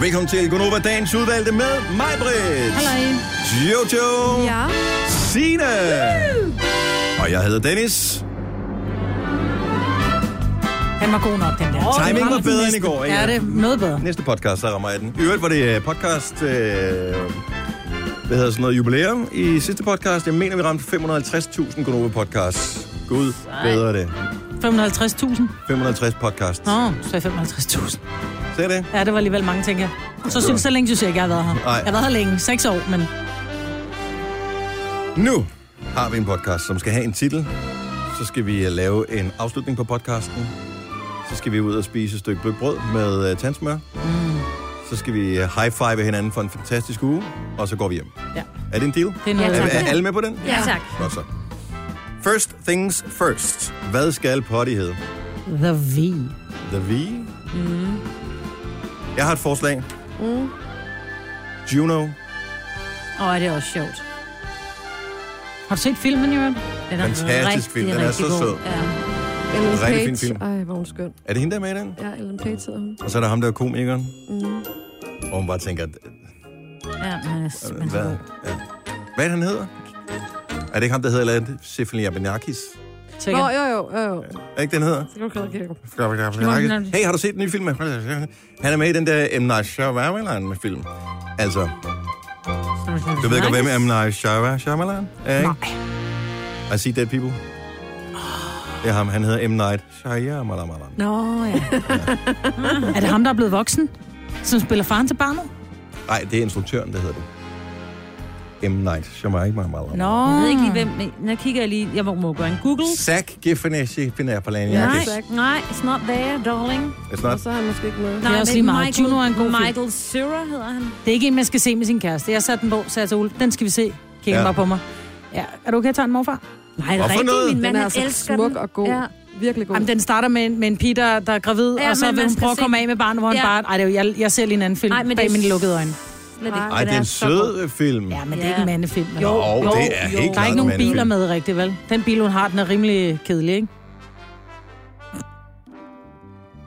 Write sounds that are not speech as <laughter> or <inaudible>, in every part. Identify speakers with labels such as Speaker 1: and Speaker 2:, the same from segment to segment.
Speaker 1: Velkommen til Gonova dagens udvalgte med mig, Britt.
Speaker 2: Halløj.
Speaker 1: Jojo.
Speaker 2: Ja.
Speaker 1: Signe. Og jeg hedder Dennis.
Speaker 2: Den var god nok, den der.
Speaker 1: Timingen
Speaker 2: den
Speaker 1: var
Speaker 2: den
Speaker 1: bedre end i
Speaker 2: næsten.
Speaker 1: går, ikke?
Speaker 2: Ja, det er noget bedre.
Speaker 1: Næste podcast, så rammer jeg den. I øvrigt var det øh, podcast... Øh, hvad hedder sådan noget jubilæum i sidste podcast? Jeg mener, vi ramte 550.000 Gonova podcasts. Gud, bedre det.
Speaker 2: 550.000.
Speaker 1: 550 podcasts.
Speaker 2: Nå, så er 55.000.
Speaker 1: Ser det?
Speaker 2: Ja, det var alligevel mange, tænker jeg. Så, synes, så længe synes jeg ikke, jeg har været her.
Speaker 1: Nej.
Speaker 2: Jeg har været her længe, seks år, men
Speaker 1: Nu har vi en podcast, som skal have en titel. Så skal vi øh, lave en afslutning på podcasten. Så skal vi ud og spise et stykke blødt brød med øh, tandsmør. Mm. Så skal vi øh, high-five hinanden for en fantastisk uge, og så går vi hjem.
Speaker 2: ja,
Speaker 1: Er det en deal?
Speaker 2: det er noget.
Speaker 1: Er,
Speaker 2: Ja,
Speaker 1: er alle med på den?
Speaker 3: Ja, tak.
Speaker 1: Godt så. First things first. Hvad skal potty hedde?
Speaker 2: The V.
Speaker 1: The V? Mm. Jeg har et forslag. Mm. Juno.
Speaker 3: Og er det også sjovt.
Speaker 2: Har du set filmen, Jørgen?
Speaker 3: Den
Speaker 1: Fantastisk film. Den er
Speaker 3: rigtig
Speaker 1: så
Speaker 3: god.
Speaker 1: sød.
Speaker 3: Ja.
Speaker 4: Ellen
Speaker 1: Rigtig fin
Speaker 4: Page.
Speaker 1: film.
Speaker 4: Ej, hvor er hun skøn.
Speaker 1: Er det hende, der er med i den?
Speaker 4: Ja, Ellen Page hedder hun.
Speaker 1: Og så er der ham, der er komikeren. Mm. Og hun bare tænker,
Speaker 3: ja, men er s- men
Speaker 1: Hvad,
Speaker 3: god.
Speaker 1: ja. Hvad er det, han hedder? Er det ikke ham, der hedder et eller andet? Stefan Jabinakis?
Speaker 4: Nå,
Speaker 2: Sikkert.
Speaker 4: jo, jo, jo, jo.
Speaker 1: Er ikke den hedder?
Speaker 4: Så kan du klare det.
Speaker 1: Jabinakis. Hey, har du set den nye film? med- Han er med i den der M. Night Shyamalan film. Altså, du ved godt, hvem M. Night Shyam- Shyamalan er, ikke? Nej. I see dead people. Det er ham. Han hedder M. Night Shyamalan.
Speaker 3: Nå, ja.
Speaker 2: Er det ham, der er blevet voksen? Som spiller faren til barnet?
Speaker 1: Nej, det er instruktøren, der hedder det. M. Night Shyamalan.
Speaker 2: Nå.
Speaker 3: Jeg ved ikke lige, hvem... men Nu kigger jeg lige... Jeg må, må gøre en Google.
Speaker 1: Zach Giffinessi
Speaker 3: Nej,
Speaker 1: Pinapalaniakis.
Speaker 3: nej, it's not there, darling.
Speaker 1: It's
Speaker 4: Og
Speaker 1: not
Speaker 4: så er han måske ikke med.
Speaker 3: Nej,
Speaker 2: også
Speaker 3: men
Speaker 2: lige meget.
Speaker 3: Michael,
Speaker 2: Juno er en god film.
Speaker 3: Michael Cera hedder han.
Speaker 2: Det er ikke en, man skal se med sin kæreste. Jeg satte den på, sagde jeg til Ole. Den skal vi se. Kigger
Speaker 1: Ja.
Speaker 2: ja. bare på mig. Ja, er du okay at tage en morfar?
Speaker 3: Nej, det er
Speaker 1: Hvorfor
Speaker 3: rigtigt,
Speaker 1: noget?
Speaker 3: min mand
Speaker 4: Den er
Speaker 3: han
Speaker 4: altså
Speaker 3: elsker
Speaker 4: smuk
Speaker 3: den.
Speaker 4: og god.
Speaker 3: Ja.
Speaker 4: Virkelig god.
Speaker 2: Jamen, den starter med en, med en pige, der, der er gravid,
Speaker 3: Ja,
Speaker 2: ja, og så
Speaker 3: men
Speaker 2: vil
Speaker 3: man
Speaker 2: hun
Speaker 3: skal
Speaker 2: prøve at
Speaker 3: se-
Speaker 2: komme af med barnet, hvor ja.
Speaker 3: Ja.
Speaker 2: hun bare... Ej, det er jo, jeg, jeg ser lige en anden film
Speaker 3: Ej,
Speaker 2: Ej,
Speaker 3: men
Speaker 2: bag
Speaker 3: det er
Speaker 2: mine
Speaker 3: s-
Speaker 2: lukkede øjne.
Speaker 3: Slet ikke.
Speaker 1: Ej, det er en
Speaker 3: så god.
Speaker 1: sød film.
Speaker 2: Ja,
Speaker 1: Ja,
Speaker 2: men det er
Speaker 3: Ja.
Speaker 2: ikke en mandefilm. vel?
Speaker 3: Jo,
Speaker 1: Åh,
Speaker 3: jo,
Speaker 1: det er
Speaker 3: jo.
Speaker 1: helt
Speaker 2: Der er
Speaker 1: klart
Speaker 2: ikke nogen
Speaker 1: mandefilm.
Speaker 2: biler med rigtigt, vel? Den bil, hun har, den er rimelig kedelig, ikke?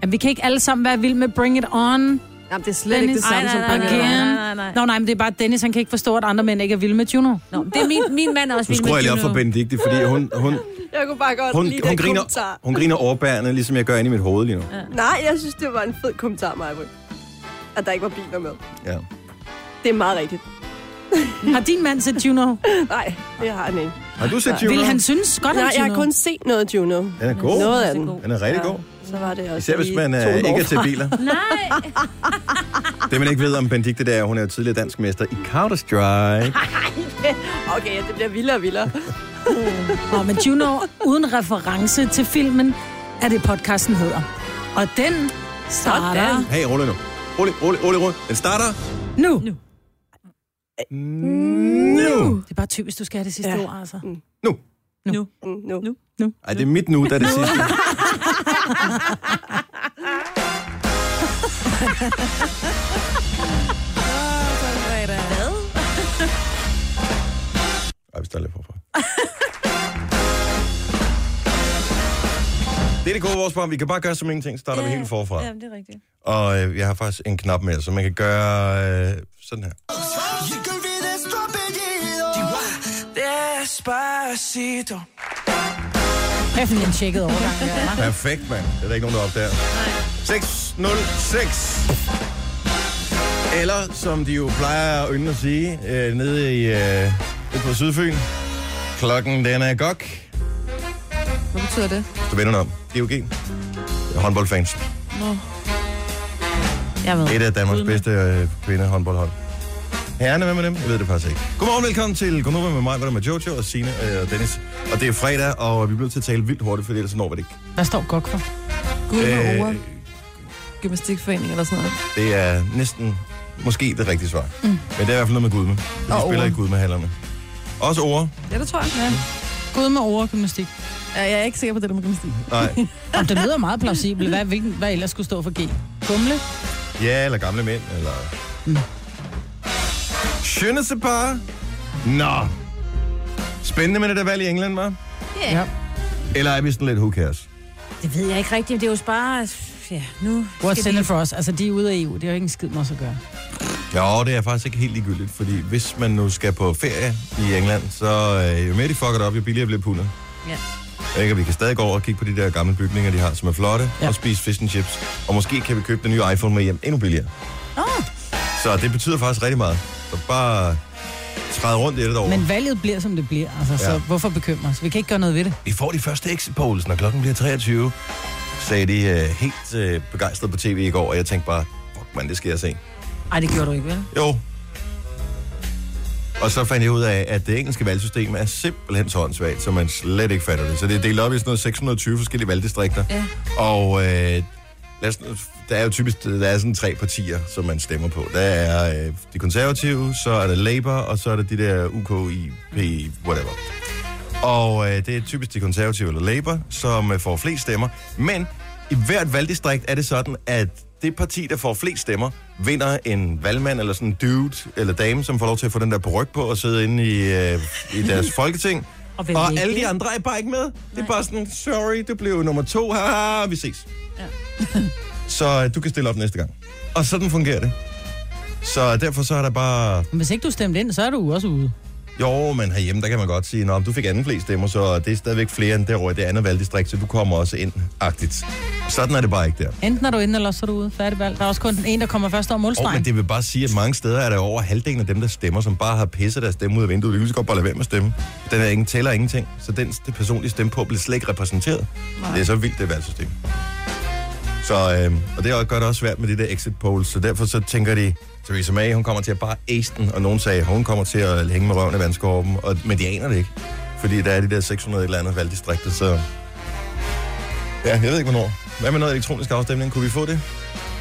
Speaker 2: Jamen, vi kan ikke alle sammen være vilde med Bring It On.
Speaker 4: Jamen, det er slet ikke det
Speaker 3: Ej,
Speaker 4: samme
Speaker 3: nej,
Speaker 4: som
Speaker 3: nej,
Speaker 4: Bring
Speaker 3: nej,
Speaker 4: It On.
Speaker 2: Again.
Speaker 3: nej, nej, nej.
Speaker 2: Nå, nej, men det er bare Dennis, han kan ikke forstå, at andre mænd ikke er vilde med Juno.
Speaker 3: Nå, det er min, min mand er også
Speaker 1: Nu
Speaker 3: vild med
Speaker 1: skruer jeg lige op
Speaker 3: Juno.
Speaker 1: for Benedikte, fordi hun,
Speaker 2: <laughs>
Speaker 1: hun,
Speaker 2: Altså,
Speaker 4: Jeg kunne bare godt
Speaker 1: hun,
Speaker 4: lide
Speaker 1: hun,
Speaker 4: den
Speaker 1: griner,
Speaker 4: kommentar.
Speaker 1: hun griner overbærende, ligesom jeg gør inde i mit hoved lige nu.
Speaker 4: Nej, jeg synes, det var en fed kommentar, Maja. At der ikke var biler med.
Speaker 1: Ja.
Speaker 4: Det er meget rigtigt.
Speaker 2: Har din mand set Juno?
Speaker 4: Nej, det har han ikke.
Speaker 1: Har du set Juno?
Speaker 2: Vil han synes godt om
Speaker 4: Nej, jeg har
Speaker 2: Juno?
Speaker 4: kun set noget af Juno.
Speaker 1: Den er god.
Speaker 4: Noget af den.
Speaker 1: Den er rigtig god.
Speaker 4: Så var det også
Speaker 1: Især hvis
Speaker 4: lige
Speaker 1: man
Speaker 4: to
Speaker 1: øh, ikke er
Speaker 4: lov.
Speaker 1: til biler.
Speaker 3: Nej,
Speaker 1: Det man ikke ved om Benedikte, det er, at hun er jo tidligere dansk mester i Counter-Strike.
Speaker 4: Okay, ja, det bliver vildere og vildere.
Speaker 2: <laughs> Nå, men Juno, uden reference til filmen, er det podcasten hedder. Og den starter
Speaker 3: Sådan.
Speaker 1: Hey, rolig nu. Rolig, rolig, rolig, rolig. Den starter
Speaker 2: nu.
Speaker 1: nu.
Speaker 2: Det er bare typisk, du skal have det sidste ja. ord, altså.
Speaker 1: Nu.
Speaker 3: nu.
Speaker 4: Mm, nu. nu.
Speaker 1: Ej, det er mit nu, der er det sidste. Ej, vi starter lidt forfra. Det er det gode ved vores program. Vi kan bare gøre som ingenting, så starter vi helt forfra.
Speaker 3: Jamen, det er rigtigt.
Speaker 1: Og øh, jeg har faktisk en knap med, så man kan gøre øh, sådan her.
Speaker 5: Despacito.
Speaker 2: Kæft, en tjekket overgang. Ja.
Speaker 1: Perfekt, mand. Det er der ikke nogen, der opdager. 606. Eller, som de jo plejer at ynde at sige, øh, nede i, øh, ude på Sydfyn. Klokken, den er gok.
Speaker 4: Hvad betyder det?
Speaker 1: Du vender den om. DUG. Jeg er Håndboldfans.
Speaker 3: Jeg ved.
Speaker 1: Et af Danmarks bedste øh, kvindehåndboldhold. Herrene, hvad med dem? Jeg ved det faktisk ikke. Godmorgen, velkommen til Godnova med mig, hvor der med Jojo og Signe øh, og Dennis. Og det er fredag, og vi bliver nødt til at tale vildt hurtigt, for ellers når vi det ikke.
Speaker 2: Hvad står godt for?
Speaker 6: Gud med
Speaker 1: Øh,
Speaker 6: ord. Gymnastikforening eller sådan noget.
Speaker 1: det er næsten, måske det rigtige svar. Mm. Men det er i hvert fald noget med Gudme. For De
Speaker 6: Og
Speaker 1: spiller i
Speaker 6: Ore.
Speaker 1: Gudme-hallerne. Også ord.
Speaker 6: Ja, det tror jeg. Ja.
Speaker 2: Gud med overgymnastik.
Speaker 6: Ja, jeg er ikke sikker på det der med gymnastik.
Speaker 1: Nej.
Speaker 2: Om det lyder meget plausibelt. Hvad, hvilken, hvad ellers skulle stå for G? Gumle?
Speaker 1: Ja, eller gamle mænd, eller... Mm. Skønne se bare. Nå. Spændende med det der valg i England, var?
Speaker 3: Ja.
Speaker 1: Eller er vi sådan lidt who cares?
Speaker 3: Det ved jeg ikke rigtigt, men det er jo bare... ja, nu
Speaker 7: What's
Speaker 3: skal
Speaker 7: in
Speaker 3: vi...
Speaker 7: it for us? Altså, de er ude af EU. Det har jo ikke en skid med os at gøre.
Speaker 1: Jo, det er faktisk ikke helt ligegyldigt, fordi hvis man nu skal på ferie i England, så øh, jo mere de fucker det op, jo billigere bliver pundet.
Speaker 3: Ja.
Speaker 1: Ikke? Og vi kan stadig gå over og kigge på de der gamle bygninger, de har, som er flotte, ja.
Speaker 7: Ja.
Speaker 1: og spise fish and chips. Og måske kan vi købe den nye iPhone med hjem endnu billigere.
Speaker 7: Oh.
Speaker 1: Så det betyder faktisk rigtig meget. Så bare træde rundt i det derovre.
Speaker 7: Men valget bliver, som det bliver. Altså, ja.
Speaker 1: Ja.
Speaker 7: så hvorfor bekymre os? Vi kan ikke gøre noget ved det.
Speaker 1: Vi får de første exit polls, når klokken bliver 23, sagde de øh, helt øh, begejstret på tv i går, og jeg tænkte bare, fuck man, det skal jeg se.
Speaker 7: Nej, det gjorde du ikke, vel?
Speaker 1: Jo. Og så fandt jeg ud af, at det engelske valgsystem er simpelthen så åndssvagt, så man slet ikke fatter det. Så det er delt op i sådan noget 620 forskellige valgdistrikter.
Speaker 3: Ja.
Speaker 1: Og øh, lad os, nu- der er jo typisk der er sådan tre partier, som man stemmer på. Der er øh, de konservative, så er der Labour, og så er der de der UKIP, whatever. Og øh, det er typisk de konservative eller Labour, som øh, får flest stemmer. Men i hvert valgdistrikt er det sådan, at det parti, der får flest stemmer, vinder en valgmand eller sådan en dude eller dame, som får lov til at få den der på ryg på og sidde inde i, øh, i deres folketing.
Speaker 7: Og vælge
Speaker 1: Og
Speaker 7: ikke.
Speaker 1: alle de andre er bare ikke med. Det er bare sådan, sorry, du blev nummer to. Haha, vi ses.
Speaker 3: Ja.
Speaker 1: <laughs> så øh, du kan stille op næste gang. Og sådan fungerer det. Så derfor så er der bare...
Speaker 7: Men hvis ikke du stemte ind, så er du jo også ude.
Speaker 1: Jo, men herhjemme, der kan man godt sige, Nå, men du fik anden flest stemmer, så det er stadigvæk flere end derovre i det andet valgdistrikt, så du kommer også ind, agtigt. Sådan er det bare ikke der.
Speaker 7: Enten er du inde, eller også er du ude. Færdig valg. Der er også kun en, der kommer først over
Speaker 1: Og, men
Speaker 7: målstregen.
Speaker 1: det vil bare sige, at mange steder er der over halvdelen af dem, der stemmer, som bare har pisset deres stemme ud af vinduet. De kan lige så godt bare lade være med at stemme. Den er ingen, tæller ingenting, så den det personlige stemme på bliver slet ikke repræsenteret. Nej. Det er så vildt, det valgsystem. Så, øh, og det er også- gør det også svært med de der exit polls, så derfor så tænker de, Theresa May, hun kommer til at bare ace den, og nogen sagde, hun kommer til at hænge med røven i vandskorben, og, men de aner det ikke, fordi der er de der 600 et eller andet valgdistrikter, så... Ja, jeg ved ikke, hvornår. Hvad med noget elektronisk afstemning? Kunne vi få det?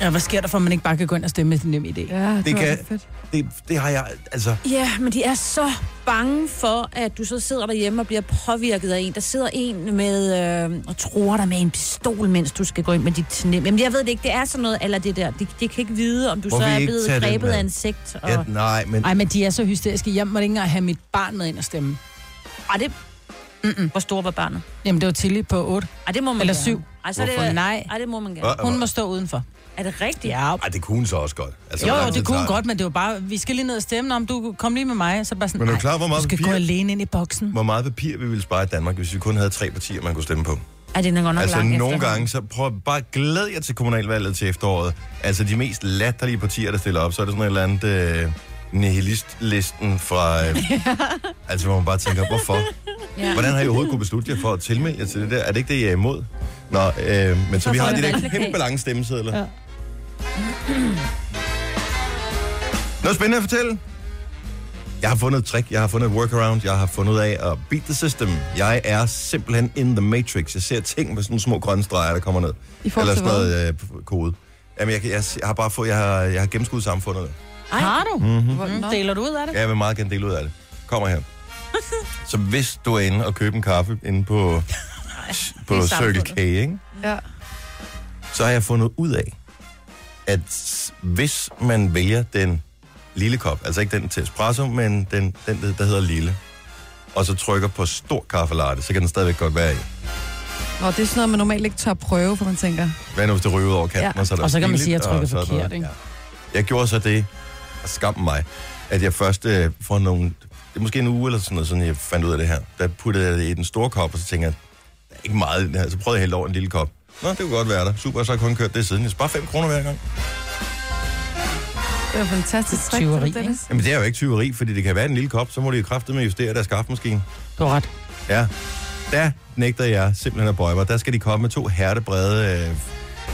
Speaker 7: Ja, hvad sker der for, at man ikke bare kan gå ind og stemme med sin nem idé?
Speaker 6: Ja, det,
Speaker 1: Det
Speaker 6: var
Speaker 1: kan-
Speaker 6: så fedt.
Speaker 1: Det, det har jeg, altså...
Speaker 3: Ja, men de er så bange for, at du så sidder derhjemme og bliver påvirket af en. Der sidder en med øh, og tror dig med en pistol, mens du skal gå ind med dit nem. Jamen, jeg ved det ikke. Det er sådan noget, eller det der. De, de kan ikke vide, om du
Speaker 1: Må
Speaker 3: så
Speaker 1: vi
Speaker 3: er
Speaker 1: ikke
Speaker 3: blevet
Speaker 1: tage den
Speaker 3: grebet
Speaker 1: med?
Speaker 3: af en sekt. Og...
Speaker 1: Ja, nej, men
Speaker 7: Ej, men de er så hysteriske. Jeg måtte ikke engang have mit barn med ind og stemme.
Speaker 3: Ej, det... Hvor stor var barnet?
Speaker 7: Jamen, det var Tilly på 8.
Speaker 3: Ej, det må man
Speaker 7: Eller
Speaker 3: gerne.
Speaker 7: syv.
Speaker 3: Ej, så er det,
Speaker 1: Hvorfor?
Speaker 7: Nej.
Speaker 3: Ej, det må man gerne.
Speaker 1: Hva-
Speaker 7: Hun må stå udenfor.
Speaker 3: Er det rigtigt?
Speaker 7: Ja.
Speaker 1: Ej, det kunne hun så også godt. Altså,
Speaker 7: Jo,
Speaker 1: hvor
Speaker 7: jo,
Speaker 1: lang tid
Speaker 7: det kunne hun
Speaker 1: tager
Speaker 7: godt, men det var bare, vi skal lige ned og stemme, om du kom lige med mig. Så bare sådan,
Speaker 1: Men er du
Speaker 7: "Ej,
Speaker 1: klar, hvor meget
Speaker 7: du skal
Speaker 1: papir-
Speaker 7: gå alene ind i boksen.
Speaker 1: Hvor meget papir vi ville spare i Danmark, hvis vi kun havde tre partier, man kunne stemme på.
Speaker 3: Ej, den er godt nok
Speaker 1: altså
Speaker 3: lang
Speaker 1: nogle
Speaker 3: efter.
Speaker 1: gange, så prøv bare glæd jer til kommunalvalget til efteråret. Altså de mest latterlige partier, der stiller op, så er det sådan et eller andet øh, nihilistlisten fra... Øh,
Speaker 7: <laughs>
Speaker 1: altså hvor man bare tænker, hvorfor?
Speaker 3: Ja.
Speaker 1: Hvordan har I overhovedet kunne beslutte jer for at tilmelde jer til det der? Er det ikke det, I er imod? Nå, øh, men så,
Speaker 3: Så
Speaker 1: vi
Speaker 3: får
Speaker 1: har
Speaker 3: vi
Speaker 1: de der
Speaker 3: valgplakat.
Speaker 1: kæmpe lange stemmesedler. Ja. Noget spændende at fortælle. Jeg har fundet et trick, jeg har fundet et workaround, jeg har fundet ud af at beat the system. Jeg er simpelthen in the matrix. Jeg ser ting med sådan nogle små grønne streger, der kommer ned.
Speaker 6: I forhold
Speaker 1: Eller
Speaker 6: til
Speaker 1: sådan noget øh, kode. Jamen, jeg, kan- jeg, jeg har bare fået, jeg har, jeg har gennemskuddet samfundet. nu.
Speaker 7: Ej. Har du?
Speaker 1: Mm.
Speaker 6: Hvor-
Speaker 7: Mm-hmm.
Speaker 3: Mhm.
Speaker 6: Nå.
Speaker 7: Deler du ud af det?
Speaker 1: Jeg vil meget gerne dele ud af det. Kommer her. Så hvis du er inde og køber en kaffe inde på, på Circle K, ikke?
Speaker 6: Ja.
Speaker 1: så har jeg fundet ud af, at hvis man vælger den lille kop, altså ikke den til espresso, men den, den der hedder lille, og så trykker på stor kaffe latte, så kan den stadigvæk godt være i.
Speaker 6: Nå, det er sådan noget, man normalt ikke tør prøve, for man tænker,
Speaker 1: Hvad nu, hvis det ryger ud over kanten?
Speaker 6: Ja.
Speaker 1: Og så, er der
Speaker 7: Og så kan man
Speaker 1: rigeligt,
Speaker 7: sige, at jeg trykker
Speaker 1: og så er der-
Speaker 7: forkert, ikke?
Speaker 1: Ja. Jeg gjorde så det, og skam mig, at jeg først øh, for nogle, det er måske en uge eller sådan noget, sådan jeg fandt ud af det her, der puttede jeg det i den store kop, og så tænkte jeg, der er ikke meget i den her, så prøvede jeg at hælde over en lille kop. Nå, det kunne godt være der. Super, så har jeg kun kørt det siden. Jeg sparer 5 kroner hver gang.
Speaker 6: det er jo fantastisk trick,
Speaker 7: Tyveri,
Speaker 6: det, Dennis.
Speaker 1: Jamen, det er jo ikke tyveri, fordi det kan være en lille kop, så må de jo kraftigt med justere deres kaffemaskine.
Speaker 7: Du har ret.
Speaker 1: Ja, der nægter jeg simpelthen at bøje mig. Der skal de komme med to hertebrede øh, et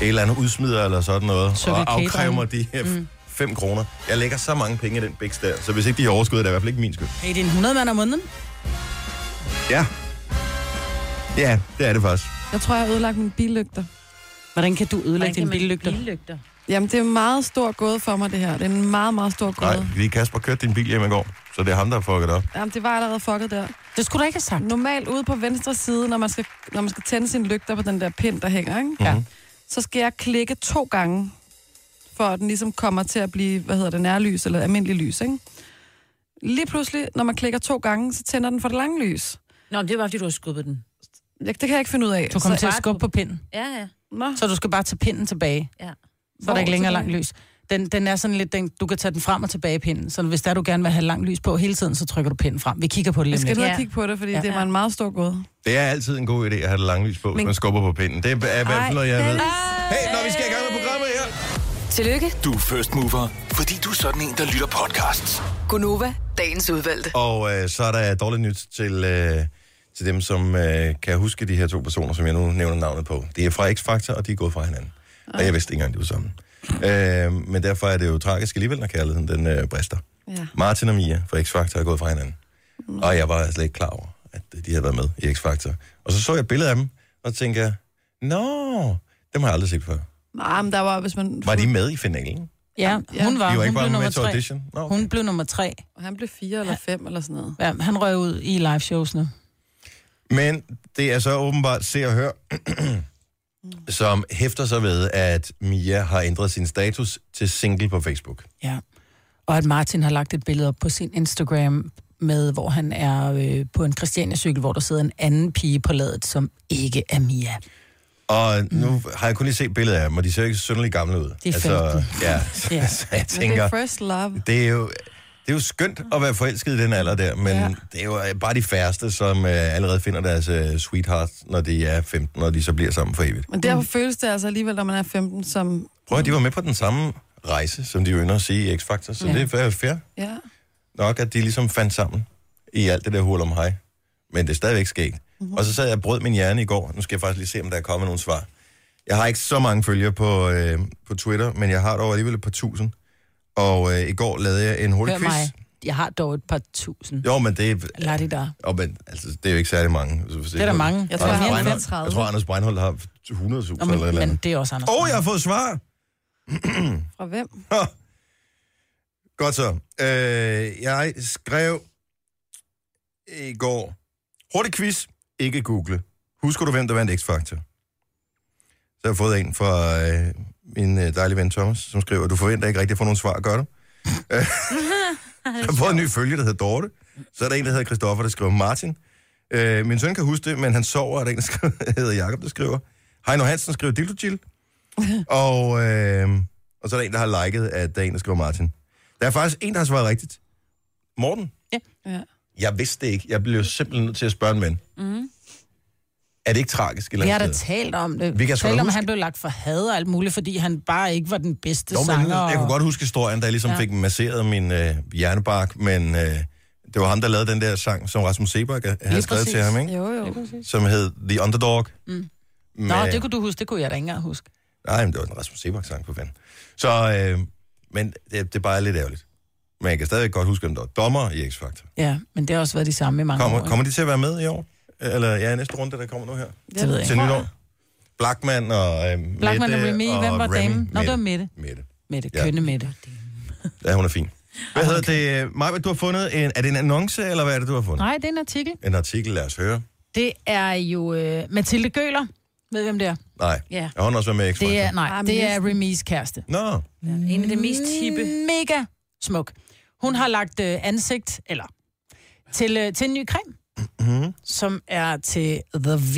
Speaker 1: eller andet udsmider eller sådan noget,
Speaker 7: Circle
Speaker 1: og
Speaker 7: K
Speaker 1: afkræve
Speaker 7: drenge.
Speaker 1: mig de her mm. 5 kroner. Jeg lægger så mange penge i den biks der, så hvis ikke de overskyder, det er i hvert fald ikke min skyld.
Speaker 7: Er det en 100 mand om måneden?
Speaker 1: Ja. Ja, det er det faktisk.
Speaker 6: Jeg tror, jeg har ødelagt mine billygter.
Speaker 7: Hvordan kan du ødelægge dine
Speaker 3: Hvordan kan man-
Speaker 7: billygter?
Speaker 3: Billygter.
Speaker 6: Jamen, det er en meget stor gåde for mig, det her. Det er en meget, meget stor
Speaker 1: Nej,
Speaker 6: gåde.
Speaker 1: fordi Kasper kørte din bil hjem i går, så det er ham, der har fucket op.
Speaker 6: Jamen, det var allerede fucket der.
Speaker 7: Det skulle du ikke have sagt.
Speaker 6: Normalt ude på venstre side, når man skal, når man skal tænde sine lygter på den der pind, der hænger, ikke?
Speaker 7: Ja.
Speaker 1: Mhm.
Speaker 6: så skal jeg klikke to gange, for at den ligesom kommer til at blive, hvad hedder det, nærlys eller almindelig lys, ikke? Lige pludselig, når man klikker to gange, så tænder den for det lange lys.
Speaker 3: Nå, men det var, fordi du har skubbet den.
Speaker 6: Jeg, det kan jeg ikke finde ud af.
Speaker 7: Du kom
Speaker 6: så,
Speaker 7: til at skubbe på pinden.
Speaker 3: Ja, ja.
Speaker 6: Nå.
Speaker 2: Så du skal bare tage pinden tilbage.
Speaker 3: Ja.
Speaker 2: Så er der ikke længere
Speaker 6: tilbage?
Speaker 2: langt lys. Den, den er sådan lidt, den, du kan tage den frem og tilbage pinden. Så hvis der du gerne vil have langt lys på hele tiden, så trykker du pinden frem. Vi kigger på det
Speaker 6: Jeg
Speaker 2: lige om
Speaker 6: skal
Speaker 2: lidt.
Speaker 6: ned og
Speaker 3: Ja.
Speaker 6: kigge på det, fordi
Speaker 2: Ja.
Speaker 6: det var en meget stor gåde.
Speaker 1: Det er altid en god idé at have det lange lys på, hvis
Speaker 6: Men-
Speaker 1: man skubber på pinden. Det er i hvert fald noget, jeg ved.
Speaker 6: Ej.
Speaker 1: Hey, når vi skal i gang med programmet her.
Speaker 8: Tillykke,
Speaker 9: Du er first mover, fordi du er sådan en, der lytter podcasts.
Speaker 8: Gunova, dagens udvalgte.
Speaker 1: Og øh, så er der dårligt nyt til, øh, til dem, som øh, kan huske de her to personer, som jeg nu nævner navnet på. De er fra X-Factor, og de er gået fra hinanden. Og jeg vidste ikke engang, de var sammen. Øh, men derfor er det jo tragisk alligevel, når kærligheden den øh, brister.
Speaker 6: Ja.
Speaker 1: Martin og Mia fra X-Factor er gået fra hinanden. Og jeg var slet ikke klar over, at øh, de havde været med i X-Factor. Og så så jeg et billede af dem, og så tænkte jeg, Nå, dem har jeg aldrig set før.
Speaker 6: Nej, men der var, hvis man...
Speaker 1: Var de med i finalen?
Speaker 2: Ja, hun var,
Speaker 1: De var
Speaker 2: hun
Speaker 1: ikke
Speaker 2: blev
Speaker 1: bare
Speaker 2: nummer
Speaker 1: med til
Speaker 2: tre.
Speaker 1: audition? Nå, okay.
Speaker 2: Hun blev nummer tre.
Speaker 6: Han blev fire eller fem eller sådan noget.
Speaker 2: Ja, han røg ud i liveshowsene.
Speaker 1: Men det er så åbenbart se og
Speaker 6: <clears throat>
Speaker 1: hør, som hæfter sig ved, at Mia har ændret sin status til single på Facebook.
Speaker 2: Ja. Og at Martin har lagt et billede op på sin Instagram med, hvor han er øh, på en Christiania-cykel, hvor der sidder en anden pige på ladet, som ikke er Mia.
Speaker 1: Og nu
Speaker 6: Mm.
Speaker 1: har jeg kun lige set billeder af dem, og de ser ikke synderligt gamle ud. Altså,
Speaker 2: er 15.
Speaker 6: <laughs>
Speaker 1: ja,
Speaker 2: Ja.
Speaker 1: <laughs> så jeg
Speaker 6: Men det
Speaker 1: tænker,
Speaker 6: er first love.
Speaker 1: det er jo... Det er jo skønt at være forelsket i den alder der, men ja.
Speaker 6: Ja.
Speaker 1: det er jo øh, bare de færreste, som øh, allerede finder deres øh, sweetheart, når de er 15, og de så bliver sammen for evigt.
Speaker 6: Men derfor føles det altså alligevel, når man er 15, som...
Speaker 1: Prøv at de var med på den samme rejse, som de jo ynder at sige i X-Factor, så ja.
Speaker 2: Ja.
Speaker 1: det er fair.
Speaker 6: Ja.
Speaker 1: nok, at de ligesom fandt sammen i alt det der hul om hej. Men det er stadigvæk sket. Mm-hmm. Og så sad jeg og brød min hjerne i går. Nu skal jeg faktisk lige se, om der er kommet nogle svar. Jeg har ikke så mange følgere på, øh, på Twitter, men jeg har dog alligevel et par tusind. Og øh, i går lavede jeg en hurtig
Speaker 2: Hør
Speaker 1: quiz.
Speaker 2: mig, jeg har dog et par tusind.
Speaker 1: Jo, men det,
Speaker 2: Lad det der.
Speaker 1: og, men, altså, det er jo ikke særlig mange. Det
Speaker 2: Det er der mange.
Speaker 6: Jeg tror,
Speaker 2: Der
Speaker 1: Anders
Speaker 2: er
Speaker 6: han
Speaker 2: mere
Speaker 1: Breinholt,
Speaker 2: end fem.
Speaker 6: 35.
Speaker 1: jeg tror, Anders Breinholt har 100.000 eller
Speaker 2: Nå,
Speaker 1: et
Speaker 2: men,
Speaker 1: eller andet.
Speaker 2: men det er også Anders.
Speaker 1: Åh, oh, jeg har fået svar!
Speaker 6: Fra hvem?
Speaker 1: Godt så. Øh, jeg skrev i går, hurtig quiz, ikke google. Husker du, hvem der vandt X-Factor? Så har jeg fået en fra øh, min øh, dejlige ven Thomas, som skriver, du forventer ikke rigtig at få nogle svar, gør du? Øh, jeg har fået en ny følge, der hedder Dorte. Så er der en, der hedder Christoffer, der skriver Martin. Øh, min søn kan huske det, men han sover, og der er en, der skriver, <laughs> hedder Jakob, der skriver. Heino Hansen skriver Dildo Jill. og, øh, og så er der en, der har liket, at der er en, der skriver Martin. Der er faktisk en, der har svaret rigtigt. Morten?
Speaker 2: Ja.
Speaker 6: Ja.
Speaker 1: Jeg vidste det ikke. Jeg blev simpelthen nødt til at spørge en ven. Mm. Er det ikke tragisk? Eller
Speaker 2: Vi har da talt om det.
Speaker 1: Vi kan sgu da
Speaker 2: talt om, at
Speaker 1: huske-
Speaker 2: han blev lagt for had og alt muligt, fordi han bare ikke var den bedste
Speaker 1: Nå, men,
Speaker 2: sanger.
Speaker 1: jeg kunne
Speaker 2: og-
Speaker 1: godt huske historien, der ligesom ja.
Speaker 2: Ja.
Speaker 1: fik masseret min øh, hjernebark, men øh, det var ham, der lavede den der sang, som Rasmus Sebak øh, havde skrevet
Speaker 2: præcis.
Speaker 1: til ham, ikke?
Speaker 6: Jo, jo.
Speaker 1: som hed The Underdog. Mm. Med,
Speaker 2: Nå, det kunne du huske, det kunne jeg da ikke engang huske.
Speaker 1: Nej, men det var en Rasmus Sebak-sang, for fanden. Så, øh, men det, det er bare lidt ærgerligt. Men jeg kan stadig godt huske, om der var dommer i X-Factor.
Speaker 2: Ja, men det har også været de samme i mange år.
Speaker 1: Kommer,
Speaker 2: ikke?
Speaker 1: kommer de til at være med i år? Eller ja, i næste runde, der kommer nu her?
Speaker 2: Det ved jeg
Speaker 1: Til
Speaker 2: ikke.
Speaker 1: nytår? Blackman og øh, Mette
Speaker 2: Blackman og Remy, hvem var damen? Nå, det var Mette.
Speaker 1: Mette.
Speaker 2: Mette,
Speaker 1: Ja.
Speaker 2: kønne Mette.
Speaker 1: Ja, hun er fin. Hvad
Speaker 2: Ah,
Speaker 1: hedder det? Maja, du har fundet en... Er det en annonce, eller hvad er det, du har fundet?
Speaker 2: Nej, det er en artikel.
Speaker 1: En artikel, lad os høre.
Speaker 2: Det er jo øh, Mathilde Gøler. Ved I, hvem det er?
Speaker 1: Nej.
Speaker 3: Ja.
Speaker 1: Og hun har også været med i X-Factor.
Speaker 2: Det er, nej,
Speaker 6: Ah, men
Speaker 2: det er Remy's kæreste.
Speaker 1: Nå,
Speaker 3: En af de mest hippe.
Speaker 2: Mega smuk. Hun har lagt øh, ansigt, eller, til, øh, til en ny creme, mm-hmm. som er til The V.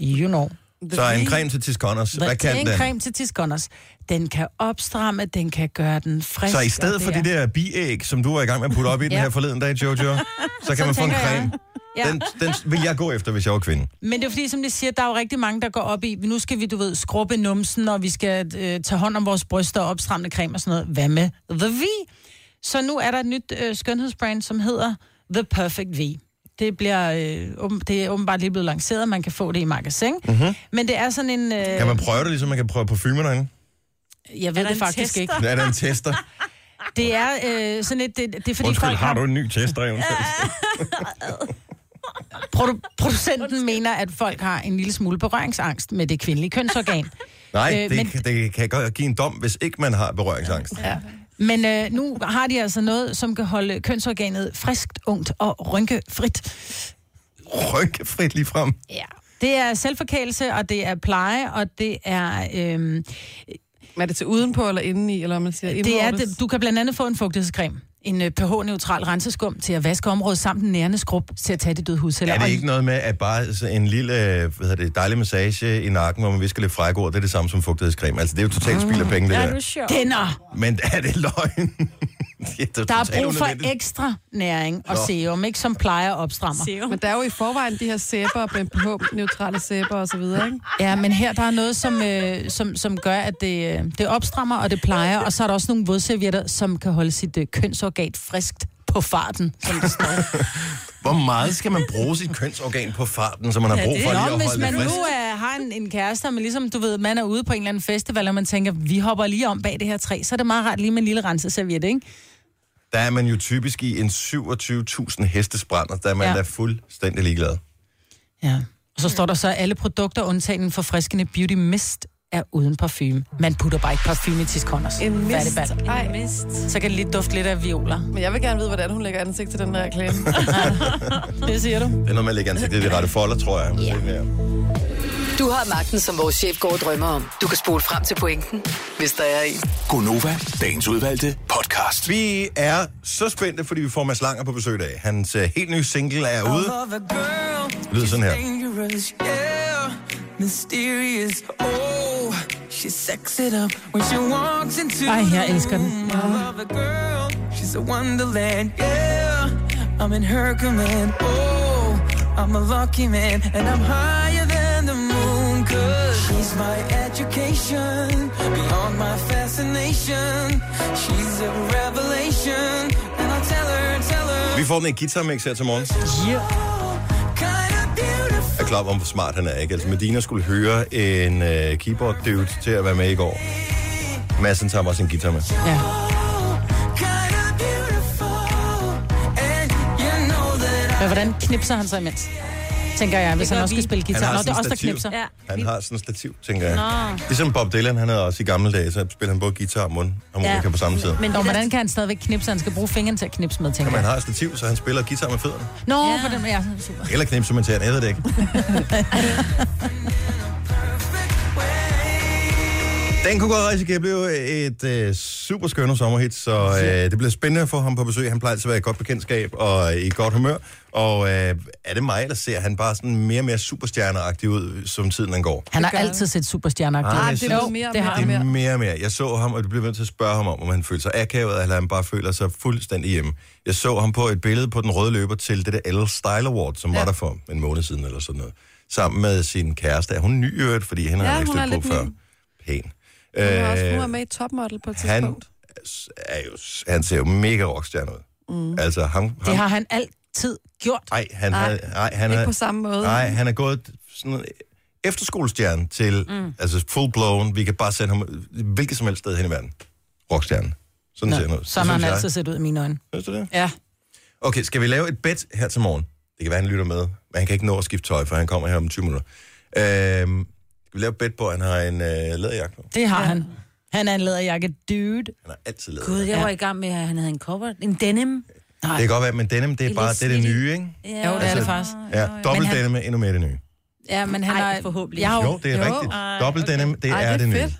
Speaker 2: You know.
Speaker 1: så en creme til Tis Connors. Hvad kan
Speaker 2: en
Speaker 1: den?
Speaker 2: creme til tiskonders. Den kan opstramme, den kan gøre den frisk.
Speaker 1: Så i stedet
Speaker 2: og
Speaker 1: for
Speaker 2: er-
Speaker 1: det der biæg, som du var i gang med at putte op i den
Speaker 2: Ja.
Speaker 1: her forleden dag,
Speaker 2: <laughs>
Speaker 1: Jojo, så kan man få en
Speaker 2: tænker
Speaker 1: creme.
Speaker 2: jeg. Ja.
Speaker 1: Den, den vil jeg gå efter, hvis jeg var kvinde.
Speaker 2: Men det er fordi, som de siger, der er jo rigtig mange, der går op i, nu skal vi, du ved, skrubbe numsen, og vi skal øh, tage hånd om vores bryster og opstramme creme og sådan noget. Hvad med The V? Så nu er der et nyt øh, skønhedsbrand, som hedder The Perfect V. Det, bliver, øh, åben, det er åbenbart lige blevet lanceret, man kan få det i magasin.
Speaker 1: Mhm.
Speaker 2: Mm-hmm. Men det er sådan en... Øh,
Speaker 1: Kan man prøve det, ligesom man kan prøve parfumer
Speaker 2: <laughs>
Speaker 1: derinde?
Speaker 2: jeg ved
Speaker 3: der
Speaker 2: det
Speaker 3: en
Speaker 2: faktisk
Speaker 3: tester?
Speaker 2: ikke.
Speaker 1: Er der en tester?
Speaker 2: Det er øh, sådan et... Det, det er fordi folk har Øh,
Speaker 1: en ny
Speaker 2: <laughs>
Speaker 1: tester eventuelt?
Speaker 2: produ- producenten mener, at folk har en lille smule berøringsangst med det kvindelige kønsorgan.
Speaker 1: Nej,
Speaker 2: Øh,
Speaker 1: det,
Speaker 2: men-
Speaker 1: men... det kan godt give en dom, hvis ikke man har berøringsangst. Ja.
Speaker 2: Men øh, nu har de altså noget, som kan holde kønsorganet friskt, ungt og rynkefrit.
Speaker 1: Ryk frit lige frem.
Speaker 2: Ja. Det er selvforkælelse, og det er pleje, og det er... Øh,
Speaker 6: Men er det til udenpå eller indeni, eller om man siger
Speaker 2: det er
Speaker 6: indvortes?
Speaker 2: det, du kan blandt andet få en fugtighedscreme. en øh, pH-neutral renseskum til at vaske området samt en nærende skrub til at tage de døde hudceller.
Speaker 1: Er det
Speaker 2: Og-
Speaker 1: ikke noget med, at bare sådan en lille øh, hvad hedder det, dejlig massage i nakken, hvor man visker lidt frække ord, det er det samme som fugtighedscreme? Altså, det er jo totalt spild af penge, det
Speaker 3: Ja, du
Speaker 1: der.
Speaker 3: er sjov.
Speaker 2: Denner!
Speaker 1: Men er det løgn? <laughs> det er
Speaker 2: Der er brug for ekstra næring og
Speaker 1: Nå.
Speaker 2: serum, ikke? Som plejer og opstrammer.
Speaker 6: Men der er jo i forvejen de her sæber, BPH-neutrale sæber og så videre, ikke?
Speaker 2: Ja, men her der er noget, som, øh, som, som gør, at det, øh, det opstrammer og det plejer, og så er der også nogle vådservietter, som kan holde sit øh, kønsorgan friskt på farten, som det står.
Speaker 1: Hvor meget skal man bruge sit kønsorgan på farten, så man har brug for lige
Speaker 2: Nå,
Speaker 1: at
Speaker 2: hvis
Speaker 1: holde
Speaker 2: man
Speaker 1: det
Speaker 2: nu
Speaker 1: frisk?
Speaker 2: øh, har en, en kæreste, og man ligesom, du ved, man er ude på en eller anden festival, og man tænker, vi hopper lige om bag det her træ, så er det meget rart lige med en lille renseserviet, ikke?
Speaker 1: Der er man jo typisk i en 27.000 hestesbrænder, der er man
Speaker 2: Ja.
Speaker 1: ja. da fuldstændig ligeglad.
Speaker 2: Ja. Og så står der så, at alle produkter undtagen den forfriskende beauty mist er uden parfume. Man putter bare ikke parfume i Tisconners.
Speaker 6: En mist. Ej,
Speaker 2: Så kan det lige dufte lidt af violer.
Speaker 6: men jeg vil gerne vide, hvordan hun lægger ansigt til den
Speaker 1: <laughs>
Speaker 6: der reklame.
Speaker 2: Det siger du.
Speaker 1: Det er noget med at lægge ansigtet i de rette folder, tror jeg. Yeah.
Speaker 8: Du har magten, som vores chef går og drømmer om. Du kan spole frem til pointen, hvis der er en.
Speaker 9: Gonova, dagens udvalgte podcast.
Speaker 1: Vi er så spændte, fordi vi får Mads Langer på besøg i dag. Hans øh, helt nye single er ude. Det lyder sådan her.
Speaker 10: dangerous, yeah, mysterious. Oh, she sex it up when she walks into
Speaker 2: Ej, jeg elsker den.
Speaker 10: the room. I love a girl, she's a wonderland, yeah. I'm in her command. Oh, I'm a lucky man, and I'm higher than the moon. Cause she's my education, beyond my fascination. She's a revelation, and I'll tell her, tell her.
Speaker 1: Vi får den i guitarmix her til morgen.
Speaker 10: Kind of beautiful.
Speaker 1: Jeg er klar over, hvor smart han er, ikke? Altså, Medina skulle høre en øh, keyboard dude til at være med i går. Madsen tager bare sin guitar med.
Speaker 2: Ja. Men hvordan knipser han så imens? Tænker jeg, hvis han også skal spille
Speaker 1: Han
Speaker 2: guitar.
Speaker 1: har
Speaker 2: Nå, det
Speaker 1: sådan
Speaker 2: er også der
Speaker 1: stativ.
Speaker 2: knipser.
Speaker 3: Ja.
Speaker 1: Han har sådan et stativ, tænker jeg. Ligesom Bob Dylan, han havde også i gamle dage, så spillede han både guitar og mund, harmonika ja. på samme tid.
Speaker 3: Men
Speaker 2: Nå,
Speaker 3: det der,
Speaker 2: hvordan kan han stadigvæk knipse? Han skal bruge fingeren til at knipse med, tænker
Speaker 1: Men han
Speaker 2: jeg.
Speaker 1: har et stativ, så han spiller guitar med fødderne.
Speaker 2: Nå, ja. på den, ja, super.
Speaker 1: Eller knipser man til han, jeg ved det ikke. Den kunne godt risikere at blive et øh, super skønne sommerhit, så øh, det bliver spændende at få ham på besøg. Han plejer altid at være i godt bekendtskab og i godt humør. Og øh, er det mig, eller ser han bare sådan mere og mere superstjerneagtig ud, som tiden den går?
Speaker 2: Han har altid set superstjerneagtig.
Speaker 1: Ej,
Speaker 2: ud.
Speaker 1: det
Speaker 6: Ah, Det
Speaker 1: Jo,
Speaker 6: er jo, mere og
Speaker 2: det
Speaker 6: mere,
Speaker 2: har
Speaker 6: og
Speaker 1: Det er
Speaker 6: mere.
Speaker 1: mere og mere. Jeg så ham, og det blev nødt til at spørge ham om, om han følte sig akavet, eller han bare føler sig fuldstændig hjemme. Jeg så ham på et billede på den røde løber til det der L Style Award, som ja. var der for en måned siden eller sådan noget. Sammen med sin kæreste. Er hun ny i øvrigt, fordi hende
Speaker 6: Ja,
Speaker 1: har jeg
Speaker 6: hun er
Speaker 1: ikke stødt på
Speaker 6: lidt
Speaker 1: før.
Speaker 6: ny.
Speaker 1: Pæn.
Speaker 6: Hun er også hun er
Speaker 1: Øh,
Speaker 6: med i topmodel på et
Speaker 1: han,
Speaker 6: tidspunkt.
Speaker 1: er jo, han ser jo mega rockstjerne ud. Mm. Altså, ham...
Speaker 2: Det
Speaker 1: ham
Speaker 2: har han altid gjort.
Speaker 1: ej, han
Speaker 6: Nej,
Speaker 1: havde, ej, han
Speaker 6: Ikke
Speaker 1: havde,
Speaker 6: på samme måde.
Speaker 1: Nej, han er gået sådan efterskolestjerne til, mm. altså full blown, vi kan bare sende ham hvilket som helst sted hen i verden. Rockstjernen. Sådan ser han ud.
Speaker 2: Sådan har han altså-
Speaker 1: synes jeg.
Speaker 2: altid set ud i mine øjne.
Speaker 1: Synes du det?
Speaker 2: Ja.
Speaker 1: Okay, skal vi lave et bet her til morgen? Det kan være, han lytter med, men han kan ikke nå at skifte tøj, for han kommer her om 20 minutter. Øhm, skal vi lave et bet på, at han har en øh, læderjakke på?
Speaker 2: Det har han. Han er en læderjakke dude.
Speaker 1: Han har altid
Speaker 3: Gud,
Speaker 1: læderjakke.
Speaker 3: jeg var i gang med, at han havde en cover. En denim.
Speaker 1: Det kan godt være, men denim, det er
Speaker 3: I
Speaker 1: bare
Speaker 3: lidt
Speaker 1: det, er det
Speaker 3: snitty.
Speaker 1: nye, ikke?
Speaker 3: Ja, Altså-
Speaker 2: Jo, det er det faktisk.
Speaker 1: Ja, dobbelt
Speaker 2: Men han-
Speaker 1: denim er endnu mere det nye.
Speaker 2: Ja, men han
Speaker 3: Ej,
Speaker 2: har...
Speaker 3: forhåbentlig.
Speaker 2: Jeg har
Speaker 1: Jo, det er rigtigt. Dobbelt denim, det
Speaker 6: Ej,
Speaker 1: er det nye.
Speaker 6: fedt.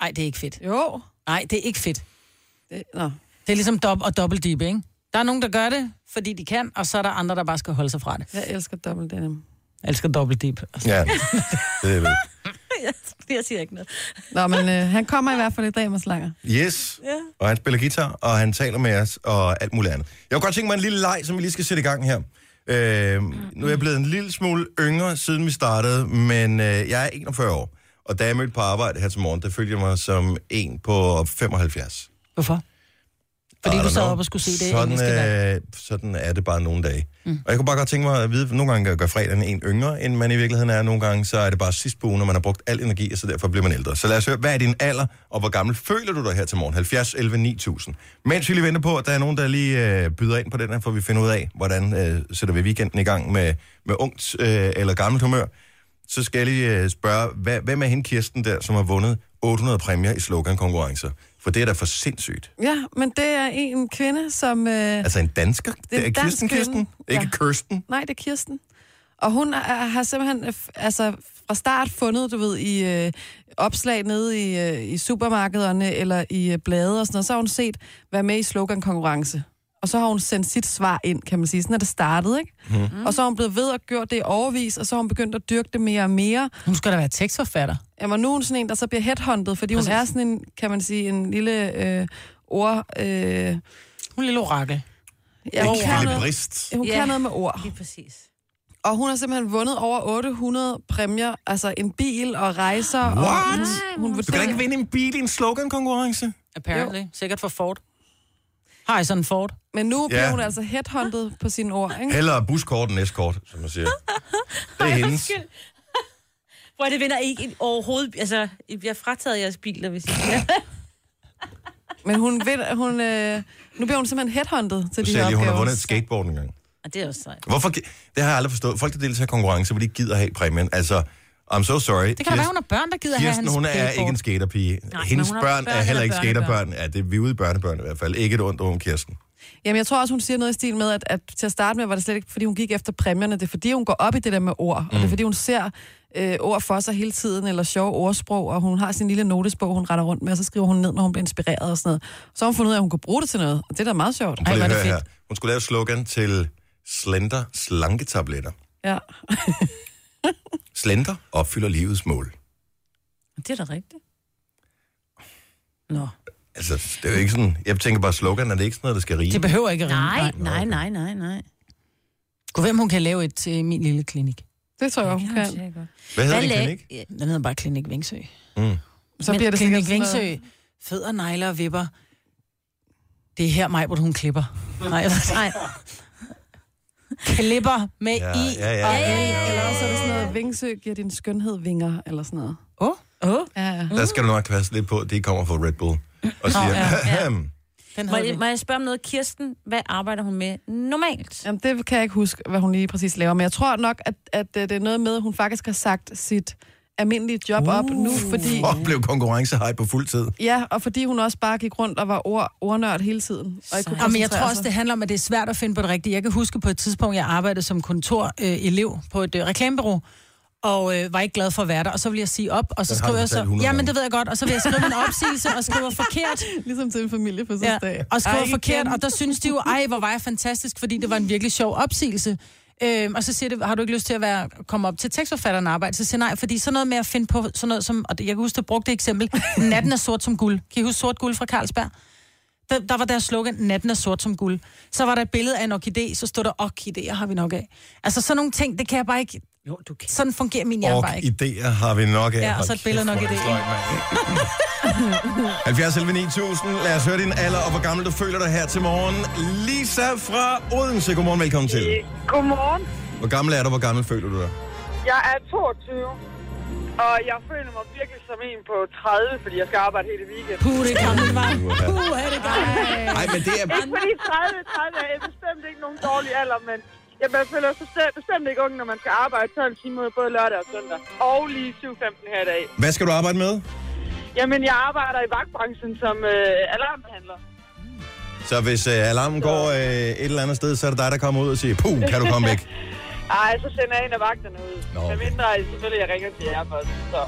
Speaker 2: Ej, det er ikke fedt.
Speaker 6: Jo.
Speaker 2: Nej, det er ikke fedt.
Speaker 6: Det, nå.
Speaker 2: Det er ligesom dob og dobbelt deep, ikke? Der er nogen, der gør det, fordi de kan, og så er der andre, der bare skal holde sig fra det.
Speaker 6: Jeg elsker dobbelt denim.
Speaker 2: Jeg elsker dobbelt deep.
Speaker 1: Ja, det er det.
Speaker 3: Jeg siger ikke noget.
Speaker 6: Nå, men øh, han kommer i hvert fald i dag med slanger.
Speaker 1: Yes, ja. og han spiller guitar, og han taler med os, og alt muligt andet. Jeg kunne godt tænke mig en lille leg, som vi lige skal sætte i gang her. Øh, nu er jeg blevet en lille smule yngre, siden vi startede, men øh, jeg er 41 år. Og da jeg mødte på arbejde her til morgen, der følte jeg mig som en på 75.
Speaker 2: Hvorfor? Fordi
Speaker 1: I
Speaker 2: du
Speaker 1: don't
Speaker 2: sad
Speaker 1: know.
Speaker 2: op og skulle se det
Speaker 1: sådan,
Speaker 2: engelske valg.
Speaker 1: øh, sådan er det bare nogle dage. Mm. Og jeg kunne bare godt tænke mig at vide, nogle gange gør fredagen en yngre, end man i virkeligheden er. Nogle gange så er det bare sidst på ugen, når man har brugt al energi, og så derfor bliver man ældre. Så lad os høre, hvad er din alder, og hvor gammel føler du dig her til morgen? 70, 11, 9000. Mens vi lige venter på, at der er nogen, der lige øh, byder ind på den her, for vi finder ud af, hvordan øh, sætter vi weekenden i gang med, med ungt øh, eller gammelt humør. Så skal jeg lige øh, spørge, hvad, hvem er hende Kirsten der, som har vundet 800 præmier i slogankonkurrencer? For det er da for sindssygt.
Speaker 6: Ja, men det er en kvinde, som... Øh,
Speaker 1: <laughs> Altså en dansker? Det er,
Speaker 6: en dansk
Speaker 1: Kirsten
Speaker 6: kvinde.
Speaker 1: Kirsten? Ikke
Speaker 6: Ja.
Speaker 1: Kirsten?
Speaker 6: Nej, det er Kirsten. Og hun er, har simpelthen øh, f- altså, fra start fundet, du ved, i øh, opslag nede i, øh, i supermarkederne eller i øh, blade og sådan noget. Så har hun set, hvad med i slogan-konkurrence. Og så har hun sendt sit svar ind, kan man sige. Sådan er det startet, ikke? Mm. Og så har hun blevet ved og gjort det i overvis, og så har hun begyndt at dyrke det mere og mere.
Speaker 2: Hun skal da være tekstforfatter.
Speaker 6: Jamen, nu er hun sådan en, der så bliver headhunted, fordi hun er sådan en, kan man sige, en lille øh, ord... Øh, ja,
Speaker 2: Hun er lille orakel.
Speaker 6: hun,
Speaker 1: Ikke
Speaker 6: kan noget,
Speaker 1: kalibrist.
Speaker 6: hun
Speaker 3: Ja.
Speaker 6: kan noget med ord.
Speaker 3: Lige præcis.
Speaker 6: Og hun har simpelthen vundet over 800 præmier, altså en bil og rejser. What? Og hun, hun
Speaker 1: Du kan da
Speaker 6: vurderer,
Speaker 1: ikke vinde en bil i en slogan-konkurrence.
Speaker 2: Apparently. Jo. Sikkert for Ford. Har jeg sådan en Ford?
Speaker 6: men nu bliver
Speaker 1: Ja.
Speaker 6: hun altså headhunted på sine ord, ikke?
Speaker 1: Eller buskort end escort, som <laughs> man siger. Det er hendes.
Speaker 3: <laughs> Hvor det vinder ikke en overhovedet... Altså, I bliver frataget jeres biler, hvis I...
Speaker 6: Men hun, ved, hun øh, nu bliver hun simpelthen headhunted til
Speaker 1: Du
Speaker 6: de
Speaker 1: sagde
Speaker 6: her
Speaker 1: lige, hun har
Speaker 6: opgaver.
Speaker 1: vundet et skateboard en gang.
Speaker 2: Ah,
Speaker 3: Og det er også sejt.
Speaker 1: Hvorfor? gi- Det har jeg aldrig forstået. Folk, der deltager i konkurrence, hvor de ikke gider have præmien. Altså, I'm so sorry.
Speaker 2: Det kan da være, hun har børn, der gider have
Speaker 1: Kirsten,
Speaker 2: hans
Speaker 1: hun er ikke en skaterpige.
Speaker 2: men
Speaker 1: Hendes
Speaker 2: hun har
Speaker 1: børn er
Speaker 2: børn
Speaker 1: heller
Speaker 2: eller
Speaker 1: ikke skaterbørn. Ja, det er vi er ude i børnebørn i hvert fald. Ikke et ondt om Kirsten.
Speaker 6: Jamen, jeg tror også, hun siger noget i stil med, at, at til at starte med var det slet ikke, fordi hun gik efter præmierne. Det er, fordi hun går op i det der med ord, mm. og det er, fordi hun ser øh, ord for sig hele tiden, eller sjove ordsprog, og hun har sin lille notesbog, hun render rundt med, og så skriver hun ned, når hun bliver inspireret og sådan noget. Så har hun fundet ud af, at hun kan bruge det til noget, og det er da meget sjovt.
Speaker 1: Prøv
Speaker 2: Ej,
Speaker 1: lige
Speaker 2: hvor
Speaker 1: at
Speaker 2: er
Speaker 1: høre
Speaker 2: det
Speaker 1: her.
Speaker 2: fedt.
Speaker 1: Hun skulle lave slogan til Slender slanketabletter.
Speaker 6: Ja.
Speaker 1: Slender opfylder livets mål.
Speaker 3: Det er da rigtigt.
Speaker 1: Altså, det er jo ikke sådan... Jeg tænker bare, slogan er det ikke sådan noget, der skal rige.
Speaker 2: Det behøver ikke at rime.
Speaker 3: Nej, nej, nej, nej, nej.
Speaker 2: Gå hvem hun kan lave et til min lille klinik.
Speaker 6: Det tror jeg, hun kan.
Speaker 1: Hvad hedder
Speaker 3: Hvad
Speaker 1: det,
Speaker 3: lag-
Speaker 1: klinik?
Speaker 2: Den hedder bare Klinik Vingsø.
Speaker 6: Så
Speaker 2: Men
Speaker 6: bliver det sikkert
Speaker 2: Klinik
Speaker 6: sådan noget.
Speaker 2: Vingsø, fødder, negler og vipper. Det er her mig, hvor hun klipper. Nej, <laughs> nej. Klipper med
Speaker 1: Ja,
Speaker 2: i.
Speaker 1: ja, ja, ja,
Speaker 6: Eller også er det sådan noget, Vingsø giver din skønhed vinger, eller sådan noget.
Speaker 2: Åh, oh, oh,
Speaker 6: Ja, ja.
Speaker 1: Der skal du nok passe lidt på, at det kommer fra Red Bull. Og siger, ja, <laughs>
Speaker 2: den
Speaker 3: Må
Speaker 2: havde vi.
Speaker 3: jeg, må jeg spørge om noget? Kirsten, hvad arbejder hun med normalt?
Speaker 6: Jamen, det kan jeg ikke huske, hvad hun lige præcis laver, men jeg tror nok, at, at øh, det er noget med, at hun faktisk har sagt sit almindelige job uh. op nu, fordi,
Speaker 1: og blev konkurrencehej på fuld tid.
Speaker 6: ja, og fordi hun også bare gik rundt og var ord, ordnørd hele tiden. Og ikke kunne
Speaker 2: Ja, men jeg tror
Speaker 6: koncentrere
Speaker 2: også,
Speaker 6: sig.
Speaker 2: det handler om, at det er svært at finde på det rigtige. Jeg kan huske på et tidspunkt, jeg arbejdede som kontorelev på et øh, reklamebureau, og øh, var ikke glad for at være der. Og så vil jeg sige op, og så
Speaker 1: Den har
Speaker 2: skriver
Speaker 1: du
Speaker 2: jeg
Speaker 1: fortalt
Speaker 2: så...
Speaker 1: 100
Speaker 2: Jamen,
Speaker 1: gange.
Speaker 2: det ved jeg godt. Og så vil jeg skrive en opsigelse og skriver forkert.
Speaker 6: Ligesom til en familie på
Speaker 2: Ja,
Speaker 6: sidste ja. dag.
Speaker 2: og skriver
Speaker 6: Ej,
Speaker 2: forkert.
Speaker 6: igen.
Speaker 2: Og der synes de jo, ej, hvor var jeg fantastisk, fordi det var en virkelig sjov opsigelse. Øhm, og så siger det, har du ikke lyst til at være, komme op til tekstforfatteren og arbejde? Så siger jeg, nej, fordi sådan noget med at finde på sådan noget som, og det- jeg kan huske, du brugte det eksempel, <laughs> natten er sort som guld. Kan I huske sort guld fra Carlsberg? Der, der var deres slogan, natten er sort som guld. Så var der et billede af en orkidé, så stod der, orkidéer har vi nok af. Altså sådan nogle ting, det kan jeg bare ikke... Jo, du kan. Sådan fungerer min hjerne
Speaker 1: Og
Speaker 2: bare ikke.
Speaker 1: idéer har vi nok af.
Speaker 2: Ja, og så et
Speaker 1: Hold
Speaker 2: billede
Speaker 1: kæft,
Speaker 2: nok
Speaker 1: hvor er det
Speaker 2: idéer.
Speaker 1: sløjt, mand. <laughs> 70 11 9000. Lad os høre din alder og hvor gammel du føler dig her til morgen. Lisa fra Odense. Godmorgen, velkommen til.
Speaker 11: Godmorgen.
Speaker 1: Hvor gammel er du? Hvor gammel føler du dig?
Speaker 11: Jeg er 22, og jeg føler mig virkelig som en på 30, fordi jeg skal arbejde hele weekenden.
Speaker 2: Puh, det er gammel, var. Puh, er det gammel.
Speaker 1: Nej, men det er...
Speaker 11: Ikke fordi 30, 30 er bestemt ikke nogen dårlig alder, men jamen, jeg føler sig bestemt- bestemt ikke ung, når man skal arbejde 12 timer både lørdag og søndag. Og lige 7.15 her i dag.
Speaker 1: Hvad skal du arbejde med?
Speaker 11: Jamen, jeg arbejder i vagtbranchen som øh, alarmbehandler.
Speaker 1: Så hvis øh, alarmen går øh, et eller andet sted, så er det dig, der kommer ud og siger, puh, kan du komme <laughs> væk?
Speaker 11: Ej, så sender jeg en af vagterne ud. Nå,
Speaker 1: Nå, okay.
Speaker 11: okay. mindre, selvfølgelig, jeg ringer til jer først. Så.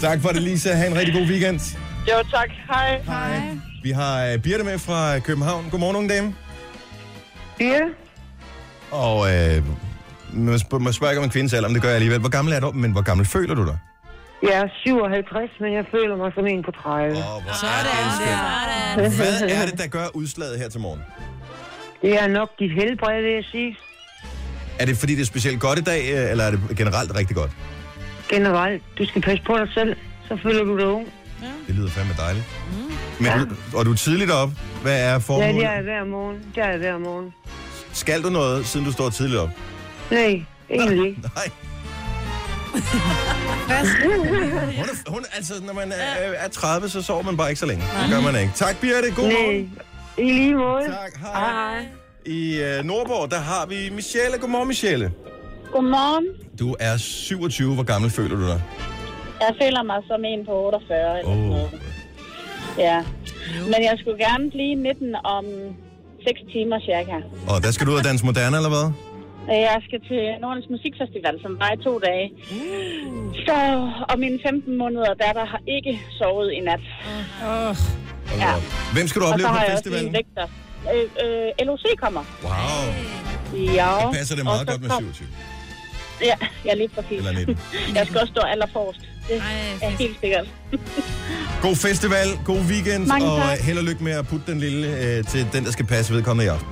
Speaker 1: Tak for det, Lisa. Ha' en rigtig god weekend.
Speaker 11: Jo, tak. Hej.
Speaker 1: Hej. Vi har øh, Birte med fra København. Godmorgen, unge dame.
Speaker 11: Ja.
Speaker 1: Og øh, man sp- man spørger ikke om en kvindes alder, men det gør jeg alligevel. Hvor gammel er du? Men hvor gammel føler du dig?
Speaker 11: Jeg er 57, men jeg føler mig som en på 30.
Speaker 1: Oh, Sådan. Hvad er det, der gør udslaget her til morgen?
Speaker 11: Det er nok dit helbred, vil jeg sige.
Speaker 1: Er det, fordi det er specielt godt i dag, øh, eller er det generelt rigtig godt?
Speaker 11: Generelt, du skal passe på dig selv, så føler du dig ung.
Speaker 1: Det lyder fandme dejligt. Men, du- og du er tidligt op. Hvad er
Speaker 11: Ja,
Speaker 1: formålet?
Speaker 11: det er jeg hver morgen. Det er jeg hver morgen.
Speaker 1: Skal du noget, siden du står tidligt op?
Speaker 11: Nej, egentlig ikke.
Speaker 1: <laughs> Nej. hun er, hun, altså, når man er, øh, er 30, så sover man bare ikke så længe. Det gør man ikke. Tak, Birte. God
Speaker 11: Nej,
Speaker 1: morgen.
Speaker 11: i lige måde.
Speaker 1: Tak. Hej. I øh, Nordborg, der har vi Michelle. Godmorgen, Michelle.
Speaker 11: Godmorgen.
Speaker 1: Du er 27. Hvor gammel føler du dig?
Speaker 11: Jeg føler mig som en på 48 eller sådan
Speaker 1: Åh.
Speaker 11: noget. Ja. Men jeg skulle gerne blive 19 om 6 timer cirka.
Speaker 1: Og der skal du ud og danse moderne, eller hvad?
Speaker 12: Øh, Jeg skal til Nordens Musikfestival, som var i to dage. Så, og mine 15 måneder datter har ikke sovet i nat. Uh. Ja.
Speaker 1: Hvem skal du
Speaker 12: og så
Speaker 1: opleve
Speaker 12: har
Speaker 1: på
Speaker 12: jeg også
Speaker 1: festivalen?
Speaker 12: lige vægter. Øh, øh, LOC kommer.
Speaker 1: Wow.
Speaker 12: Ja.
Speaker 1: Det passer det
Speaker 12: og
Speaker 1: meget
Speaker 12: så
Speaker 1: godt med
Speaker 12: kom-
Speaker 1: 27.
Speaker 12: Ja, jeg lige præcis.
Speaker 1: Eller 19.
Speaker 12: Jeg skal også stå allerforrest. Det er helt sikkert.
Speaker 1: God festival, god weekend,
Speaker 12: Mange
Speaker 1: og
Speaker 12: tak.
Speaker 1: held og lykke med at putte den lille øh, til den, der skal passe vedkommende i aften.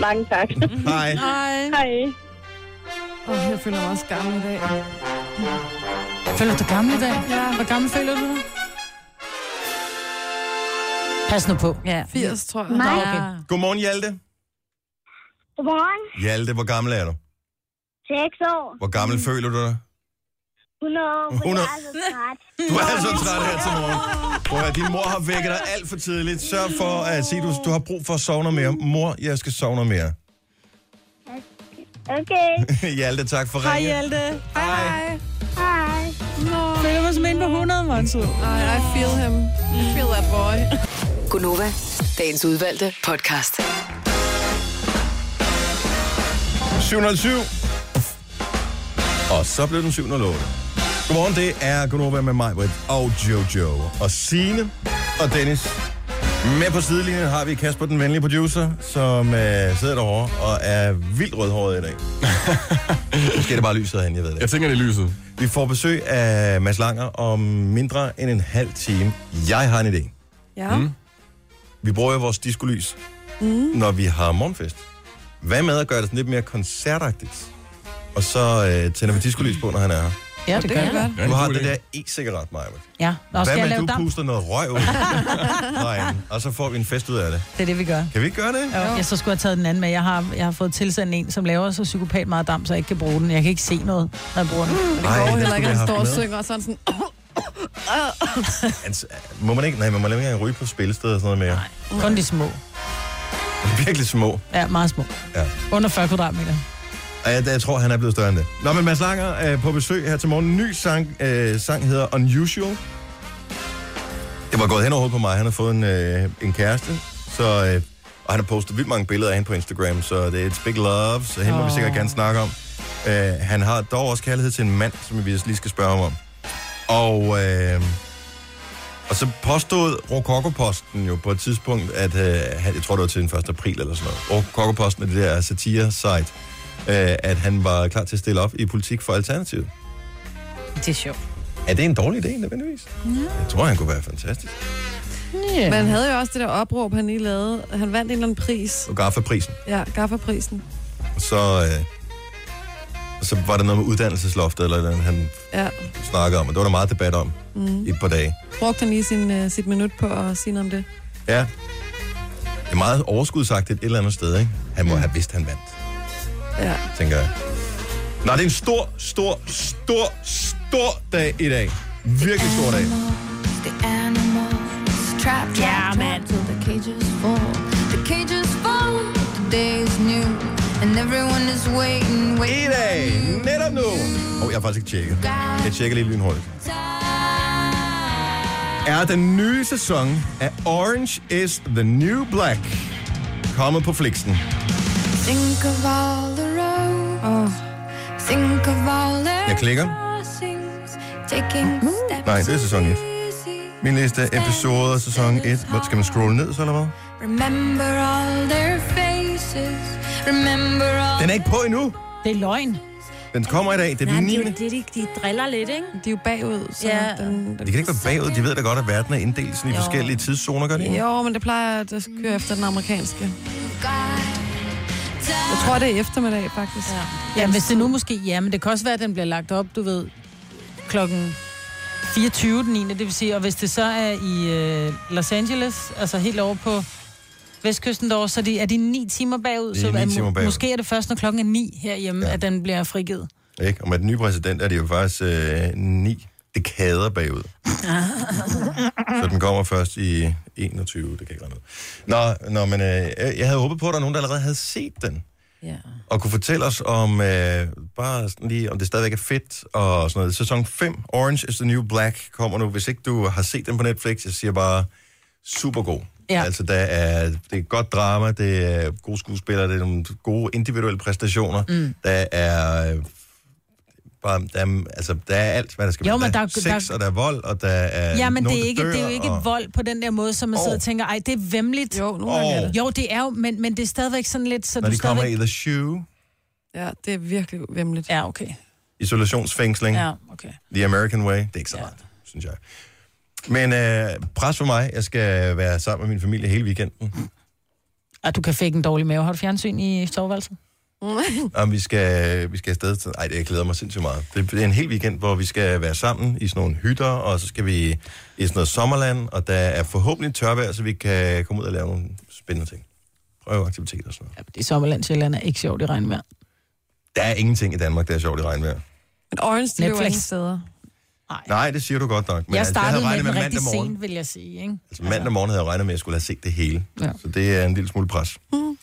Speaker 12: Mange tak.
Speaker 1: <laughs> Hej.
Speaker 12: Hej. Hej.
Speaker 6: Åh, oh, jeg føler mig også gammel i dag.
Speaker 2: Føler du dig gammel i dag? Ja. Hvor gammel føler du dig? Pas nu på.
Speaker 6: Ja. 80, tror jeg.
Speaker 2: Nå,
Speaker 6: Nej.
Speaker 2: okay.
Speaker 1: Godmorgen, Hjalte.
Speaker 13: Godmorgen.
Speaker 1: Hjalte, hvor gammel er du?
Speaker 13: 6 år.
Speaker 1: Hvor gammel mm. føler du dig?
Speaker 13: 100 år. for
Speaker 1: 100.
Speaker 13: Jeg er så træt.
Speaker 1: Du er så træt her til morgen. Prøv at høre, din mor har vækket dig alt for tidligt. Sørg for at sige, du, du har brug for at sove noget mere. Mor, jeg skal sove noget mere. <laughs>
Speaker 13: Okay.
Speaker 1: Hjalte, tak for
Speaker 2: Hej
Speaker 1: ringen.
Speaker 2: Hjalte. Hej. Hej.
Speaker 13: Hej.
Speaker 2: Nå. Føler mig som en på 100, hvor han sød.
Speaker 6: I feel him. I feel that boy.
Speaker 8: Gunova, dagens udvalgte podcast.
Speaker 1: 707. Og så blev den 708. Godmorgen, det er Gunova med mig, Britt, og Jojo, og Sine og Dennis. Med på sidelinjen har vi Kasper, den venlige producer, som øh, sidder derovre og er vildt rødhåret i dag. Måske er det bare lyset herinde, jeg ved det. Jeg tænker, det er lyset. Vi får besøg af Mads Langer om mindre end en halv time. Jeg har en idé.
Speaker 6: Ja. Mm.
Speaker 1: Vi bruger jo vores diskolys,
Speaker 6: Mm.
Speaker 1: når vi har morgenfest. Hvad med at gøre det sådan lidt mere koncertagtigt? Og så øh, tænder vi diskolys på, når han er her.
Speaker 2: Ja, det, det gør jeg.
Speaker 1: Du har det der e-cigaret, Maja.
Speaker 2: Ja, Nå, skal
Speaker 1: Hvad
Speaker 2: jeg
Speaker 1: med,
Speaker 2: lave
Speaker 1: du
Speaker 2: damp?
Speaker 1: puster noget røg
Speaker 2: <laughs>
Speaker 1: ud? Nej, og så får vi en fest ud af det.
Speaker 2: Det er det, vi gør.
Speaker 1: Kan vi ikke gøre det?
Speaker 2: Jo. Jeg så skulle have taget den anden med. Jeg har, jeg har fået tilsendt en, som laver så psykopat meget damp, så jeg ikke kan bruge den. Jeg kan ikke se noget, når jeg bruger den.
Speaker 6: Det går
Speaker 1: Ej,
Speaker 6: Ej,
Speaker 1: den
Speaker 6: heller
Speaker 1: skulle vi
Speaker 6: ikke, at
Speaker 1: have
Speaker 6: han
Speaker 1: haft med.
Speaker 6: står og synger og sådan sådan...
Speaker 1: Altså, må man ikke? Nej, man må ikke engang ryge på spillesteder og sådan noget mere.
Speaker 2: Kun de små.
Speaker 1: Virkelig små.
Speaker 2: Ja, meget små.
Speaker 1: Ja.
Speaker 2: Under 40 kvadratmeter.
Speaker 1: Og jeg, jeg tror, han er blevet større end det. Nå, men Mads Langer øh, på besøg her til morgen. En ny sang, øh, sang hedder Unusual. Det var gået hen overhovedet på mig. Han har fået en, øh, en kæreste, så, øh, og han har postet vildt mange billeder af hende på Instagram, så det er et big love, så hende oh. må vi sikkert gerne snakke om. Øh, han har dog også kærlighed til en mand, som vi lige skal spørge ham om. Og, øh, og så påstod Rokokoposten jo på et tidspunkt, at øh, han- jeg tror det var til den 1. april eller sådan noget, Rokokoposten er det der satire-site, øh, at han var klar til at stille op i politik for Alternativet.
Speaker 2: Det er sjovt.
Speaker 1: Er det en dårlig idé, nødvendigvis? Jeg tror, han kunne være fantastisk.
Speaker 6: Yeah. Men han havde jo også det der opråb, han lige lavede. Han vandt en eller anden pris.
Speaker 1: Og Gaffa-prisen.
Speaker 6: Ja, gaffaprisen.
Speaker 1: Og så, øh, og så var der noget med uddannelsesloftet, eller noget, han
Speaker 6: Ja.
Speaker 1: snakkede om, og det var der meget debat om
Speaker 6: Mm.
Speaker 1: i et par dage.
Speaker 6: Brugte han lige sin, uh, sit minut på at sige noget om det?
Speaker 1: Ja. Det er meget overskudsagtigt et eller andet sted, ikke? Han
Speaker 2: Mm.
Speaker 1: må have vidst, han vandt.
Speaker 6: Ja.
Speaker 1: tænker jeg. Nå, det er en stor, stor, stor, stor dag i dag. Virkelig stor dag.
Speaker 14: The animals trapped, yeah, man. till the cages fall. The cages fall. The day is new, and everyone is waiting,
Speaker 1: I
Speaker 14: waiting.
Speaker 1: dag, netop nu. Åh, oh, jeg har faktisk ikke tjekket. Jeg tjekker lige lynhurtigt. Er den nye sæson af Orange is the New Black kommet på Flixen?
Speaker 14: Think of all the roads. Think of all the
Speaker 1: Oh. Jeg klikker.
Speaker 14: crossings. Taking steps.
Speaker 1: Nej, det er sæson 1. Min liste er episode sæson 1. Hvor skal man scrolle ned, så eller hvad?
Speaker 14: Remember all their faces. Remember all.
Speaker 1: Den er ikke på endnu.
Speaker 2: Det er løgn.
Speaker 1: Den kommer i dag. Det er den 9.
Speaker 3: jo det, de, de driller lidt, ikke?
Speaker 6: De er jo bagud, så
Speaker 3: ja.
Speaker 6: den...
Speaker 1: De kan ikke være bagud. De ved da godt, at verden er inddelt sådan i
Speaker 6: Jo.
Speaker 1: forskellige tidszoner, gør de ikke?
Speaker 6: Jo, men det plejer at øh, køre efter den amerikanske. Jeg tror, det er eftermiddag, faktisk. Ja.
Speaker 2: Ja, hvis det nu måske... Ja, men det kan også være, at den bliver lagt op, du ved, klokken 24 den 9. Det vil sige, og hvis det så er i øh, Los Angeles, altså helt over på vestkysten derovre, så er de, er de 9 timer bagud.
Speaker 1: De er
Speaker 2: så
Speaker 1: ni
Speaker 2: mu-
Speaker 1: timer bagud.
Speaker 2: Måske er det først, når klokken er 9 herhjemme, ja. at den bliver frigivet.
Speaker 1: Ikke? Og med den nye præsident er det jo faktisk øh, 9 dekader bagud.
Speaker 2: Ah.
Speaker 1: Så den kommer først i 21, det kan jeg ikke regne ud. Nå, nå men øh, jeg havde håbet på, at der var nogen, der allerede havde set den.
Speaker 2: Ja.
Speaker 1: Og kunne fortælle os om, øh, bare sådan lige, om det stadigvæk er fedt og sådan noget. Sæson 5, Orange is the New Black, kommer nu. Hvis ikke du har set den på Netflix, jeg siger bare, super god.
Speaker 2: Ja.
Speaker 1: Altså, der er, det er godt drama, det er gode skuespillere, det er nogle gode individuelle præstationer.
Speaker 2: Mm.
Speaker 1: Der er øh, bare, der er, altså, der er alt, hvad der skal
Speaker 2: Jo,
Speaker 1: være.
Speaker 2: men
Speaker 1: der er
Speaker 2: der- der-
Speaker 1: sex, og der er vold, og der er
Speaker 2: Ja, men
Speaker 1: nogen,
Speaker 2: det er,
Speaker 1: der
Speaker 2: ikke,
Speaker 1: dør,
Speaker 2: det er jo ikke
Speaker 1: og...
Speaker 2: vold på den der måde, som man sidder og tænker, ej, det er vemmeligt.
Speaker 6: Jo,
Speaker 1: nogle gange er det.
Speaker 2: Jo, det er jo, men, men det er stadigvæk sådan lidt, så
Speaker 1: Når
Speaker 2: du
Speaker 1: de kommer
Speaker 2: stadigvæk...
Speaker 1: i The Shoe,
Speaker 6: Ja, det er virkelig vemmeligt.
Speaker 2: Ja, okay.
Speaker 1: isolationsfængsling,
Speaker 2: Ja, okay.
Speaker 1: The American Way, det er ikke så meget, synes jeg. Men øh, pres for mig, jeg skal være sammen med min familie hele weekenden.
Speaker 2: <laughs> Og du kan fik en dårlig mave. Har du fjernsyn i soveværelset?
Speaker 1: Jamen, vi skal, vi skal afsted til... Ej, det jeg glæder mig sindssygt meget. Det er en hel weekend, hvor vi skal være sammen i sådan nogle hytter, og så skal vi i sådan noget sommerland, og der er forhåbentlig tørvejr, så vi kan komme ud og lave nogle spændende ting. Prøveaktiviteter og sådan noget.
Speaker 2: Det er sommerland, Sjælland er ikke sjovt i regnvejr.
Speaker 1: altså, Der er ingenting i Danmark, der er sjovt i regnvejr.
Speaker 6: Men orange, det er jo
Speaker 2: Netflix.
Speaker 6: ingen steder.
Speaker 1: Nej, det siger du godt nok.
Speaker 2: Men jeg
Speaker 1: jeg
Speaker 2: startede
Speaker 1: havde
Speaker 2: altså,
Speaker 1: regnet
Speaker 2: med, med rigtig
Speaker 1: mandag morgen.
Speaker 2: sent, vil jeg sige, ikke?
Speaker 1: Altså, mandag morgen havde jeg regnet med, at jeg skulle have set det hele.
Speaker 2: Ja.
Speaker 1: Ja. Så det er en lille smule pres. Mm.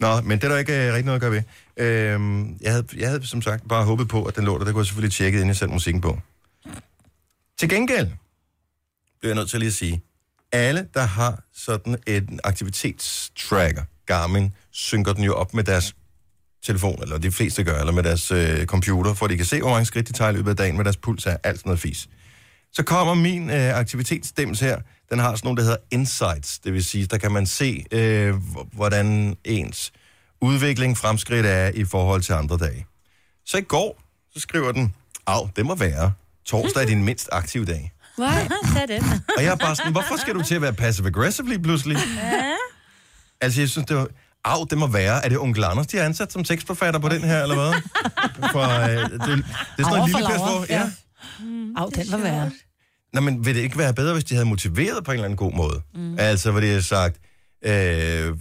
Speaker 1: Nå, men det er der ikke øh, rigtig noget at gøre ved. Øhm, jeg, havde, jeg havde som sagt bare håbet på, at den lå der. Det kunne jeg selvfølgelig tjekke, inden jeg satte musikken på. Til gengæld bliver jeg nødt til lige at sige, alle, der har sådan en aktivitetstracker, Garmin, synker den jo op med deres telefon, eller de fleste gør, eller med deres øh, computer, for at de kan se, hvor mange skridt de tager i løbet af dagen, hvad deres puls er, alt sådan noget fis. Så kommer min øh, aktivitetsstems her. Den har sådan nogle, der hedder insights. Det vil sige, der kan man se, øh, h- hvordan ens udvikling, fremskridt er i forhold til andre dage. Så i går, så skriver den, af, det må være. Torsdag er din mindst aktive dag.
Speaker 2: Nej, det er det.
Speaker 1: Og jeg er bare sådan, hvorfor skal du til at være passive-aggressive lige pludselig? Altså, jeg synes, det var... Au, det må være. Er det onkel Anders, de har ansat som tekstforfatter på den her, eller hvad? For, øh, det, det, er
Speaker 2: Altså,
Speaker 1: sådan noget lille plads, hvor... Ja.
Speaker 2: Au, den var værre.
Speaker 1: Nå, men vil det ikke være bedre, hvis de havde motiveret på en eller anden god måde? Mm. Altså, hvor de havde sagt, øh,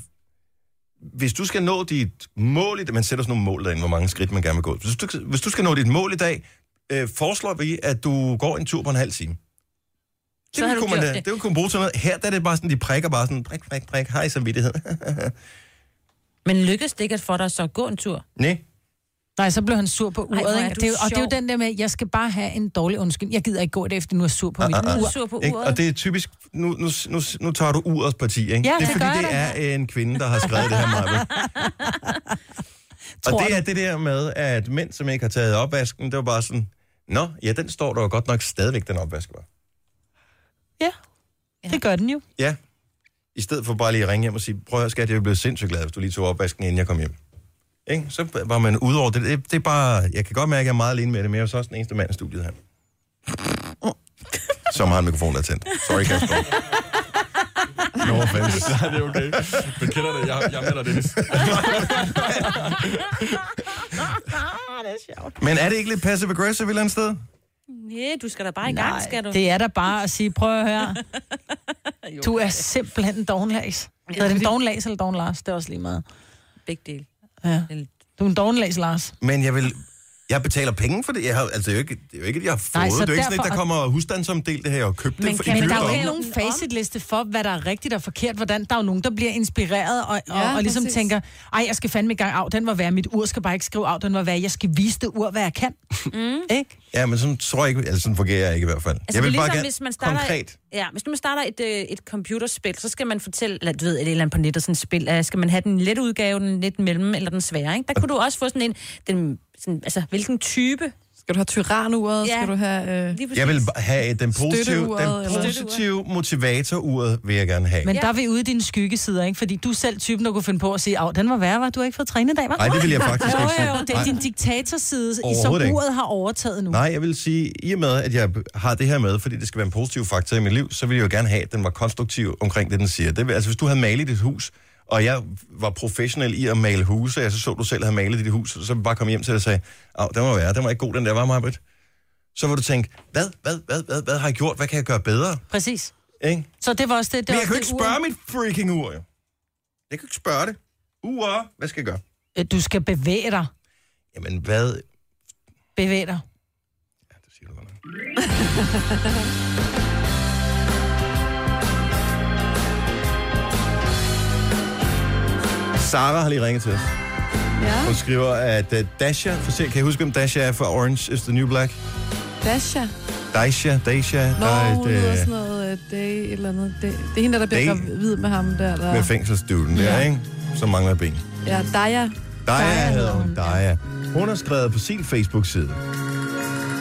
Speaker 1: hvis du skal nå dit mål i dag, man sætter sådan nogle mål derinde, hvor mange skridt man gerne vil gå. Hvis du, hvis du skal nå dit mål i dag, øh, foreslår vi, at du går en tur på en halv time.
Speaker 2: Så
Speaker 1: Det,
Speaker 2: har
Speaker 1: ville
Speaker 2: du
Speaker 1: kunne man,
Speaker 2: gjort
Speaker 1: da-
Speaker 2: det.
Speaker 1: det. det kunne man bruge til noget. Her der er det bare sådan, de prikker bare sådan, prik, prik, prik, hej samvittighed. <laughs>
Speaker 3: Men lykkes det ikke at få dig så at gå en tur?
Speaker 1: Nej.
Speaker 2: Nej, så blev han sur på
Speaker 3: Ej, hvor
Speaker 2: uret,
Speaker 3: er
Speaker 2: Ej, ikke?
Speaker 3: du
Speaker 2: Det er, jo- og det er jo
Speaker 3: sjov.
Speaker 2: den der med, jeg skal bare have en dårlig undskyld. Jeg gider ikke gå efter nu er jeg sur på mit
Speaker 1: Ah, ah, ah.
Speaker 2: ur.
Speaker 1: Ikke? Og det er typisk, nu, nu, nu, nu tager du urets parti, ikke? det er
Speaker 2: det
Speaker 1: fordi,
Speaker 2: gør
Speaker 1: det er øh,
Speaker 2: jeg
Speaker 1: en kvinde, der har skrevet det her,
Speaker 2: <laughs>
Speaker 1: Maja. Og det er det der med, at mænd, som ikke har taget opvasken, det var bare sådan, Nå, ja, den står der jo godt nok stadigvæk, den opvask var.
Speaker 2: Ja, det gør den jo.
Speaker 1: Ja. I stedet for bare lige at ringe hjem og sige, prøv at høre, skat, jeg blev sindssygt glad, hvis du lige tog opvasken, inden jeg kom hjem. Ikke? Så var man ud over det. det. Det er bare, jeg kan godt mærke, at jeg er meget alene med det, men jeg er jo så også den eneste mand i
Speaker 15: <laughs>
Speaker 1: studiet her. Som har en mikrofon, der er tændt. Sorry, Kasper. No
Speaker 15: <laughs>
Speaker 1: offense.
Speaker 15: Nej, det er okay. Men kender det, jeg, jeg er med dig,
Speaker 1: <laughs>
Speaker 15: Dennis.
Speaker 1: Men er det ikke lidt passive-aggressive et eller andet sted?
Speaker 3: Nej, du skal da bare i gang,
Speaker 2: Nej,
Speaker 3: skal du?
Speaker 2: det er da bare at sige, prøv at <laughs> høre. Du er simpelthen en dogenlæs. Hedder det en dogenlæs eller dogen Lars? Det er også lige meget.
Speaker 3: Big deal.
Speaker 2: Ja. Du er en dogenlæs, Lars.
Speaker 1: Men jeg vil... Jeg betaler penge for det. Jeg har, altså, det er jo ikke, det er jo ikke, at jeg har fået.
Speaker 2: Nej,
Speaker 1: Nej,
Speaker 2: så
Speaker 1: det er jo ikke sådan,
Speaker 2: derfor-
Speaker 1: at der kommer husstandsomdelt det her og købt det.
Speaker 2: Men,
Speaker 1: for- i
Speaker 2: kan, men der
Speaker 1: dyre
Speaker 2: er jo
Speaker 1: domme.
Speaker 2: ikke nogen facitliste for, hvad der er rigtigt og forkert, hvordan der er jo nogen, der bliver inspireret og, og,
Speaker 6: Ja,
Speaker 2: og ligesom
Speaker 6: præcis.
Speaker 2: tænker, ej, jeg skal fandme i gang, af, den var værd, mit ur skal bare ikke skrive af, den var værd, jeg skal vise det ur, hvad jeg kan. Mm. <laughs> Ikke?
Speaker 1: Ja, men sådan tror jeg ikke, altså sådan fungerer jeg ikke i hvert fald. Altså, jeg vil
Speaker 3: det er
Speaker 2: ligesom,
Speaker 1: bare gerne konkret.
Speaker 3: Ja, hvis nu man starter et, øh, et computerspil, så skal man fortælle, eller du ved, et eller andet på nettet, sådan et spil, øh, skal man have den lette udgave, den lidt mellem, eller den svære, ikke? Der kunne du også få sådan en, den, sådan, altså, hvilken type?
Speaker 6: Skal du have tyranuret? Skal du have... Øh...
Speaker 1: Jeg vil ba- have den positive, den
Speaker 6: Støtteuret, eller-
Speaker 1: positive motivatoruret, vil jeg gerne have.
Speaker 2: Men ja. der er vi ude i dine skyggesider, ikke? Fordi du er selv typen, der kunne finde på at sige, at den var værre, var du har ikke fået trænet i dag, var?
Speaker 1: Ej, det ville jeg faktisk
Speaker 2: jo,
Speaker 1: ikke
Speaker 2: Jo,
Speaker 1: sige.
Speaker 2: jo, det er
Speaker 1: Nej.
Speaker 2: din diktatorside, i som
Speaker 1: Overhovedet ikke.
Speaker 2: uret har overtaget nu.
Speaker 1: Nej, jeg vil sige, i og med, at jeg har det her med, fordi det skal være en positiv faktor i mit liv, så vil jeg jo gerne have, at den var konstruktiv omkring det, den siger. Det vil, altså, hvis du havde malet dit hus, og jeg var professionel i at male huse, og jeg så så, du selv havde malet dit hus, så ville jeg bare komme hjem til dig og sige, at den var værre, den var ikke god, den der var, Marbet. Så vil du tænke, hvad, hvad, hvad, hvad, hvad har jeg gjort? Hvad kan jeg gøre bedre?
Speaker 2: Præcis.
Speaker 1: Ikke?
Speaker 2: Så det var også det. det
Speaker 1: Men
Speaker 2: var
Speaker 1: jeg kan jo ikke
Speaker 2: også det
Speaker 1: spørge
Speaker 2: ur-
Speaker 1: mit freaking ur, jo. Jeg kan jo ikke spørge det. Ur, hvad skal jeg gøre?
Speaker 2: Øh, Du skal bevæge dig.
Speaker 1: Jamen, hvad...
Speaker 2: Bevæg dig.
Speaker 1: Sara har lige ringet til os. Ja. Hun skriver, at uh, Dasha... For se, kan I huske, hvem Dasha er fra Orange is the New Black?
Speaker 6: Dasha.
Speaker 1: Dasha, Dasha...
Speaker 6: Nå,
Speaker 1: der er et,
Speaker 6: hun hedder
Speaker 1: øh,
Speaker 6: sådan noget... øh, Day, et eller andet. Det, det er hende, der, der bliver
Speaker 1: Det-
Speaker 6: gravid med ham der. der.
Speaker 1: Med fængselsduden der, ikke? Som mangler et ben.
Speaker 6: Ja, Daya.
Speaker 1: Daja hedder hun. Daja. Hun har skrevet på sin Facebook-side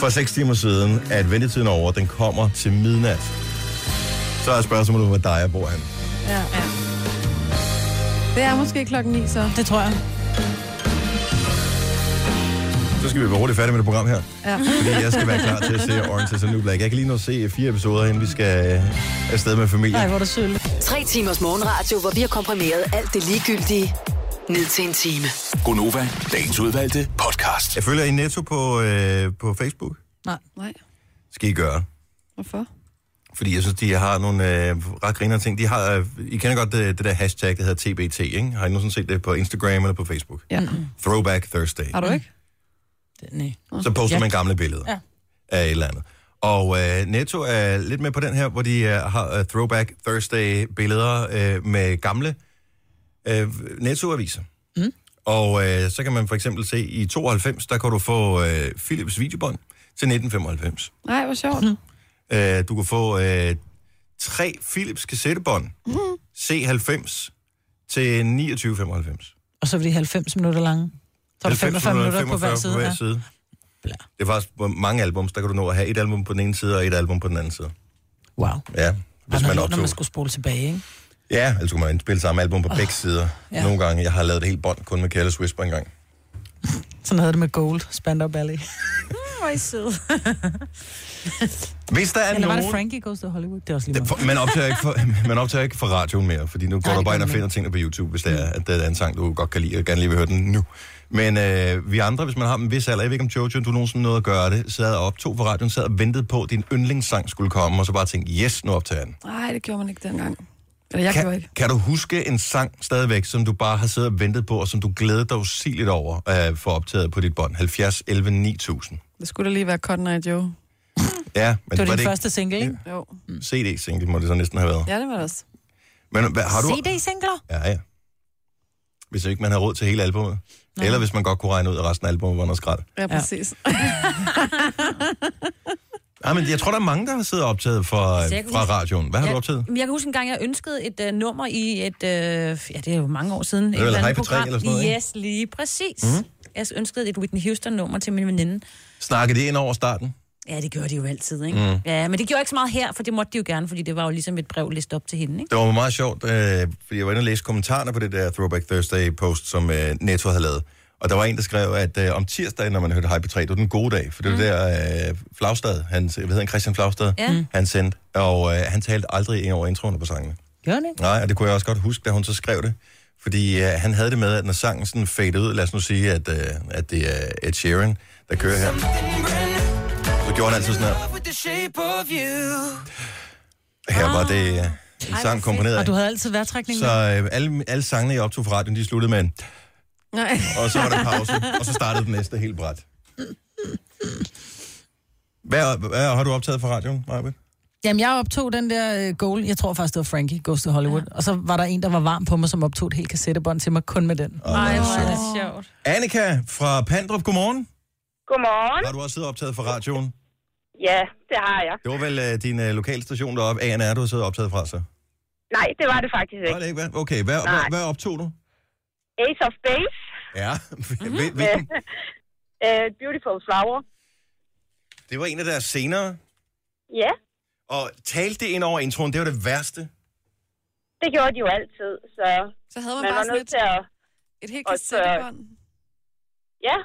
Speaker 1: for 6 timer siden, at ventetiden er over. Den kommer til midnat. Så er spørgsmålet, hvor Daja bor han.
Speaker 6: Ja. ja. Det er måske klokken 9, så.
Speaker 2: Det tror jeg.
Speaker 1: Så skal vi være hurtigt færdige med det program her.
Speaker 6: Ja.
Speaker 1: Fordi jeg skal være klar til at se Orange is the New Black. Jeg kan lige nå at se øh, fire episoder, inden vi skal øh, afsted med familien.
Speaker 2: hvor er det sølle.
Speaker 8: Tre timers morgenradio, hvor vi har komprimeret alt det ligegyldige ned til en time.
Speaker 1: Gonova, dagens udvalgte podcast. Jeg følger I netto på, øh, på Facebook.
Speaker 2: Nej.
Speaker 6: Nej.
Speaker 1: Skal I gøre.
Speaker 6: Hvorfor?
Speaker 1: Fordi jeg synes, de har nogle øh, ret griner ting. De har, øh, I kender godt det, det der hashtag, der hedder TBT, ikke? Har I nogensinde set det på Instagram eller på Facebook?
Speaker 6: Ja.
Speaker 1: Throwback Thursday.
Speaker 6: Har du ikke?
Speaker 2: Nej.
Speaker 1: Så poster man gamle billeder
Speaker 2: Ja.
Speaker 1: af et eller andet. Og øh, Netto er lidt med på den her, hvor de øh, har øh, Throwback Thursday-billeder øh, med gamle øh, Netto-aviser.
Speaker 2: Mm.
Speaker 1: Og øh, så kan man for eksempel se, i 92, der kan du få øh, Philips videobånd til 1995.
Speaker 6: Nej, hvor sjovt. Mm.
Speaker 1: Øh, du kan få øh, tre Philips kassettebånd, mm.
Speaker 2: Mhm.
Speaker 1: C90 til 2995.
Speaker 2: Og så er de 90 minutter lange. Så er der 45 minutter på
Speaker 1: 45
Speaker 2: hver side. Ja.
Speaker 1: side. Det er faktisk hvor mange albums, der kan du nå at have et album på den ene side og et album på den anden side.
Speaker 2: Wow.
Speaker 1: Ja,
Speaker 2: Og
Speaker 1: hvis
Speaker 2: når,
Speaker 1: man
Speaker 2: når man
Speaker 1: optog.
Speaker 2: skulle spole tilbage, ikke?
Speaker 1: Ja, ellers kunne man indspille samme album på oh, begge sider.
Speaker 2: ja.
Speaker 1: Ja. Nogle gange, jeg har lavet et helt bånd kun med Careless Whisper engang.
Speaker 2: Sådan havde det med Gold, Spand
Speaker 1: <laughs>
Speaker 2: Up Alley.
Speaker 3: Hvor er I søde.
Speaker 1: Hvis der er
Speaker 2: Eller var det
Speaker 1: nogen-
Speaker 2: Frankie Goes to Hollywood? Det er også lige
Speaker 1: Det,
Speaker 2: meget.
Speaker 1: for, man, optager ikke for, <laughs> man optager ikke for radioen mere, fordi nu går
Speaker 2: det
Speaker 1: du
Speaker 2: gør
Speaker 1: bare ind og
Speaker 2: man
Speaker 1: finder
Speaker 2: ikke.
Speaker 1: tingene på YouTube, hvis det er, at der er en sang, du godt kan lide, og gerne lige vil høre den nu. Men øh, vi andre, hvis man har en vis alder, jeg ved ikke om Jojo, du nogensinde nåede at gøre det, sad og optog for radioen, sad og ventede på, at din yndlingssang skulle komme, og så bare tænkte, yes, nu optager jeg den.
Speaker 6: Nej, det gjorde man ikke dengang. Eller jeg
Speaker 1: kan,
Speaker 6: gjorde ikke.
Speaker 1: Kan du huske en sang stadigvæk, som du bare har siddet og ventet på, og som du glæder dig usigeligt over at øh, få optaget på dit bånd? 70, 11, 9000.
Speaker 6: Det skulle da lige være Cotton Eye Joe.
Speaker 1: Ja,
Speaker 2: Det
Speaker 1: men
Speaker 2: var din
Speaker 1: det
Speaker 2: første single, ikke?
Speaker 6: Jo.
Speaker 1: ikke CD-single, må det så næsten have været.
Speaker 6: Ja, det var det også.
Speaker 1: Men hvad, har du...
Speaker 2: CD-singler?
Speaker 1: Ja, ja. Hvis ikke man har råd til hele albumet. Nå. Eller hvis man godt kunne regne ud, at resten af albumet var noget skrald.
Speaker 6: Ja, præcis. <laughs>
Speaker 1: Ja, men jeg tror, der er mange, der har siddet og optaget fra,
Speaker 3: Altså, jeg kan
Speaker 1: fra
Speaker 3: huske-
Speaker 1: radioen. Hvad har
Speaker 3: jeg,
Speaker 1: du optaget?
Speaker 3: Jeg kan huske en gang, jeg ønskede et uh, nummer i et, uh, ja, det er jo mange år siden.
Speaker 1: Det
Speaker 3: et
Speaker 1: var
Speaker 3: eller
Speaker 1: vel
Speaker 3: andet
Speaker 1: Hype 3
Speaker 3: program.
Speaker 1: eller sådan noget, ikke?
Speaker 3: Yes, lige præcis.
Speaker 1: Mhm.
Speaker 3: Mm. Jeg ønskede et Whitney Houston-nummer til min veninde.
Speaker 1: Snakkede det ind over starten?
Speaker 3: Ja, det gjorde de jo altid, ikke?
Speaker 1: Mm.
Speaker 3: Mm. Ja, men det gjorde ikke så meget her, for det måtte de jo gerne, fordi det var jo ligesom et brev listet op til hende, ikke?
Speaker 1: Det var meget sjovt, øh, fordi jeg var inde og læse kommentarerne på det der Throwback Thursday-post, som øh, Netto havde lavet. Og der var en, der skrev, at øh, om tirsdagen, når man hørte Hype 3, det var den gode dag, for det var mm. der øh, Flagstad, han, hvad hedder han, Christian Flagstad,
Speaker 3: Ja.
Speaker 2: Mm.
Speaker 1: han sendte, og øh, han talte aldrig ind over introerne på sangene.
Speaker 2: Gjorde det ikke?
Speaker 1: Nej, og det kunne jeg også godt huske, da hun så skrev det. Fordi øh, han havde det med, at når sangen sådan fadede ud, lad os nu sige, at, øh, at det er Ed Sheeran, der kører her, så gjorde han altid sådan her.
Speaker 10: With the shape of you.
Speaker 1: Her var det øh, en sang komponeret
Speaker 2: Og
Speaker 1: af.
Speaker 2: du havde altid værtrækning
Speaker 1: Så
Speaker 2: med.
Speaker 1: øh, alle, alle sangene, jeg optog fra radioen, de sluttede med en,
Speaker 6: Nej.
Speaker 1: og så var der pause, og så startede den næste helt bræt. Hvad, hvad har du optaget fra radioen, Maja?
Speaker 2: Jamen, jeg optog den der øh, goal. Jeg tror faktisk, det var Frankie Goes to Hollywood. Ja. Og så var der en, der var varm på mig, som optog et helt kassettebånd til mig kun med den.
Speaker 1: Nej,
Speaker 3: hvor er det sjovt.
Speaker 1: Annika fra Pandrup, godmorgen.
Speaker 11: Godmorgen.
Speaker 1: Har du også siddet og optaget fra radioen?
Speaker 11: Ja, det har jeg.
Speaker 1: Det var vel øh, din øh, lokalstation deroppe, ANR, du har siddet og optaget fra, så?
Speaker 11: Nej, det var det faktisk
Speaker 1: Var
Speaker 11: ikke.
Speaker 1: det ikke, hvad? Okay, hvad, hvad,
Speaker 11: Nej.
Speaker 1: hvad optog du?
Speaker 11: Ace of Base.
Speaker 1: Ja, <laughs>
Speaker 11: <laughs>
Speaker 1: Hvil-
Speaker 11: Med,
Speaker 1: hvilken-
Speaker 11: uh, beautiful Flower.
Speaker 1: det var en af deres senere.
Speaker 11: Ja,
Speaker 1: Og talte det ind over introen, det var det værste.
Speaker 11: det gjorde de jo altid, så...
Speaker 6: Så havde man
Speaker 11: man
Speaker 6: bare
Speaker 11: var
Speaker 6: sådan
Speaker 11: nødt
Speaker 6: et-
Speaker 11: til at...
Speaker 6: Et helt
Speaker 11: Og så-
Speaker 6: kassettebånd,
Speaker 11: Ja,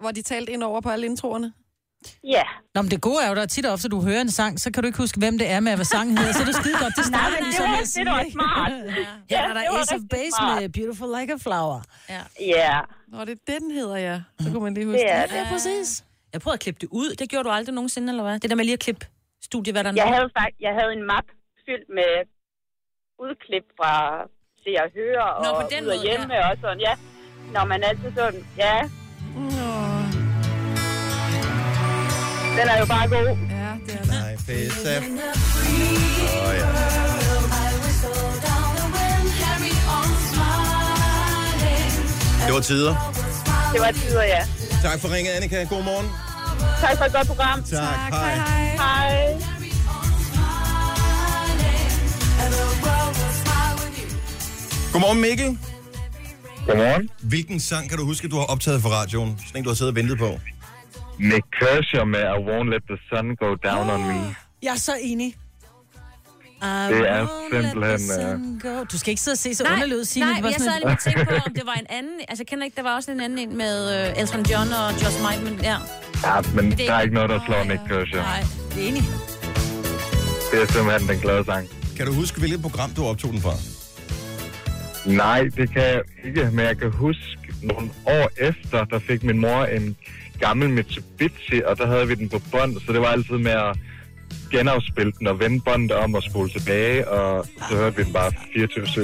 Speaker 6: hvor de talte ind over på alle introerne.
Speaker 11: ja.
Speaker 2: Nå, men det gode er jo, der er tit og ofte, du hører en sang, så kan du ikke huske, hvem det er med, og hvad sangen hedder. Så er det skide godt,
Speaker 3: <laughs>
Speaker 2: det starter
Speaker 11: men
Speaker 2: de
Speaker 11: det
Speaker 2: så
Speaker 11: var-
Speaker 2: med at
Speaker 11: det
Speaker 2: sige,
Speaker 11: var
Speaker 2: ikke?
Speaker 11: smart.
Speaker 2: Her
Speaker 11: Ja,
Speaker 2: er der
Speaker 11: det var
Speaker 2: Ace of
Speaker 11: rigtig
Speaker 2: Base
Speaker 11: smart.
Speaker 2: med Beautiful Like a Flower.
Speaker 3: Ja.
Speaker 11: Ja.
Speaker 6: Nå, det er den hedder, ja. Så
Speaker 16: Mm.
Speaker 6: kunne man lige huske
Speaker 11: Det er
Speaker 6: det.
Speaker 11: det.
Speaker 6: Ja, præcis.
Speaker 3: Jeg prøvede at klippe det ud. Det gjorde du aldrig nogensinde, eller hvad? Det der med lige at klippe studieværterne.
Speaker 11: Jeg havde, fakt- jeg havde en map fyldt med udklip fra Se og Høre og
Speaker 3: Nå, på den
Speaker 11: ud og
Speaker 3: måde,
Speaker 11: hjemme og sådan, ja. Når man altid sådan, ja. Den er jo bare god.
Speaker 6: Ja, det er
Speaker 1: Life is a...
Speaker 14: Oh,
Speaker 1: ja. Det var tider.
Speaker 11: Det var tider, ja.
Speaker 1: Tak for ringet, Annika. God morgen.
Speaker 11: Tak for et godt program.
Speaker 1: Tak. Hej.
Speaker 11: Hej.
Speaker 1: Godmorgen, Mikkel.
Speaker 17: Godmorgen.
Speaker 1: Hvilken sang kan du huske, du har optaget for radioen? Sådan en, du har siddet og ventet på.
Speaker 17: Nick Kershaw med I Won't Let the Sun Go Down on
Speaker 3: <gasps>
Speaker 17: Me.
Speaker 2: Jeg er så enig.
Speaker 17: Det er simpelthen... øh,
Speaker 2: Go. Du skal ikke sidde og se så
Speaker 3: Nej,
Speaker 2: underlød, Signe.
Speaker 3: nej,
Speaker 2: Det var
Speaker 3: jeg
Speaker 2: sådan
Speaker 3: sad
Speaker 2: et-
Speaker 3: lige og tænkte på, om det var en anden... Altså, kender ikke, der var også en anden en med øh, Elton John og Josh Michael, ja.
Speaker 17: Ja, men
Speaker 3: Det er
Speaker 17: der er
Speaker 3: ikke-
Speaker 17: ikke noget, der slår Nick Kershaw.
Speaker 3: Nej, det er enig.
Speaker 17: Det er simpelthen den glade sang.
Speaker 1: Kan du huske, hvilket program du optog den fra?
Speaker 17: Nej, det kan jeg ikke, men jeg kan huske nogle år efter, der fik min mor en gammel Mitsubishi, og der havde vi den på bånd, så det var altid med at genafspille den og vende båndet om og spole tilbage, og så hørte vi den bare 24-7.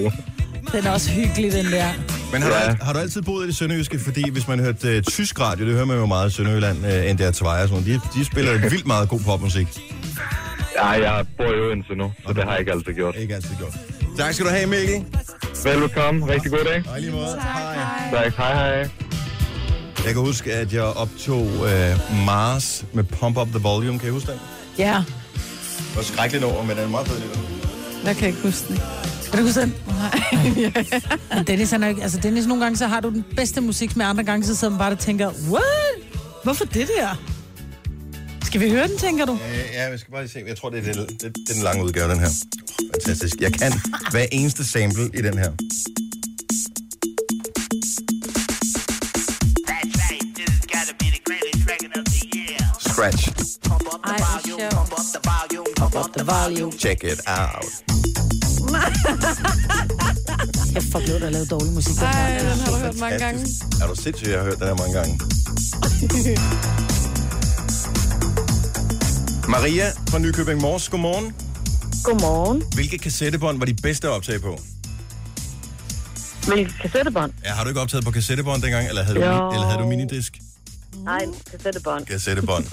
Speaker 2: Den er også hyggelig, den der.
Speaker 1: Men har, ja. du, alt- har du altid boet i det sønderjyske? Fordi hvis man hørte øh, tysk radio, det hører man jo meget i Sønderjylland, øh, NDR Tveje og sådan noget. De, de spiller jo vildt meget god popmusik.
Speaker 17: Ja, jeg bor i Odense nu, så det har jeg ikke altid gjort.
Speaker 1: Ikke altid gjort. Tak skal du have, Mikkel.
Speaker 17: Velkommen. Rigtig god dag.
Speaker 1: Hej lige måde. Hej.
Speaker 17: Tak, hej hej.
Speaker 1: Jeg kan huske, at jeg optog øh, Mars med Pump Up The Volume. Kan I huske den?
Speaker 2: Ja.
Speaker 1: Det var skrækkeligt over, men den er meget fed. alligevel.
Speaker 6: Jeg kan ikke huske den.
Speaker 2: Kan du huske den? Nej. Dennis, han er jo ikke, altså Dennis, nogle gange så har du den bedste musik, med andre gange så sidder man bare og tænker, what? Hvorfor det der? Skal vi høre den, tænker du?
Speaker 1: Øh, ja, vi skal bare lige se. Jeg tror, det er, det, det, det er den lange udgave, den her. Fantastisk. Jeg kan hver eneste sample i den her. Scratch.
Speaker 2: Ej,
Speaker 1: Pump up the volume. Check it out.
Speaker 2: Jeg forblev at lave dårlig musik. Ej,
Speaker 6: den har du hørt mange gange.
Speaker 1: Er du sindssyg, jeg har hørt den her mange
Speaker 6: <laughs>
Speaker 1: gange. Maria fra Nykøbing Mors, godmorgen.
Speaker 4: Godmorgen.
Speaker 1: Hvilke kassettebånd var de bedste at optage på?
Speaker 4: Hvilket kassettebånd?
Speaker 1: Ja, har du ikke optaget på kassettebånd dengang, eller havde, du,
Speaker 4: Jo.
Speaker 1: mi- eller havde du minidisk?
Speaker 4: Nej, kassettebånd. <laughs>
Speaker 1: Kassettebånd.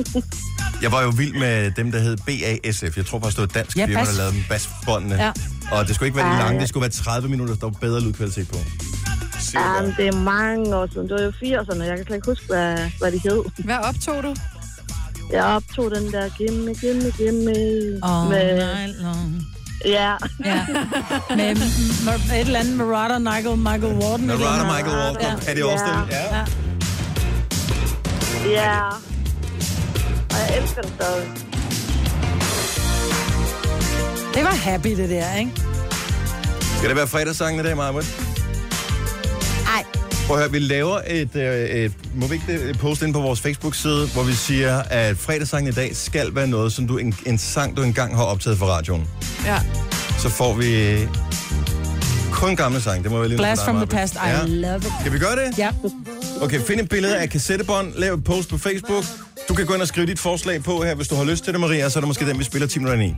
Speaker 1: Jeg var jo vild med dem, der hed BASF. Jeg tror faktisk, det var et dansk
Speaker 4: Ja,
Speaker 1: firma, der
Speaker 4: bas.
Speaker 1: lavede dem basbåndene.
Speaker 4: Ja.
Speaker 1: Og det skulle ikke være de
Speaker 4: Ja,
Speaker 1: lange,
Speaker 4: ja.
Speaker 1: det skulle være 30 minutter, der var bedre lydkvalitet på.
Speaker 4: Jamen, det er mange år siden. Det var jo 80'erne. Jeg kan slet ikke huske, hvad, hvad de hed.
Speaker 6: Hvad optog du?
Speaker 4: Jeg optog den der gimme, gimme, gimme.
Speaker 2: All night long.
Speaker 4: Ja.
Speaker 2: ja. Med m- et eller andet Marauder, Michael, Michael Warden.
Speaker 1: Narada Michael Walker,
Speaker 2: Ja.
Speaker 1: Patty Austin. Ja.
Speaker 2: Ja.
Speaker 4: Ja. Og jeg elsker den stadig.
Speaker 2: Det var happy, det der, ikke?
Speaker 1: Skal det være fredagssangen i dag, Maja?
Speaker 2: Nej.
Speaker 1: Prøv at høre, vi laver et, øh, et, må vi ikke det, et post ind på vores Facebook-side, hvor vi siger, at fredagssangen i dag skal være noget, som du en, en sang, du engang har optaget for radioen.
Speaker 6: Ja.
Speaker 1: Så får vi øh, kun gamle sange. Det må være lige noget
Speaker 2: Blast
Speaker 1: for dig,
Speaker 2: from the
Speaker 1: Maja.
Speaker 2: past. I
Speaker 1: Ja.
Speaker 2: love it.
Speaker 1: Kan vi gøre det?
Speaker 2: Ja.
Speaker 1: Okay, find et billede af kassettebånd, lav et post på Facebook. Du kan gå ind og skrive dit forslag på her, hvis du har lyst til det, Maria, og så er det måske den, vi spiller 10 minutter i.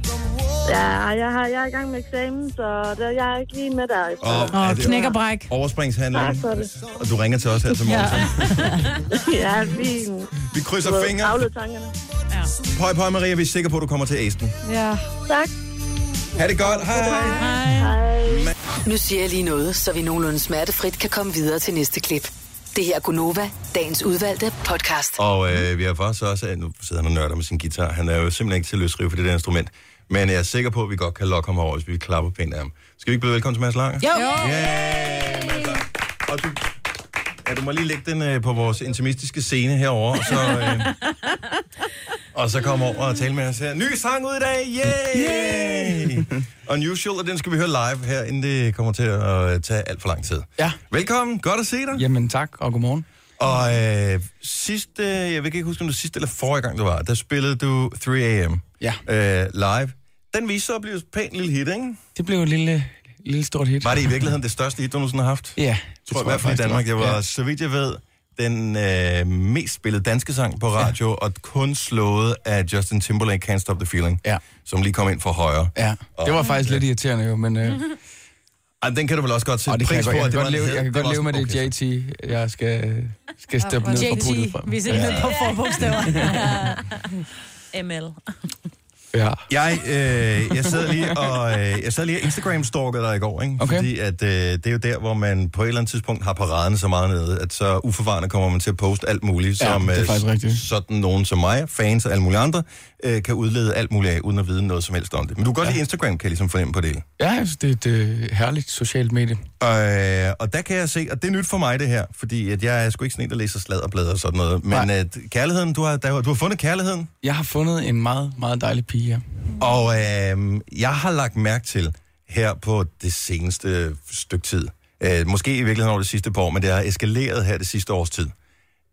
Speaker 4: Ja, jeg, har, jeg er i gang med eksamen, så der, jeg er ikke lige med dig.
Speaker 1: er det Overspringshandling.
Speaker 4: Tak for det.
Speaker 1: Og du ringer til os her til morgen.
Speaker 4: Ja.
Speaker 1: Ja.
Speaker 4: <laughs> ja, vi...
Speaker 1: Vi krydser
Speaker 4: du ved,
Speaker 1: fingre.
Speaker 4: afleder tankerne. Ja.
Speaker 1: Høj, høj, Maria, vi er sikre på, at du kommer til Asten.
Speaker 4: ja. Tak.
Speaker 1: Ha' det godt. Hej.
Speaker 8: Nu siger jeg lige noget, så vi nogenlunde smertefrit kan komme videre til næste klip. Det her er Gunova, dagens udvalgte podcast.
Speaker 1: Og øh, vi har faktisk også, nu sidder han og nørder med sin guitar. Han er jo simpelthen ikke til at løsrive for det der instrument. Men jeg er sikker på, at vi godt kan lokke ham over, hvis vi klapper pænt af ham. Skal vi ikke byde velkommen til Mads Langer?
Speaker 2: Jo.
Speaker 1: jo. Og du, ja, du må lige lægge den øh, på vores intimistiske scene herovre, og så, øh, og så komme over og tale med os her. Ny sang ud i dag! Yay! Yay! Unusual, og den skal vi høre live her, inden det kommer til at øh, tage alt for lang tid.
Speaker 16: Ja.
Speaker 1: Velkommen, godt at se dig.
Speaker 16: Jamen tak, og godmorgen.
Speaker 1: Og øh, sidste, jeg ved ikke huske, om det var sidste eller forrige gang, du var, der spillede du 3AM
Speaker 16: Ja.
Speaker 1: øh, live. Den viste sig at blive et pænt lille hit, ikke?
Speaker 16: Det blev et lille, lille stort hit.
Speaker 1: Var det i virkeligheden det største hit, du nogensinde har haft?
Speaker 16: Ja, det
Speaker 1: tror, tror jeg i hvert fald i
Speaker 16: faktisk,
Speaker 1: Danmark.
Speaker 16: det
Speaker 1: Jeg
Speaker 16: var.
Speaker 1: var,
Speaker 16: Ja.
Speaker 1: så vidt jeg ved, den øh, mest spillede danske sang på radio, ja. og kun slået af Justin Timberlake, Can't Stop the Feeling, ja. som lige kom ind fra højre.
Speaker 16: Ja, det var faktisk lidt irriterende jo, men... Øh,
Speaker 1: Ej, den kan du vel også godt sætte
Speaker 16: og det kan
Speaker 1: Mhm. pris
Speaker 16: jeg,
Speaker 1: på.
Speaker 16: godt, jeg, kan godt leve,
Speaker 1: at det var en hed-
Speaker 16: jeg kan
Speaker 1: det
Speaker 16: godt
Speaker 1: var
Speaker 16: leve med
Speaker 1: sådan-
Speaker 16: det JT, jeg skal, skal steppe ned fra podiet fra.
Speaker 2: JT, vi ser ikke ned på forbogstaver.
Speaker 3: ML.
Speaker 16: Ja.
Speaker 1: Jeg, øh, jeg sad lige og øh, jeg sad lige og Instagram-stalkede dig i går, ikke? Okay. fordi at, øh, det er jo der, hvor man på et eller andet tidspunkt har paraden så meget nede, at så uforvarende kommer man til at poste alt muligt,
Speaker 16: Ja,
Speaker 1: som
Speaker 16: det er faktisk
Speaker 1: øh,
Speaker 16: rigtigt.
Speaker 1: sådan nogen som mig, fans og alle mulige andre, øh, kan udlede alt muligt af, uden at vide noget som helst om det. Men du kan godt ja. lide Instagram, kan jeg ligesom fornemme på det. hele.
Speaker 16: Ja, altså, det er et øh, herligt socialt medie.
Speaker 1: Øh, og der kan jeg se, og det er nyt for mig det her, fordi at jeg er sgu ikke sådan en, der læser sladderblade og sådan noget. Men at kærligheden, du har, der, du har fundet kærligheden.
Speaker 16: Jeg har fundet en meget, meget dejlig pige, ja.
Speaker 1: Og øh, jeg har lagt mærke til her på det seneste stykke tid, øh, måske i virkeligheden over det sidste par år, men det har eskaleret her det sidste års tid,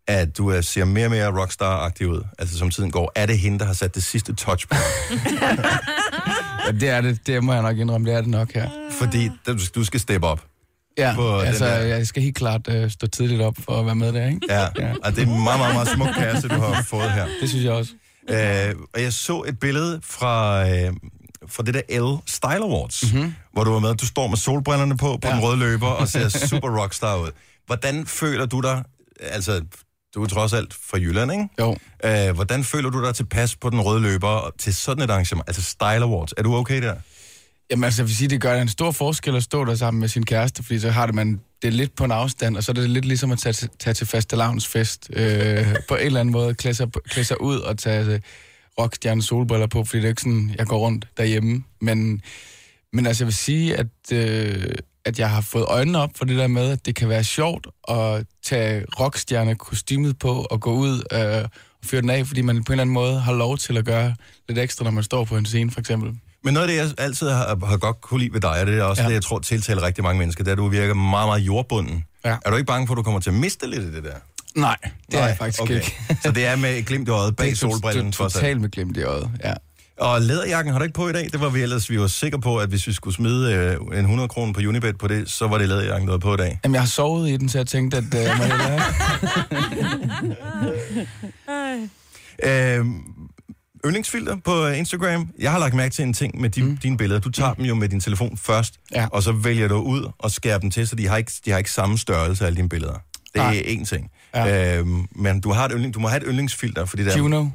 Speaker 1: at du øh, ser mere og mere rockstar-agtig ud, altså som tiden går. Er det hende, der har sat det sidste touch på?
Speaker 16: ja det er det, det må jeg nok indrømme, det er det nok her.
Speaker 1: Fordi du, du skal steppe op.
Speaker 16: Ja,
Speaker 1: På den
Speaker 16: altså,
Speaker 1: der-
Speaker 16: jeg skal helt klart øh, stå tidligt op for at være med der, ikke?
Speaker 1: Ja, og det er en meget, meget, meget smuk kasse, du har fået her.
Speaker 16: Det synes jeg også.
Speaker 1: Øh, og jeg så et billede fra, øh, fra det der L Style Awards, mm-hmm. hvor du var med, du står med solbrillerne på, på ja. den røde løber og ser super rockstar ud. Hvordan føler du dig, altså du er trods alt fra Jylland, ikke?
Speaker 16: Jo.
Speaker 1: Øh, hvordan føler du dig tilpas på den røde løber til sådan et arrangement, altså Style Awards? Er du okay der?
Speaker 16: Jamen altså, jeg vil sige, det gør en stor forskel at stå der sammen med sin kæreste, fordi så har det man det er lidt på en afstand, og så er det lidt ligesom at tage, til- tage til fastelavns fest. Øh, på en eller anden måde klæde sig, klæde sig ud og tage øh, rockstjerne solbriller på, fordi det er ikke sådan, jeg går rundt derhjemme. Men, men altså, jeg vil sige, at, øh, at jeg har fået øjnene op for det der med, at det kan være sjovt at tage rockstjerne kostymet på og gå ud øh, og fyre den af, fordi man på en eller anden måde har lov til at gøre lidt ekstra, når man står på en scene, for eksempel.
Speaker 1: Men noget af det, jeg altid har, har godt kunne lide ved dig, og det er også ja. det, jeg tror tiltaler rigtig mange mennesker, det er, at du virker meget, meget jordbunden.
Speaker 16: Ja.
Speaker 1: Er du ikke bange for, at du kommer til at miste lidt af det der?
Speaker 16: Nej, det er jeg faktisk okay. ikke.
Speaker 1: <laughs> Så det er med et glimt i øjet bag
Speaker 16: Det er to-
Speaker 1: solbrillen.
Speaker 16: to-
Speaker 1: trods alt.
Speaker 16: totalt med glimt i øjet, ja.
Speaker 1: Og læderjakken har du ikke på i dag. Det var vi ellers, vi var sikre på, at hvis vi skulle smide øh, en 100 kroner på Unibet på det, så var det læderjakken, der var på i dag.
Speaker 16: Jamen, jeg har sovet i den, så jeg tænkte, at øh, jeg må
Speaker 1: <laughs>
Speaker 16: hellere...
Speaker 1: Øh, yndlingsfilter på øh, Instagram. Jeg har lagt mærke til en ting med din, mm. dine billeder. Du tager mm. dem jo med din telefon først,
Speaker 16: Ja.
Speaker 1: og så vælger du ud og skærer dem til, så de har ikke, de har ikke samme størrelse, alle dine billeder. Det er
Speaker 16: Nej.
Speaker 1: én ting. Ja. Øh, men du, har et yndling, du må have et yndlingsfilter, fordi det er...
Speaker 16: Juno.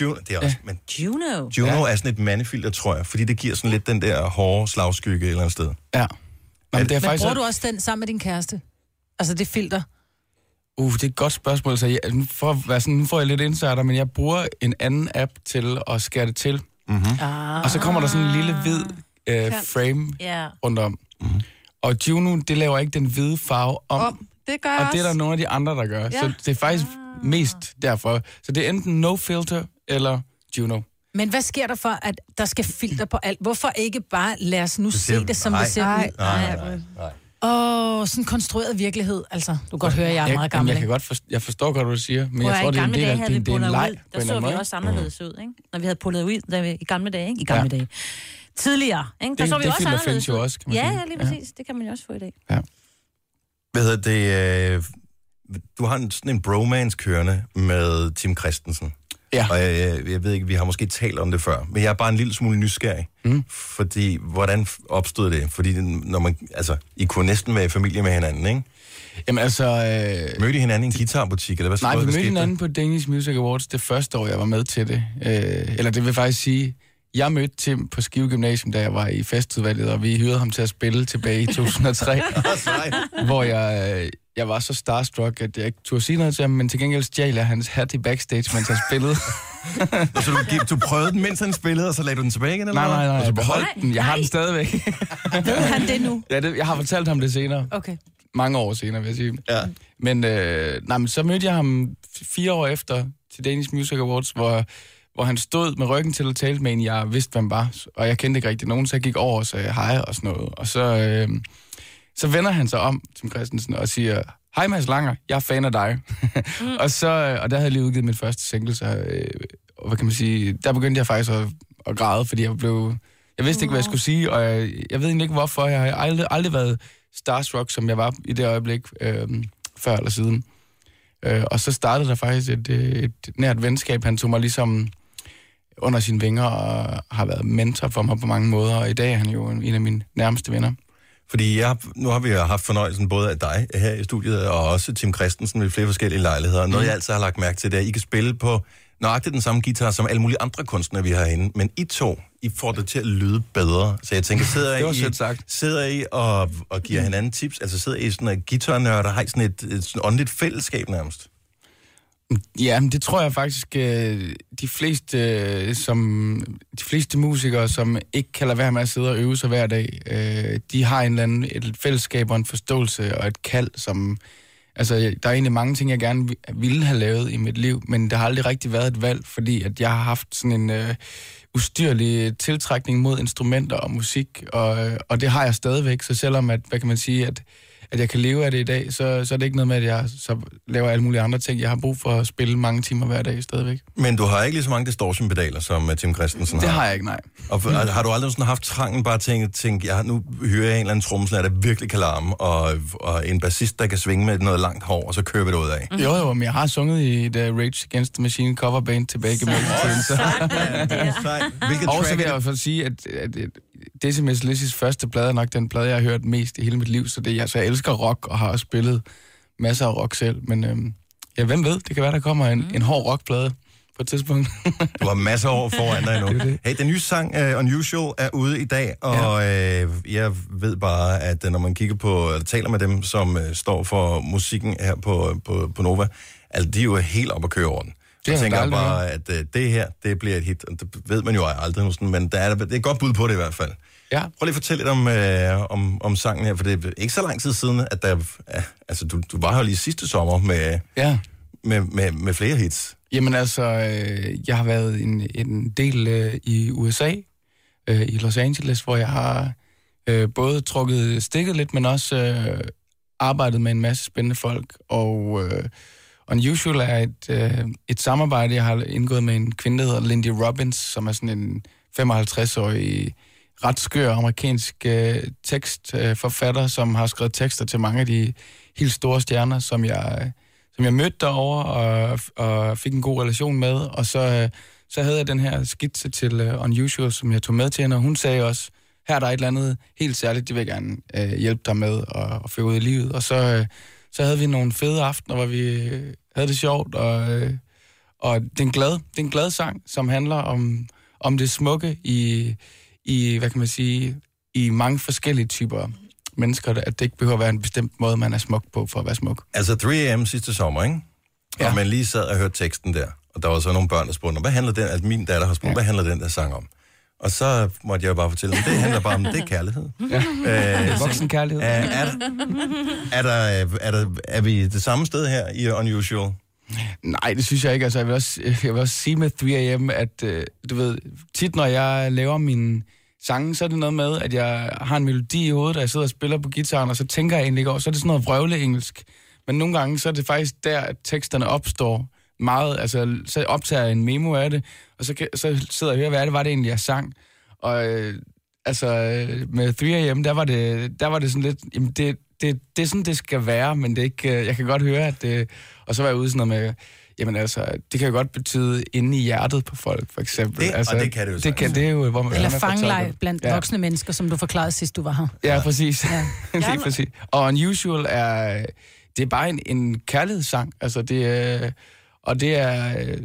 Speaker 1: Juno, det er også... Ja. Men
Speaker 3: Juno.
Speaker 1: Juno ja. er sådan et mandefilter, tror jeg, fordi det giver sådan lidt den der hårde slagskygge et eller andet sted.
Speaker 16: Ja. Jamen, det er
Speaker 7: Men
Speaker 16: faktisk...
Speaker 7: bruger du også den sammen med din kæreste? Altså det filter?
Speaker 16: Uh, det er et godt spørgsmål. Så jeg, nu, får, at være sådan, nu får jeg lidt insider, men jeg bruger en anden app til at skære det til.
Speaker 1: Mm-hmm.
Speaker 16: Ah. Og så kommer der sådan en lille hvid øh,
Speaker 6: Kant.
Speaker 16: frame
Speaker 6: Ja.
Speaker 16: rundt om. Mm.
Speaker 1: Mhm.
Speaker 16: Og Juno, det laver ikke den hvide farve om.
Speaker 6: Om. Det gør jeg
Speaker 16: og det er der
Speaker 6: også.
Speaker 16: nogle af de andre, der gør. Ja.
Speaker 6: Ja. Ah.
Speaker 16: Så det er faktisk mest derfor. Så det er enten no filter eller Juno.
Speaker 7: Men hvad sker der for, at der skal filter på alt? Hvorfor ikke bare lade os nu
Speaker 16: Det
Speaker 7: det
Speaker 16: ser-
Speaker 7: ser, se det, som
Speaker 16: nej.
Speaker 7: det ser
Speaker 16: Nej,
Speaker 7: ud?
Speaker 16: nej,
Speaker 1: Ah.
Speaker 16: nej,
Speaker 7: Åh, oh, sådan en konstrueret virkelighed, altså. Du kan godt høre, jeg er meget
Speaker 16: jamen,
Speaker 7: gammel,
Speaker 16: Jeg, kan
Speaker 7: ikke?
Speaker 16: godt forstå, jeg forstår godt, hvad du siger, men
Speaker 3: Prøv at
Speaker 16: jeg tror,
Speaker 3: høre, i
Speaker 16: det er en
Speaker 3: gamle
Speaker 16: del
Speaker 3: dage
Speaker 16: af
Speaker 3: havde
Speaker 16: det,
Speaker 3: vi
Speaker 16: det er en
Speaker 3: bunder
Speaker 16: leg
Speaker 3: ud.
Speaker 16: på
Speaker 3: Der
Speaker 16: en
Speaker 3: så
Speaker 16: eller
Speaker 3: vi
Speaker 16: anden
Speaker 3: også
Speaker 16: måde. Mm.
Speaker 3: anderledes ud, ikke? Når vi havde pullet ud da vi, i gamle dage, ikke? I gamle
Speaker 16: Ja.
Speaker 3: dage. Tidligere, ikke? Der
Speaker 16: Det-
Speaker 3: så vi
Speaker 16: det
Speaker 3: også
Speaker 16: filter
Speaker 3: anderledes
Speaker 16: findes jo
Speaker 3: ud.
Speaker 16: også, kan man
Speaker 3: ja,
Speaker 16: sige.
Speaker 3: ja, lige
Speaker 16: Ja.
Speaker 3: præcis. Det kan man jo også få i dag.
Speaker 1: Hvad hedder det? Øh, du har en, sådan en bromance kørende med Tim Christensen.
Speaker 16: Ja.
Speaker 1: Og jeg, jeg, jeg ved ikke, vi har måske talt om det før, men jeg er bare en lille smule nysgerrig.
Speaker 16: Mm.
Speaker 1: Fordi, hvordan f- opstod det? Fordi, den- når man, altså, I kunne næsten være i familie med hinanden, ikke?
Speaker 16: Jamen altså... Øh...
Speaker 1: Mødte I hinanden i en guitarbutik, eller hvad
Speaker 16: Nej, vi
Speaker 1: hvad der
Speaker 16: mødte
Speaker 1: skete der?
Speaker 16: hinanden på Danish Music Awards det første år, jeg var med til det. Øh, eller det vil faktisk sige, jeg mødte Tim på Skive Gymnasium, da jeg var i festudvalget, og vi hyrede ham til at spille tilbage i <laughs> 2003. hvor jeg, øh, jeg var så starstruck, at jeg ikke turde sige noget til ham, men til gengæld stjal jeg hans hat i backstage, mens han spillede.
Speaker 1: Så du, gik- du prøvede den, mens han spillede, og så lagde du den tilbage igen,
Speaker 16: <laughs>
Speaker 1: eller
Speaker 16: nej, nej,
Speaker 1: hvad?
Speaker 16: nej,
Speaker 1: Og så
Speaker 16: jeg
Speaker 1: beholdt
Speaker 16: beholdt den. Jeg har den stadigvæk. <laughs>
Speaker 7: Ved han det nu?
Speaker 16: Ja, det, jeg har fortalt ham det senere.
Speaker 7: Okay.
Speaker 16: Mange år senere, vil jeg sige.
Speaker 1: Ja.
Speaker 16: Men, øh, nej, men så mødte jeg ham f- fire år efter til Danish Music Awards, hvor, hvor han stod med ryggen til at tale med en, jeg vidste, hvem var. Og jeg kendte ikke rigtig nogen, så jeg gik over og sagde hej og sådan noget. Og så, øh, så vender han sig om, Tim Christensen, og siger, hej Mads Langer, jeg er fan af dig. mm. <laughs> og, så, øh, og der havde jeg lige udgivet min første single, så øh, og hvad kan man sige, der begyndte jeg faktisk at, at græde, fordi jeg blev... Jeg vidste ikke, hvad jeg skulle sige, og jeg, jeg ved egentlig ikke, hvorfor. Jeg har aldrig, aldrig været starstruck, som jeg var i det øjeblik, øh, før eller siden. Øh, og så startede der faktisk et, øh, et nært venskab. Han tog mig ligesom under sine vinger og har været mentor for mig på mange måder, og i dag er han jo en en af mine nærmeste venner.
Speaker 1: Fordi jeg, nu har vi jo haft fornøjelsen både af dig her i studiet, og også Tim Christensen ved flere forskellige lejligheder. Noget,
Speaker 16: Mm.
Speaker 1: jeg altid har lagt mærke til, det er, at I kan spille på nøjagtigt den samme guitar, som alle mulige andre kunstnere, vi har herinde. Men I to, I får det til at lyde bedre. Så jeg tænker,
Speaker 16: <laughs>
Speaker 1: sidder
Speaker 16: Det var
Speaker 1: I,
Speaker 16: sødt sagt. Mm.
Speaker 1: sidder I og, og giver hinanden tips? Altså sidder I sådan en guitarnørd, og har I sådan et, et sådan åndeligt fællesskab nærmest?
Speaker 16: Ja, men det tror jeg faktisk, øh, de fleste, øh, som, de fleste musikere, som ikke kan lade være med at sidde og øve sig hver dag, øh, de har en eller anden, et fællesskab og en forståelse og et kald, som... Altså, jeg- der er egentlig mange ting, jeg gerne vi- ville have lavet i mit liv, men der har aldrig rigtig været et valg, fordi at jeg har haft sådan en øh, ustyrlig tiltrækning mod instrumenter og musik, og, øh, og det har jeg stadigvæk, så selvom at, hvad kan man sige, at at jeg kan leve af det i dag, så, så er det ikke noget med, at jeg så laver alle mulige andre ting. Jeg har brug for at spille mange timer hver dag stadigvæk.
Speaker 1: Men du har ikke lige så mange distortion-pedaler, som øh, Tim Christensen har?
Speaker 16: Det har jeg ikke, nej.
Speaker 1: Og for, har du aldrig sådan haft trangen bare til at tænke, ja, nu hører jeg en eller anden trommeslager, der virkelig kan larme, og, og en bassist, der kan svinge med noget langt hår, og så kører vi det ud af.
Speaker 16: Mm. Jo, jo, men jeg har sunget i et uh, Rage Against the Machine coverband tilbage i morgen. Så.
Speaker 1: Hvilket
Speaker 16: Og så vil
Speaker 1: track er
Speaker 16: jeg i hvert fald sige, at, at, at Decimus Lissys første plade er nok den plade, jeg har hørt mest i hele mit liv. Så det, altså, jeg elsker rock og har også spillet masser af rock selv. Men øhm, ja, hvem ved, det kan være, der kommer en, mm. en hård rockplade på et tidspunkt.
Speaker 1: Du har masser af år
Speaker 16: <laughs>
Speaker 1: foran dig endnu. Hey, den nye sang uh, Unusual er ude i dag, og ja. uh, jeg ved bare, at uh, når man kigger på, eller taler med dem, som uh, står for musikken her på, på, på Nova, altså de er jo helt op at køre over den.
Speaker 16: Det er
Speaker 1: Så tænker jeg
Speaker 16: dejligt,
Speaker 1: bare, at uh, det her, det bliver et hit. Og Det ved man jo aldrig, nu sådan, men der er, det er et godt bud på det i hvert fald.
Speaker 16: Ja.
Speaker 1: Prøv lige at fortælle lidt om, øh, om, om sangen her, for det er ikke så lang tid siden, at der... Ja, altså, du, du var her lige sidste sommer med,
Speaker 16: Ja.
Speaker 1: med, med, med flere hits.
Speaker 16: Jamen altså, øh, jeg har været en, en del øh, i USA, øh, i Los Angeles, hvor jeg har øh, både trukket stikket lidt, men også øh, arbejdet med en masse spændende folk. Og øh, Unusual er et, øh, et samarbejde, jeg har indgået med en kvinde, der hedder Lindy Robbins, som er sådan en 55-årig ret skør amerikansk øh, tekstforfatter, som har skrevet tekster til mange af de helt store stjerner, som jeg... Øh, som jeg mødte derovre og, og fik en god relation med. Og så, øh, så havde jeg den her skitse til uh, Unusual, som jeg tog med til hende, og hun sagde også, her er der et eller andet helt særligt, det vil jeg gerne øh, hjælpe dig med og, og føre ud i livet. Og så, øh, så havde vi nogle fede aftener, hvor vi øh, havde det sjovt, og, øh, og det, er en glad, det er en glad sang, som handler om, om det smukke i, i, hvad kan man sige, i mange forskellige typer mennesker, at det ikke behøver at være en bestemt måde, man er smuk på for at være smuk.
Speaker 1: Altså 3AM sidste sommer, ikke? Ja. Og man lige sad og hørte teksten der, og der var så nogle børn, der spurgte, "Nå, hvad handler den, at min datter har spurgt, ja. hvad handler den der sang om? Og så måtte jeg jo bare fortælle dem, det handler bare om, det er
Speaker 16: <laughs>
Speaker 1: kærlighed. Ja.
Speaker 16: Voksen kærlighed.
Speaker 1: Er, er, er, der, er, der, er vi det samme sted her i Unusual?
Speaker 16: Nej, det synes jeg ikke. Altså, jeg, vil også, jeg vil også sige med 3AM, at øh, du ved, tit når jeg laver mine sange, så er det noget med, at jeg har en melodi i hovedet, og jeg sidder og spiller på gitaren, og så tænker jeg egentlig ikke over, så er det sådan noget vrøvle-engelsk. Men nogle gange, så er det faktisk der, at teksterne opstår meget. Altså, så optager jeg en memo af det, og så, kan, så sidder jeg og hører, hvad er det, var det egentlig, jeg sang. Og øh, altså, øh, med 3AM, der var det, der var det sådan lidt, jamen det, det, det er sådan, det skal være, men det er ikke, øh, jeg kan godt høre, at det, og så var jeg ude sådan noget med, jamen altså, det kan jo godt betyde inde i hjertet på folk, for eksempel.
Speaker 1: Det- og
Speaker 16: altså,
Speaker 1: det kan det jo
Speaker 16: Det
Speaker 1: sagtens.
Speaker 16: kan det er jo, hvor man
Speaker 7: Eller
Speaker 16: man får taget
Speaker 7: fangelej
Speaker 16: det.
Speaker 7: blandt
Speaker 16: ja.
Speaker 7: voksne mennesker, som du forklarede sidst, du var her.
Speaker 16: Ja, præcis. <laughs> Ja.
Speaker 7: Ja,
Speaker 16: Lige præcis. Og Unusual er, det er bare en, en kærlighedssang, altså det er, og det er, øh,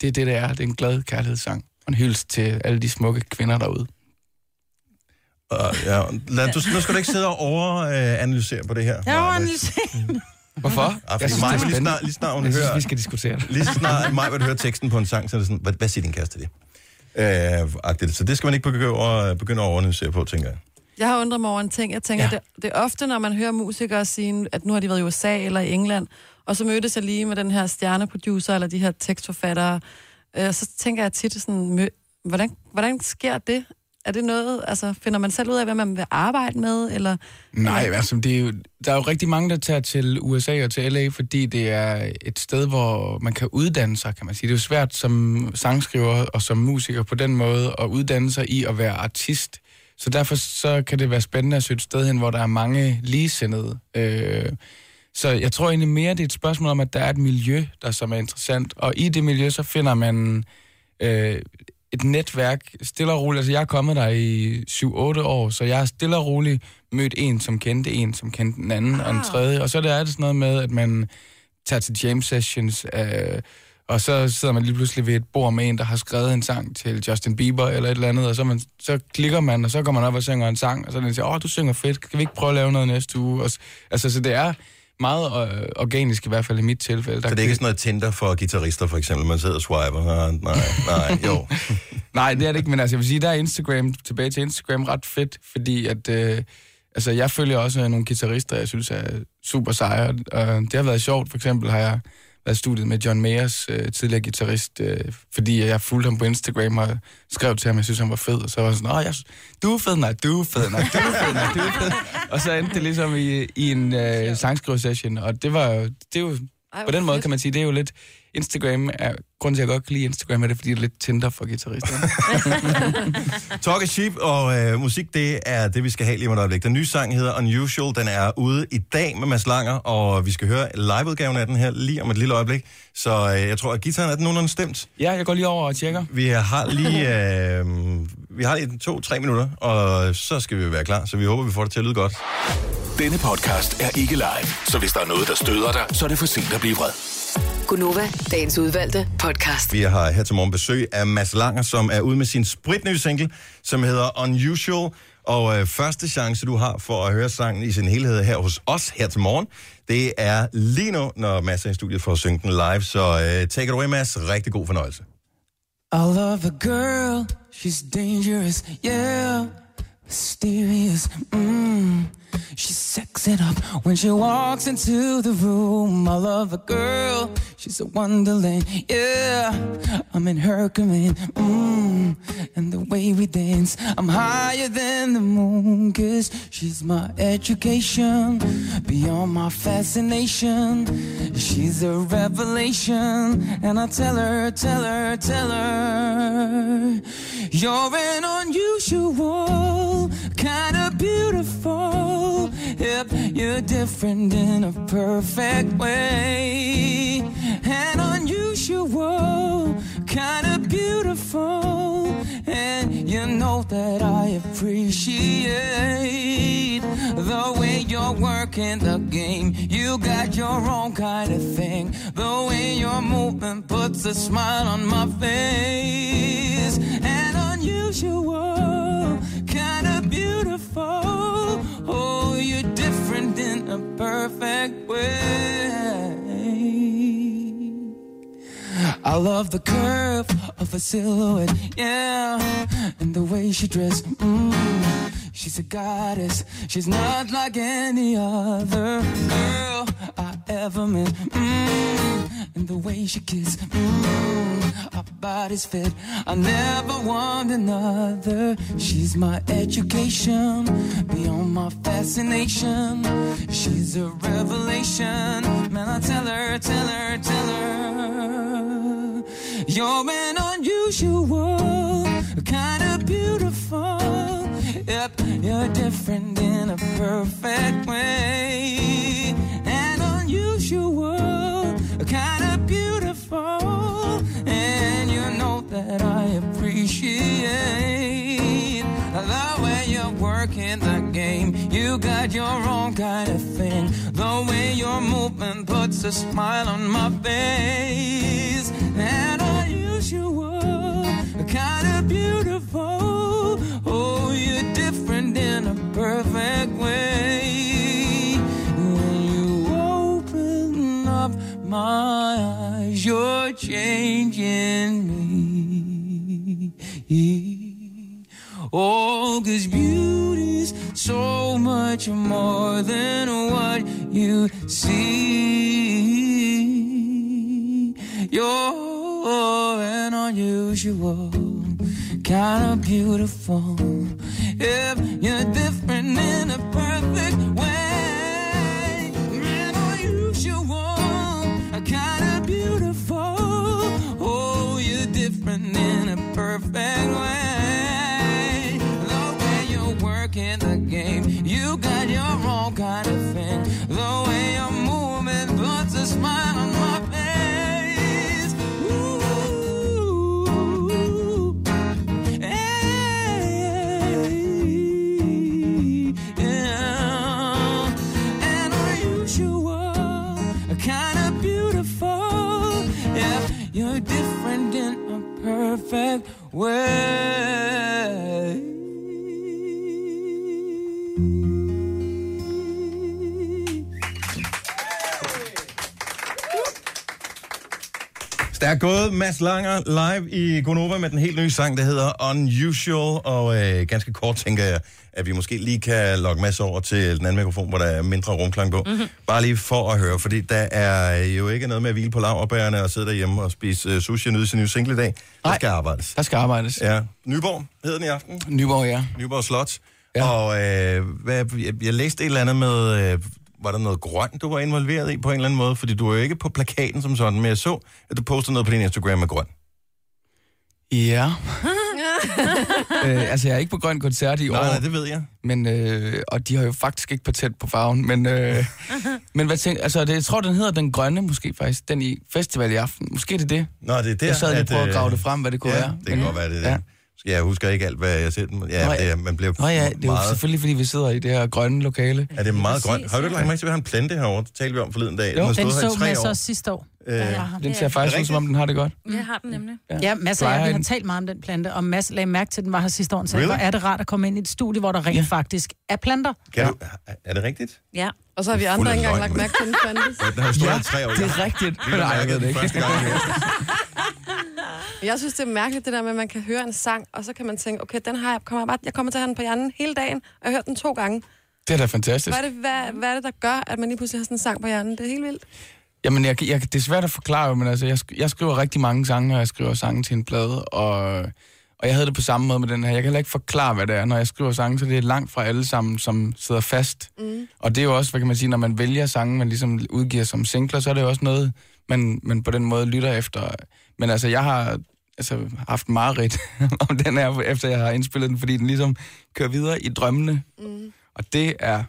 Speaker 16: det er det, der er, det er en glad kærlighedssang. Og en hyldest til alle de smukke kvinder derude.
Speaker 1: Uh, ja. Lad, du, nu skal du ikke sidde og overanalysere på det her.
Speaker 7: Jeg
Speaker 1: Maja.
Speaker 7: var en
Speaker 16: Hvorfor?
Speaker 1: Ja,
Speaker 16: Jeg
Speaker 1: fordi
Speaker 16: synes,
Speaker 1: Maja,
Speaker 16: det er
Speaker 1: lige
Speaker 16: spændende.
Speaker 1: snart, lige snart hun
Speaker 16: Jeg synes,
Speaker 1: hører...
Speaker 16: vi skal diskutere det.
Speaker 1: Lige så snart mig vil høre teksten på en sang, så er det sådan, hvad, hvad siger din kæreste til det? Øh, agtigt. så det skal man ikke begynde, at, begynde at overanalysere på, tænker jeg.
Speaker 6: Jeg har undret mig over en ting. Jeg tænker, ja. det, det er ofte, når man hører musikere sige, at nu har de været i USA eller i England, og så mødtes jeg lige med den her stjerneproducer eller de her tekstforfattere. Øh, så tænker jeg tit sådan, mø- hvordan, hvordan sker det? Er det noget, altså finder man selv ud af, hvad man vil arbejde med, eller
Speaker 16: Nej, altså, det er jo, der er jo rigtig mange, der tager til USA og til LA, fordi det er et sted, hvor man kan uddanne sig, kan man sige. Det er jo svært som sangskriver og som musiker på den måde at uddanne sig i at være artist. Så derfor så kan det være spændende at søge et sted hen, hvor der er mange ligesindede. Øh, så jeg tror egentlig mere, det er et spørgsmål om, at der er et miljø, der som er interessant. Og i det miljø, så finder man øh, et netværk, stille og roligt. Altså, jeg er kommet der i 7-8 år, så jeg har stille og roligt mødt en, som kendte en, som kendte den anden ah. og en tredje. Og så der er det sådan noget med, at man tager til jam sessions, øh, og så sidder man lige pludselig ved et bord med en, der har skrevet en sang til Justin Bieber eller et eller andet, og så, man, så klikker man, og så går man op og synger en sang, og så er den siger, åh, du synger fedt, kan vi ikke prøve at lave noget næste uge? Og, s- altså, så det er, meget øh, organisk i hvert fald i mit tilfælde. Der
Speaker 1: Så det er ikke sådan noget Tinder for guitarister, for eksempel. Man sidder og swiper. Nej, nej, nej jo.
Speaker 16: Nej, det er det ikke, men altså, jeg vil sige, der er Instagram, tilbage til Instagram, ret fedt, fordi at, øh, altså, jeg følger også nogle guitarister, jeg synes er super seje, og det har været sjovt. For eksempel har jeg været i studiet med John Mayers, øh, tidligere guitarist, øh, fordi jeg fulgte ham på Instagram og skrev til ham, jeg synes, han var fed, og så var jeg sådan, Åh, jeg, du er fed, nej, du er fed, nej, du er fed, nej, du er fed. Og så endte det ligesom i, i en øh, sangskriversession, og det var, jo- det er jo,
Speaker 6: Ej,
Speaker 16: på
Speaker 6: hvor
Speaker 16: den måde
Speaker 6: fedt.
Speaker 16: kan man sige, det er jo lidt, Instagram er, grunden til, at jeg godt kan lide Instagram, er det, fordi det er lidt Tinder for guitarister.
Speaker 1: Talk is cheap, og øh, musik, det er det, vi skal have lige om et øjeblik. Den nye sang hedder Unusual. Den er ude i dag med Mads Langer, og vi skal høre liveudgaven af den her lige om et lille øjeblik. Så øh, jeg tror, at gitaren er den nogenlunde stemt.
Speaker 16: Ja, jeg går lige over og tjekker.
Speaker 1: Vi har lige, øh, vi har lige to-tre minutter, og så skal vi være klar. Så vi håber, vi får det til at lyde godt.
Speaker 9: Denne podcast er ikke live, så hvis der er noget, der støder dig, så er det for sent at blive vred.
Speaker 8: Gunova, dagens udvalgte podcast.
Speaker 1: Vi har her til morgen besøg af Mads Langer, som er ude med sin spritnye single, som hedder Unusual. Og øh, første chance, du har for at høre sangen i sin helhed her hos os her til morgen, det er lige nu, når Mads er i studiet for at synge den live. Så øh, take it away, Mads. Rigtig god fornøjelse.
Speaker 10: I love a girl, she's dangerous, yeah, mysterious, mmm. She sucks it up when she walks into the room. I love a girl, she's a wonderland, yeah. I'm in her command, mmm. And the way we dance, I'm higher than the moon, cause she's my education, beyond my fascination. She's a revelation, and I tell her, tell her, tell her, you're an unusual, kind of beautiful. Yep, you're different in a perfect way, an unusual, kind of beautiful, and you know that I appreciate the way you're working the game. You got your own kind of thing. The way your movement puts a smile on my face. An unusual, kind of beautiful. Oh, you're different in a perfect way. I love the curve of her silhouette, yeah, and the way she dressed. Mm. She's a goddess. She's not like any other girl I ever met. Mm. And the way she kissed, mm. our bodies fit. I never want another. She's my education, beyond my fascination. She's a revelation. Man, I tell her, tell her, tell her. You're an unusual, kind of beautiful. Yep, you're different in a perfect way. And unusual, kind of beautiful. And you know that I appreciate the way you're working the game. You got your own kind of thing. The way your movement puts a smile on my face. And unusual, kind of beautiful. Oh, you're different in a perfect way. When you open up my eyes, you're changing me. Oh, cause beauty's so much more than what you see. You're an unusual, kind of beautiful. If you're different in a perfect way, an unusual, kind of beautiful. Oh, you're different in a perfect way. The way you're working the game, you got your own kind of thing. The way you're moving puts a smile on my face. Ooh, hey, yeah. And unusual, kind of beautiful. Yeah, you're different in a perfect way.
Speaker 1: Der er gået Mads Langer live i Gonova med den helt nye sang, der hedder Unusual, og øh, ganske kort tænker jeg, at vi måske lige kan logge Mads over til den anden mikrofon, hvor der er mindre rumklang på. Mm-hmm. Bare lige for at høre, fordi der er jo ikke noget med at hvile på laverbærene og sidde derhjemme og spise øh, sushi og nyde sin nye single i dag. Der skal arbejdes.
Speaker 16: Der skal arbejdes.
Speaker 1: Ja. Nyborg hedder den i aften.
Speaker 16: Nyborg, ja.
Speaker 1: Øh, Nyborg Slot. Ja. Og øh, hvad, jeg, jeg læste et eller andet med, øh, var der noget grønt, du var involveret i på en eller anden måde? Fordi du er jo ikke på plakaten som sådan, men jeg så, at du postede noget på din Instagram med grøn.
Speaker 16: Ja. øh, altså, jeg er ikke på Grøn Koncert i
Speaker 1: Nej,
Speaker 16: år.
Speaker 1: nej, det ved jeg.
Speaker 16: Men, øh, og de har jo faktisk ikke patent på farven. Men, øh, men hvad tænker, altså, det, jeg tror, den hedder Den Grønne, måske faktisk. Den i festival i aften. Måske er det det.
Speaker 1: Nå, det er der,
Speaker 16: Jeg sad lige og
Speaker 1: at,
Speaker 16: prøvede at grave
Speaker 1: øh,
Speaker 16: det frem, hvad det kunne
Speaker 1: ja,
Speaker 16: være.
Speaker 1: det kan godt være, det er det. Ja. Jeg husker ikke alt, hvad jeg ser den. Ja,
Speaker 16: Nå,
Speaker 1: det, er- man bliver
Speaker 16: Nå ja, det er jo
Speaker 1: meget...
Speaker 16: selvfølgelig, fordi vi sidder i det her grønne lokale.
Speaker 1: Er det meget
Speaker 16: Præcis,
Speaker 1: grønt? Har du ikke lagt mærke til, at vi har en plante herovre? Det talte vi om forleden dag.
Speaker 16: Jo.
Speaker 1: har
Speaker 2: Den
Speaker 1: stået her i
Speaker 2: så
Speaker 1: tre
Speaker 2: Mads
Speaker 1: år.
Speaker 2: også sidste år.
Speaker 1: Øh,
Speaker 2: Der var ham.
Speaker 16: Den ser faktisk ud, som om den har det godt.
Speaker 2: Det har den nemlig.
Speaker 16: Ja.
Speaker 2: Ja, ja masser
Speaker 16: Plejer
Speaker 2: af vi har
Speaker 16: hende.
Speaker 2: talt meget om den plante, og Mads lagde mærke til, at den var her sidste år. og sagde,
Speaker 1: Really?
Speaker 2: Hvor er det rart at komme ind i et studie, hvor der rent faktisk er planter.
Speaker 1: Kan du... Er det rigtigt?
Speaker 2: Ja.
Speaker 6: Og så har vi
Speaker 1: Fuld
Speaker 6: andre
Speaker 1: af
Speaker 6: ikke engang
Speaker 1: løgn,
Speaker 6: lagt
Speaker 1: mand.
Speaker 6: mærke til, at den <laughs> fandtes.
Speaker 1: Ja, den har stået her i tre år.
Speaker 16: det er <laughs> rigtigt.
Speaker 1: Vi har mærket
Speaker 16: det
Speaker 1: den
Speaker 16: ikke.
Speaker 1: første gang. jeg hørte den.
Speaker 6: Jeg synes, det er mærkeligt, det der med, at man kan høre en sang, og så kan man tænke, okay, den har jeg, kommer jeg, bare, jeg kommer til at have den på hjernen hele dagen, og jeg har hørt den to gange.
Speaker 16: Det er da fantastisk.
Speaker 6: Hvad er, det, hvad, hvad er det, der gør, at man lige pludselig har sådan en sang på hjernen? Det er helt vildt.
Speaker 16: Jamen, jeg, jeg, det er svært at forklare, men altså, jeg, sk- jeg skriver rigtig mange sange, og jeg skriver sange til en plade, og, og jeg havde det på samme måde med den her. Jeg kan heller ikke forklare, hvad det er, når jeg skriver sange, så det er langt fra alle sammen, som sidder fast. Mm. Og det er jo også, hvad kan man sige, når man vælger sange, man ligesom udgiver som singler, så er det jo også noget, man, man på den måde lytter efter. Men altså, jeg har altså, haft mareridt <laughs> om den her, efter jeg har indspillet den, fordi den ligesom kører videre i drømmene. Mm. Og det er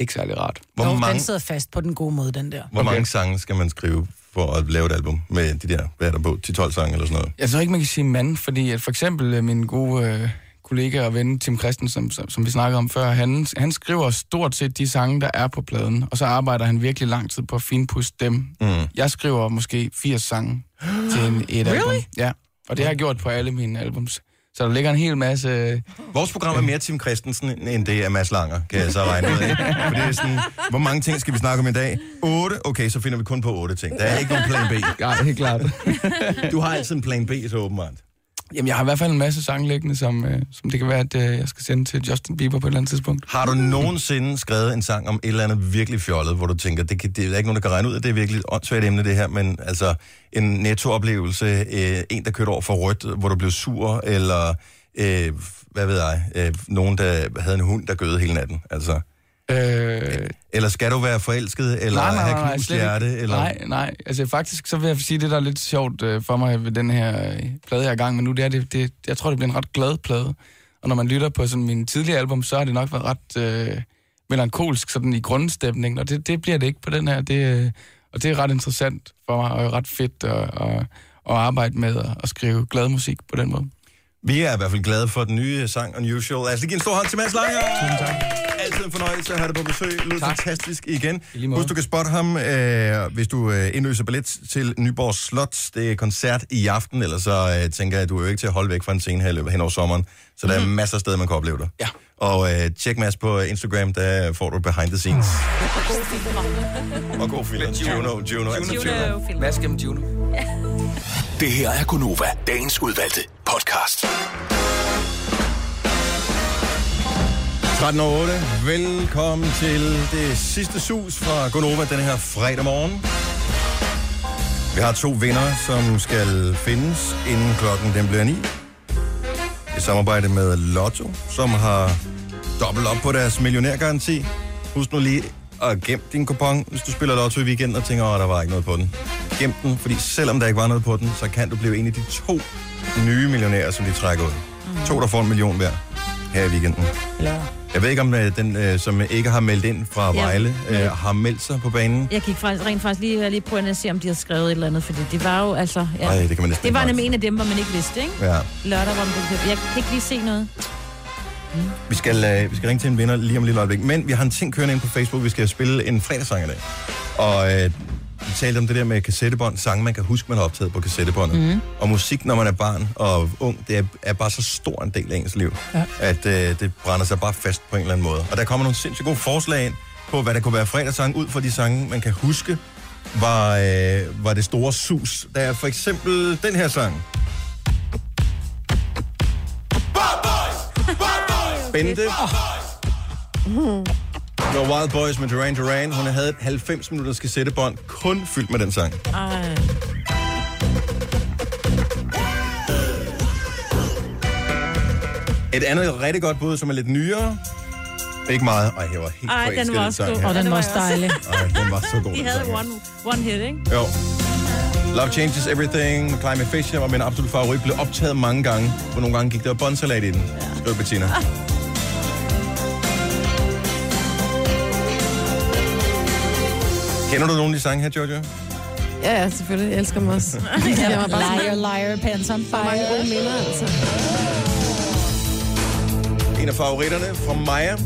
Speaker 16: ikke særlig rart.
Speaker 1: Hvor
Speaker 2: Hvor mange... Den
Speaker 1: mange-
Speaker 2: sidder fast på den gode måde, den der.
Speaker 1: Hvor okay. mange sange skal man skrive for at lave et album med de der, hvad er der på, 10-12 sange eller sådan noget?
Speaker 16: Jeg tror ikke, man kan sige mand, fordi at for eksempel øh, min gode øh, kollega og ven Tim Christensen, som, som, som vi snakkede om før, han, han skriver stort set de sange, der er på pladen, og så arbejder han virkelig lang tid på at finpudse dem. Mm. Jeg skriver måske 80 sange til en, et album.
Speaker 1: Really?
Speaker 16: Ja, og det har jeg gjort på alle mine albums. Så der ligger en hel masse... øh,
Speaker 1: Vores program er mere Tim Christensen, end det er Mads Langer, kan jeg så regne ud af. For det er sådan, hvor mange ting skal vi snakke om i dag? 8? Okay, så finder vi kun på 8 ting. Der er ikke nogen plan B.
Speaker 16: Ja, helt klart.
Speaker 1: Du har altid en plan B, så åbenbart.
Speaker 16: Jamen, jeg har i hvert fald en masse sange liggende, som, øh, som det kan være, at øh, jeg skal sende til Justin Bieber på et eller andet tidspunkt.
Speaker 1: Har du nogensinde skrevet en sang om et eller andet virkelig fjollet, hvor du tænker, det, kan, det er ikke nogen, der kan regne ud, at det er virkelig et åndssvagt emne, det her, men altså en nettooplevelse, øh, en, der kørte over for rødt, hvor du blev sur, eller øh, hvad ved jeg, øh, nogen, der havde en hund, der gøde hele natten, altså...
Speaker 16: Øh...
Speaker 1: Eller skal du være forelsket, eller
Speaker 16: nej, nej,
Speaker 1: have
Speaker 16: nej,
Speaker 1: knust
Speaker 16: slet ikke.
Speaker 1: hjerte? Eller...
Speaker 16: Nej, nej. Altså faktisk, så vil jeg sige, det der er lidt sjovt øh, for mig ved den her øh, plade, jeg er i gang med nu, det er, det, det, jeg tror, det bliver en ret glad plade. Og når man lytter på sådan mine tidligere album, så har det nok været ret øh, melankolsk sådan i grundstemningen, og det, det bliver det ikke på den her. Det, øh, og det er ret interessant for mig, og ret fedt at, at, at arbejde med og at skrive glad musik på den måde.
Speaker 1: Vi er i hvert fald glade for den nye sang Unusual. Lad os lige give en stor hånd til Mads Langer. Tusind tak. Altid en fornøjelse at have dig på besøg. Lød fantastisk igen. Husk, du kan spotte ham, øh, hvis du øh, indløser billet til Nyborg Slot. Det er koncert i aften, eller så øh, tænker jeg, at du er jo ikke til at holde væk fra en scene her i løbet hen over sommeren. Så der er masser af steder, man kan opleve dig. Mhm. Ja. Og øh, tjek Mads på Instagram, der får du behind the scenes. Og god film. Juno, Juno, altså Juno.
Speaker 16: Mads gennem Juno.
Speaker 9: Det her er Gunova, dagens udvalgte podcast.
Speaker 1: 13 over 8. Velkommen til det sidste sus fra Gonova den her fredag morgen. Vi har to vinder, som skal findes inden klokken den bliver 9. I samarbejde med Lotto, som har dobbelt op på deres millionærgaranti. Husk nu lige at gem din kupon, hvis du spiller Lotto i weekenden og tænker, at der var ikke noget på den. Gem den, fordi selvom der ikke var noget på den, så kan du blive en af de to nye millionærer, som de trækker ud.
Speaker 3: Mm.
Speaker 1: To, der får en million hver her i weekenden.
Speaker 2: Ja.
Speaker 1: Jeg ved ikke, om øh, den, øh, som ikke har meldt ind fra
Speaker 3: Ja.
Speaker 1: Vejle, øh, har meldt sig på banen.
Speaker 3: Jeg gik faktisk, rent faktisk lige, lige på at se, om de havde skrevet et eller andet, fordi det var jo altså... Ja,
Speaker 1: Ej, det kan man næsten
Speaker 3: det var
Speaker 1: ikke
Speaker 3: nemlig en af dem, hvor man ikke vidste, ikke?
Speaker 1: Ja.
Speaker 3: Lørdag, hvor man blev Jeg kan ikke lige se noget.
Speaker 1: Vi skal, øh, vi skal ringe til en vinder lige om et lille øjeblik. Men vi har en ting kørende ind på Facebook. Vi skal spille en fredagssang i dag. Og øh, vi talte om det der med kassettebånd. Sange, man kan huske, man har optaget på kassettebåndet. Mm. Og musik, når man er barn og ung, det er, er bare så stor en del af ens liv, ja. at øh, det brænder sig bare fast på en eller anden måde. Og der kommer nogle sindssygt gode forslag ind på, hvad der kunne være fredagssang ud fra de sange, man kan huske, var, øh, var det store sus. Der er for eksempel den her sang. Bente.
Speaker 3: Ah.
Speaker 1: Det var Wild Boys med Duran Duran. Hun havde et 90 minutters kassettebånd kun fyldt med den sang.
Speaker 2: Ej.
Speaker 1: Et andet rigtig godt bud, som er lidt nyere. Ikke meget. Ej, jeg var helt
Speaker 3: Ej,
Speaker 1: forelsket
Speaker 3: den
Speaker 1: i
Speaker 3: var også
Speaker 1: sang
Speaker 3: god.
Speaker 1: her.
Speaker 3: dejlig.
Speaker 1: Ej, den var så god.
Speaker 3: De
Speaker 1: den
Speaker 3: havde
Speaker 1: sang her.
Speaker 3: one, one hit, ikke?
Speaker 1: Jo. Love Changes Everything, Climb Fisher var min absolut favorit, blev optaget mange gange, hvor nogle gange gik der båndsalat i den, skrev Bettina. Kender du nogen af de sange her, Jojo?
Speaker 6: Ja, ja, selvfølgelig. Jeg elsker dem
Speaker 13: <laughs>
Speaker 6: også.
Speaker 2: Ja,
Speaker 6: Jeg var bare sådan-
Speaker 2: liar, liar, pants on fire.
Speaker 6: mange gode minder, altså.
Speaker 1: En af favoritterne fra Maja.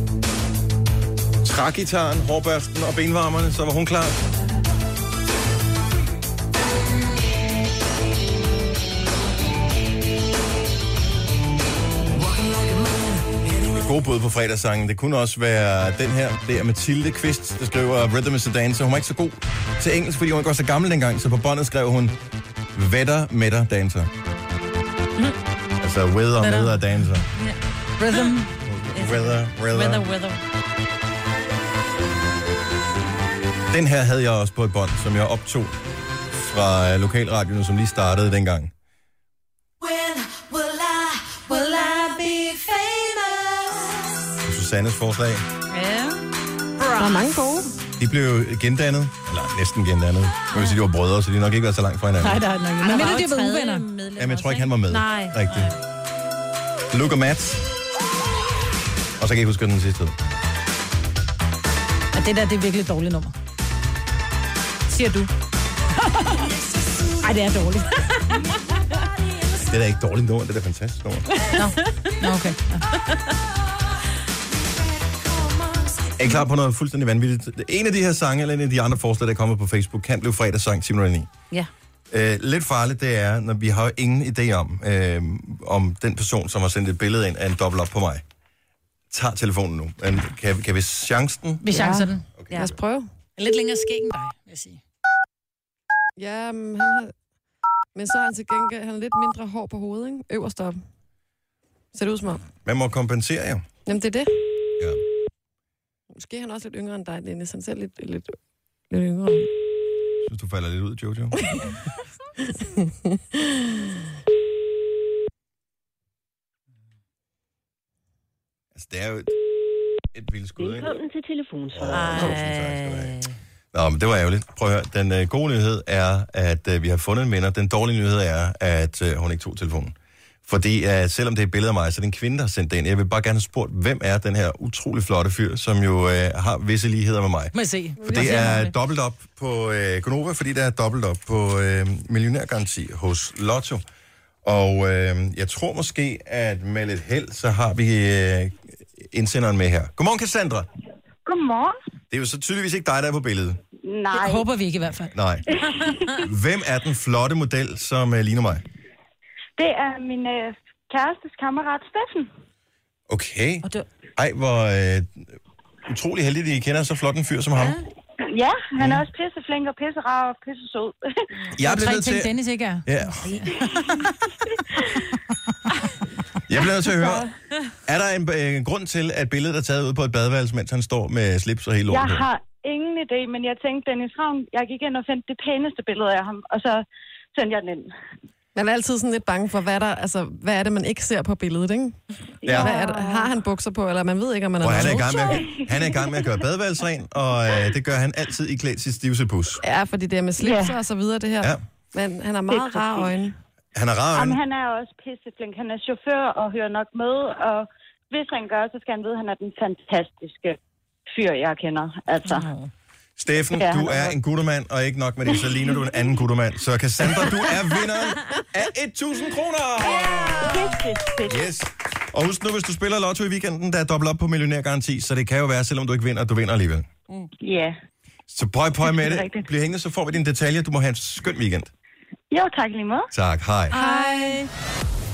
Speaker 1: Trægitaren, hårbørsten og benvarmerne, så var hun klar. Et Gode bud på fredagssangen. Det kunne også være den her. Det er Mathilde Kvist, der skriver Rhythm is a Dancer. Hun var ikke så god til engelsk, fordi hun ikke var så gammel dengang, så på båndet skrev hun Vetter, Metter, Dancer. Altså, Weather,
Speaker 2: Weather.
Speaker 1: Metter, Dancer.
Speaker 2: Rhythm.
Speaker 1: Weather, weather.
Speaker 3: Weather, weather.
Speaker 1: Den her havde jeg også på et bånd, som jeg optog fra øh, lokalradioen, som lige startede dengang.
Speaker 10: When will I, will I be famous?
Speaker 1: på Susannes forslag.
Speaker 3: Ja.
Speaker 10: Der er mange gode.
Speaker 1: De blev gendannet, eller næsten gendannet. Man vil sige, de var brødre, så de har nok ikke været så langt fra hinanden.
Speaker 2: Nej, der er nok.
Speaker 3: der
Speaker 2: Men
Speaker 3: var
Speaker 2: det,
Speaker 3: jo
Speaker 2: de var
Speaker 3: tredje
Speaker 2: uvenner.
Speaker 1: Jamen, jeg tror ikke, han var med.
Speaker 3: Nej.
Speaker 1: Rigtigt. Luke og Matt. Og så kan jeg ikke huske den sidste.
Speaker 2: Og det der, det er virkelig et dårligt nummer. Siger du. Ej, det er dårligt.
Speaker 1: Det er da ikke dårligt nummer, det er da fantastisk nummer.
Speaker 2: Nå, Nå okay.
Speaker 1: Er I klar på noget fuldstændig vanvittigt? En af de her sange, eller en af de andre forslag, der kommer på Facebook, kan blive fredagssang 10.09.
Speaker 3: Ja.
Speaker 1: Øh, lidt farligt det er, når vi har jo ingen idé om, øh, om den person, som har sendt et billede ind af en dobbelt op på mig, tager telefonen nu. Men kan, kan vi chancen?
Speaker 2: Vi chancer den.
Speaker 6: Okay. Lad os prøve.
Speaker 2: Lidt længere skæg end dig, vil jeg sige.
Speaker 6: Ja, men han har... Men så har han til gengæld han har lidt mindre hår på hovedet, ikke? Øverst op. Ser det ud som om.
Speaker 1: Man må kompensere jo.
Speaker 6: Jamen, det er det.
Speaker 1: Ja.
Speaker 6: Måske er han også lidt yngre end dig, Dennis. Han ser lidt, lidt, lidt yngre.
Speaker 13: <laughs>
Speaker 1: Jeg synes, du falder lidt ud, Jojo. altså, det er jo et, et vildt skud, ikke?
Speaker 13: Velkommen til telefonsvaret.
Speaker 1: Nå, men det var ærgerligt. Prøv at høre. Den øh, gode nyhed er, at øh, vi har fundet en vinder. Den dårlige nyhed er, at øh, hun ikke tog telefonen. Fordi øh, selvom det er et billede af mig, så er det en kvinde, der har sendt det ind. Jeg vil bare gerne have spurgt, hvem er den her utrolig flotte fyr, som jo øh, har visse ligheder med mig.
Speaker 2: Må jeg se.
Speaker 1: For det er dobbelt op på øh, Gonova, fordi der er dobbelt op på øh, millionærgaranti hos Lotto. Og øh, jeg tror måske, at med lidt held, så har vi øh, indsenderen med her. Godmorgen, Cassandra.
Speaker 13: Godmorgen.
Speaker 1: Det er jo så tydeligvis ikke dig, der er på billedet.
Speaker 13: Nej.
Speaker 2: Det håber vi ikke i hvert fald. <laughs>
Speaker 1: Nej. Hvem er den flotte model, som øh, ligner mig?
Speaker 13: Det er min øh, kærestes kammerat Steffen.
Speaker 1: Okay. Ej, hvor øh, utrolig heldig, at I kender så flot en fyr som ham.
Speaker 13: Ja, han er også pisseflink og pisserar og pissesød.
Speaker 1: Jeg bliver
Speaker 2: Tre
Speaker 1: nødt
Speaker 2: ting,
Speaker 1: til-
Speaker 2: Dennis ikke er.
Speaker 13: <laughs>
Speaker 1: Ja. Jeg bliver nødt til at høre, er der en, øh, en grund til, at billedet er taget ud på et badeværelse, mens han står med slips og hele
Speaker 13: jeg
Speaker 1: lortet? på?
Speaker 13: har ingen idé, men jeg tænkte, Dennis Ravn, jeg gik ind og fandt det pæneste billede af ham, og så sendte jeg den ind.
Speaker 6: Man er altid sådan lidt bange for, hvad, der, altså, hvad er det, man ikke ser på billedet, ikke?
Speaker 1: Ja.
Speaker 6: Hvad er det, har han bukser på, eller man ved ikke, om man
Speaker 1: Og han er, i
Speaker 6: nøgen?
Speaker 1: gang med at, han er i gang med at gøre badeværelset ren, og øh, det gør han altid i klædt sit stivse pus.
Speaker 6: Ja, fordi det er med slips
Speaker 13: Ja.
Speaker 6: og så videre, det her.
Speaker 1: Ja.
Speaker 6: Men han har
Speaker 13: Det er
Speaker 6: meget rare
Speaker 13: præcis.
Speaker 6: øjne.
Speaker 1: Han har rar
Speaker 13: Jamen,
Speaker 1: øjne.
Speaker 13: han er også pisseflink. Han er chauffør og hører nok med, og hvis han gør, så skal han vide, at han er den fantastiske fyr, jeg kender. Altså.
Speaker 1: Steffen,
Speaker 13: Ja, han
Speaker 1: du
Speaker 13: er
Speaker 1: er
Speaker 13: rar.
Speaker 1: en guttermand, og ikke nok med det, så ligner du en anden guttermand. Så Cassandra, du er vinderen af 1.000 kroner!
Speaker 13: Fedt, fedt, fedt.
Speaker 1: Yes. Og husk nu, hvis du spiller lotto i weekenden, der er dobbelt op på millionærgaranti, så det kan jo være, selvom du ikke vinder, at du vinder alligevel.
Speaker 13: Mm. Ja.
Speaker 1: Så pøj,
Speaker 13: <laughs>
Speaker 1: pøj med
Speaker 13: Det er
Speaker 1: det.
Speaker 13: rigtigt.
Speaker 1: Bliv hængende, så får vi dine detaljer. Du må have en skøn weekend.
Speaker 13: Jo, tak lige måde.
Speaker 1: Tak, hej.
Speaker 13: Hej.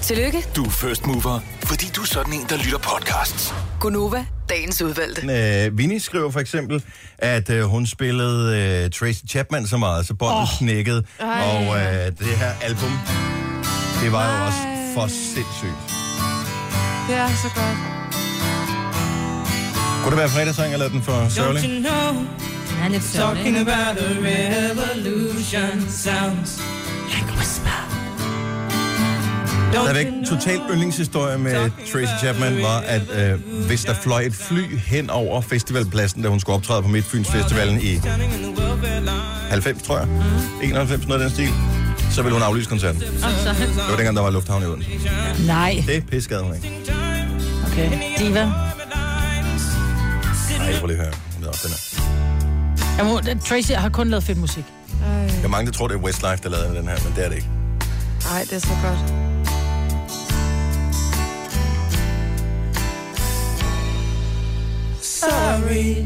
Speaker 8: Tillykke,
Speaker 9: Du er first mover, fordi du er sådan en, der lytter podcasts.
Speaker 8: Gunova, dagens udvalgte.
Speaker 1: Øh, Vinnie skriver for eksempel, at øh, hun spillede øh, Tracy Chapman så meget, så båndet oh. knækkede.
Speaker 9: Ej.
Speaker 1: Og øh, det her album, det var jo også for sindssygt.
Speaker 6: Det er så godt.
Speaker 1: Kunne det være fredagssang, eller er den for sørgelig?
Speaker 10: Don't you know?
Speaker 3: Han er lidt sørgelig.
Speaker 10: Talking about a revolution sounds like a whisper.
Speaker 1: Stadigvæk total yndlingshistorie med Tracy Chapman var, at øh, hvis der fløj et fly hen over festivalpladsen, da hun skulle optræde på Midtfyns Festivalen i 90, tror jeg, 91, noget af den stil, så ville hun aflyse koncerten. Det var dengang, der var lufthavn i Odense.
Speaker 2: Nej.
Speaker 1: Det piskede hun ikke.
Speaker 2: Okay. Diva.
Speaker 1: Nej, prøv lige at høre. Nå, den er.
Speaker 2: Jamen, hun- Tracy har kun lavet fedt musik.
Speaker 1: Der er mange, der tror, det er Westlife, der lavede den her, men det er det ikke.
Speaker 6: Nej, det er så godt.
Speaker 10: Sorry.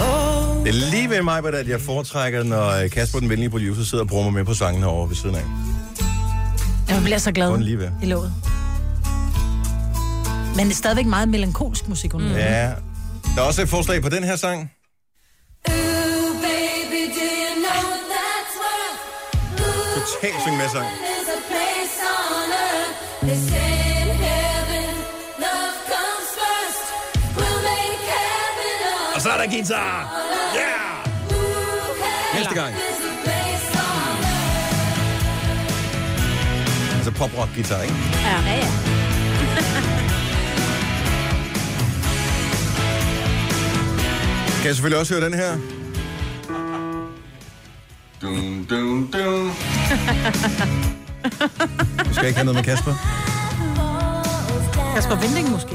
Speaker 10: Oh,
Speaker 1: Det er lige ved mig, Britt, at jeg foretrækker, når øh, Kasper, den venlige producer, sidder og brummer med på sangen herovre ved siden af.
Speaker 2: Jeg bliver så glad
Speaker 1: Kun lige ved.
Speaker 2: i låget. Men det er stadigvæk meget melankolsk musik, hun mm.
Speaker 1: Ja. Der er også et forslag på den her sang. Totalt syng med sang.
Speaker 10: Og så er der guitar. Yeah!
Speaker 1: Næste gang. Altså pop-rock-guitar, ikke?
Speaker 3: Ja, ja. ja.
Speaker 1: <laughs> Kan jeg selvfølgelig også høre den her? Dun, dun, dun. Du skal ikke have noget med Kasper.
Speaker 2: Kasper Vinding måske.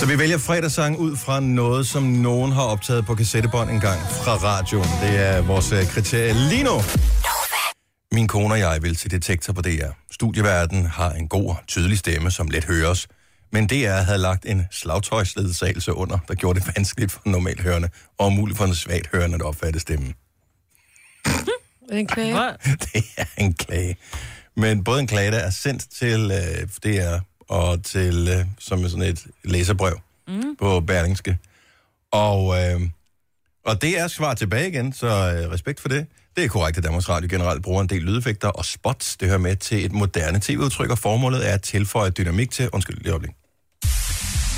Speaker 1: Så vi vælger fredagssang ud fra noget, som nogen har optaget på kassettebånd engang fra radioen. Det er vores øh, kriterie lige nu. Min kone og jeg vil til Detektor på DR. Studieverden har en god og tydelig stemme, som let høres. Men DR havde lagt en slagtøjsledsagelse under, der gjorde det <laughs> vanskeligt for normalt hørende og umuligt for en svagt hørende at opfatte stemmen.
Speaker 6: Er det en klage?
Speaker 1: Det <laughs> er en klage. Men både en klage, der er sendt til øh, DR og til, øh, som sådan et læserbrev mm. på Berlingske. Og, øh, og det er svar tilbage igen, så øh, respekt for det. Det er korrekt, at Danmarks Radio generelt bruger en del lydeffekter og spots. Det hører med til et moderne tv-udtryk, og formålet er at tilføje dynamik til... Undskyld, lige øjeblik.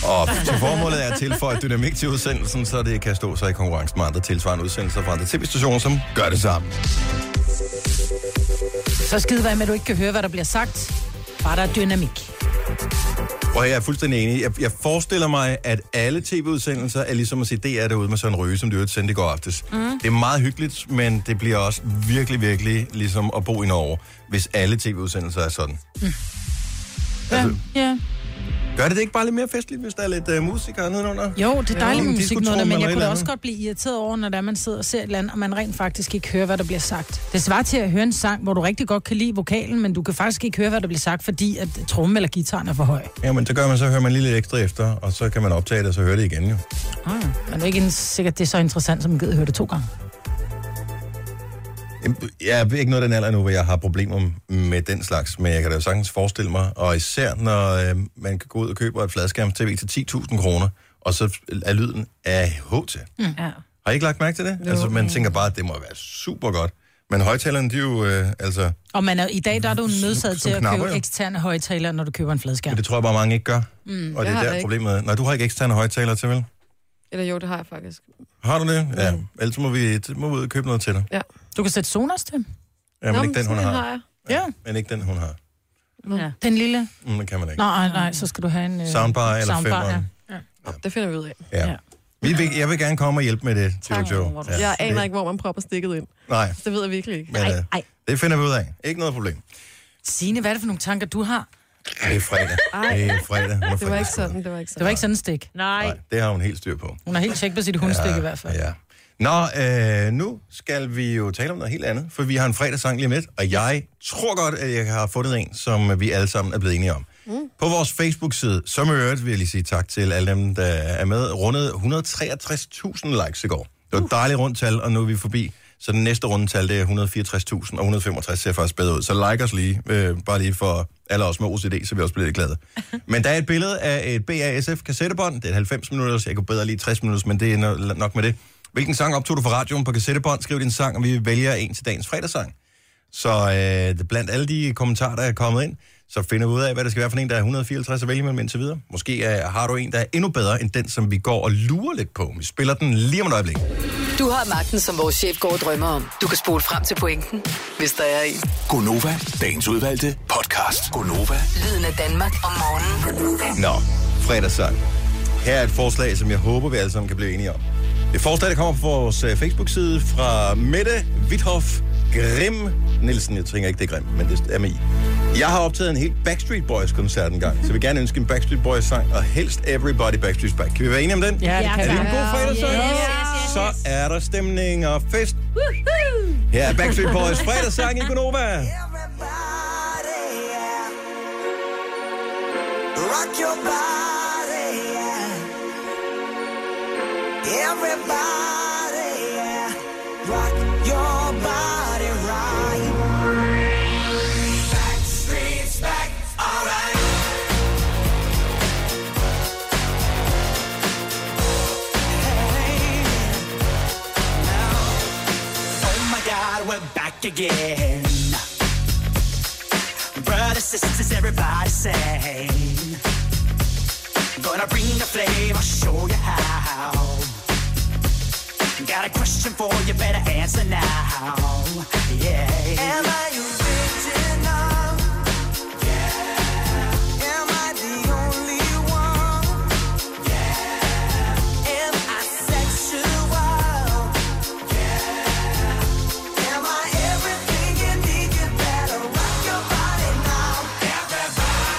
Speaker 1: Og så formålet er at tilføje dynamik til udsendelsen, så det kan stå sig i konkurrence med andre tilsvarende udsendelser fra andre tv-stationer, som gør det samme.
Speaker 2: Så skide være med, at du ikke kan høre, hvad der bliver sagt. Bare der er dynamik.
Speaker 1: Prøv at høre, jeg er fuldstændig enig. Jeg, jeg forestiller mig, at alle tv-udsendelser er ligesom at se DR derude med Søren Røge, som det jo sendte i går aftes. Mm. Det er meget hyggeligt, men det bliver også virkelig, virkelig ligesom at bo i Norge, hvis alle tv-udsendelser er sådan. Altså,
Speaker 2: Ja.
Speaker 1: Gør det det ikke bare lidt mere festligt, hvis der er lidt uh, musikere nedenunder?
Speaker 2: Jo, det er dejligt med
Speaker 1: En
Speaker 2: musik
Speaker 1: diskotrommer
Speaker 2: noget, men
Speaker 1: eller
Speaker 2: jeg
Speaker 1: et
Speaker 2: kunne da
Speaker 1: eller
Speaker 2: også
Speaker 1: andet.
Speaker 2: godt blive irriteret over, når det er, man sidder og ser et eller andet, og man rent faktisk ikke hører, hvad der bliver sagt. Det svarer til at høre en sang, hvor du rigtig godt kan lide vokalen, men du kan faktisk ikke høre, hvad der bliver sagt, fordi at trommen eller gitaren er for høj.
Speaker 1: Jamen, så gør man, så hører man lige lidt ekstra efter, og så kan man optage det, og så høre det igen jo.
Speaker 2: Mm. Men det er ikke en- sikkert, det er så interessant, som man gider høre det to gange.
Speaker 1: Jamen, Jeg er ikke noget af den alder nu, hvor jeg har problemer med den slags, men jeg kan da jo sagtens forestille mig, og især når øh, man kan gå ud og købe et fladskærmstv til 10.000 kroner, og så er lyden af HT.
Speaker 2: Mm. Ja.
Speaker 1: Har I ikke lagt mærke til det? Jo, altså, man tænker bare, at det må være super godt. Men højtalerne, de er jo, øh, altså,
Speaker 2: Og man er, i dag der er du nødsaget til at
Speaker 1: knapper,
Speaker 2: købe
Speaker 1: ja.
Speaker 2: eksterne højtalere, når du køber en fladskærm.
Speaker 1: det tror jeg bare, mange ikke gør.
Speaker 2: Mm.
Speaker 1: Og det
Speaker 6: Jeg
Speaker 1: er
Speaker 6: har
Speaker 1: der
Speaker 6: ikke.
Speaker 1: problemet er. Nej, du har ikke eksterne højtalere til, vel?
Speaker 6: Eller jo, det har jeg faktisk.
Speaker 1: Har du det? Ja. Ellers må vi, må vi ud og købe noget til dig.
Speaker 6: Ja.
Speaker 2: Du kan sætte Sonos til.
Speaker 1: Ja, men ikke den, hun har.
Speaker 6: jeg.
Speaker 2: Ja.
Speaker 1: Men ikke den, hun har.
Speaker 2: ja. Den lille.
Speaker 1: Mm, det kan man ikke.
Speaker 2: Nej, nej, så skal du have en... øh,
Speaker 1: Soundbar eller
Speaker 2: ja.
Speaker 1: femmeren.
Speaker 2: ja.
Speaker 6: Det finder vi ud af.
Speaker 1: Ja. Vi vil, jeg vil gerne komme og hjælpe med det, Jojo.
Speaker 6: Ja. Jeg aner ikke, hvor man propper stikket ind.
Speaker 1: Nej,
Speaker 6: Det ved jeg virkelig ikke.
Speaker 1: men øh, det finder vi ud af. Ikke noget problem.
Speaker 2: Signe, hvad er det for nogle tanker, du har?
Speaker 1: Det er fredag.
Speaker 2: Ej.
Speaker 1: Det er fredag. Hun er
Speaker 6: Det var
Speaker 1: fredag.
Speaker 6: ikke sådan, det var ikke sådan.
Speaker 2: Det var ikke sådan en stik. Nej.
Speaker 1: Det har hun helt styr på.
Speaker 2: Hun har helt tjekket på sit hundstik i hvert fald.
Speaker 1: Ja. Nå, øh, nu skal vi jo tale om noget helt andet, for vi har en fredagssang lige om lidt, og jeg tror godt, at jeg har fundet en, som vi alle sammen er blevet enige om. Mm. På vores Facebook-side, som i øvrigt vil jeg lige sige tak til alle dem,
Speaker 6: Uh.
Speaker 1: der er med, rundede 163.000 likes i går. Det var et dejligt rundt tal, og nu er vi forbi Så den næste rundetal, det er 164.000, og 165 ser faktisk bedre ud. Så like os lige, øh, bare lige for alle os med OCD, så vi også bliver lidt glade. Men der er et billede af et BASF kassettebånd. Det er et 90 minutters, jeg kunne bedre lige 60 minutters, men det er no- nok med det. Hvilken sang optog du fra radioen på kassettebånd? Skriv din sang, og vi vælger en til dagens fredagssang. Så øh, blandt alle de kommentarer, der er kommet ind, så finder vi ud af, hvad det skal være for en, der er 154 at vælge mellem indtil videre. Måske øh, har du en, der er endnu bedre end den, som vi går og lurer lidt på. Vi spiller den lige om et øjeblik.
Speaker 8: Du har magten, som vores chef går og drømmer om. Du kan spole frem til pointen, hvis der er en.
Speaker 18: Gonova, dagens udvalgte podcast. Gonova,
Speaker 8: Lyden af Danmark om morgenen.
Speaker 1: Nå, fredagssang. Her er et forslag, som jeg håber, vi alle sammen kan blive enige om. Det forslag, der kommer på vores øh, Facebook-side fra Mette Witthoff Grim Nielsen. Jeg tænker ikke, det er Grim, men det er med I. Jeg har optaget en helt Backstreet Boys-koncert engang, så jeg vil gerne ønske en Backstreet Boys-sang, og helst Everybody Backstreet Back. Kan vi være enige om den?
Speaker 19: Ja, det kan
Speaker 1: Er det
Speaker 19: vi.
Speaker 1: en god fredagssang?
Speaker 19: Yes, yes, yes.
Speaker 1: Så er der stemning og fest. Her er Backstreet Boys fredagssang i Gonova.
Speaker 9: Rock your body, yeah. Everybody, yeah. Rock your body right. Back streets back, alright. Hey, now, oh my God, we're back again. Brothers, sisters, everybody sing. Gonna bring the flame, I'll show you how. Got a question for you, better answer now. Yeah. Am I original? Yeah. Am I the only one? Yeah. Am I sexual? Yeah. Am I everything you need? You better rock your body now. Everybody.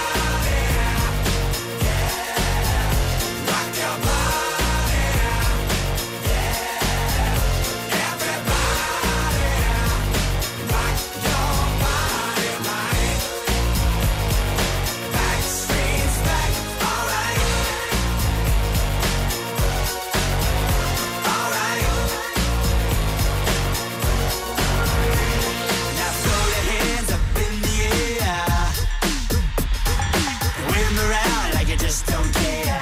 Speaker 9: Wave 'em around like you just don't care.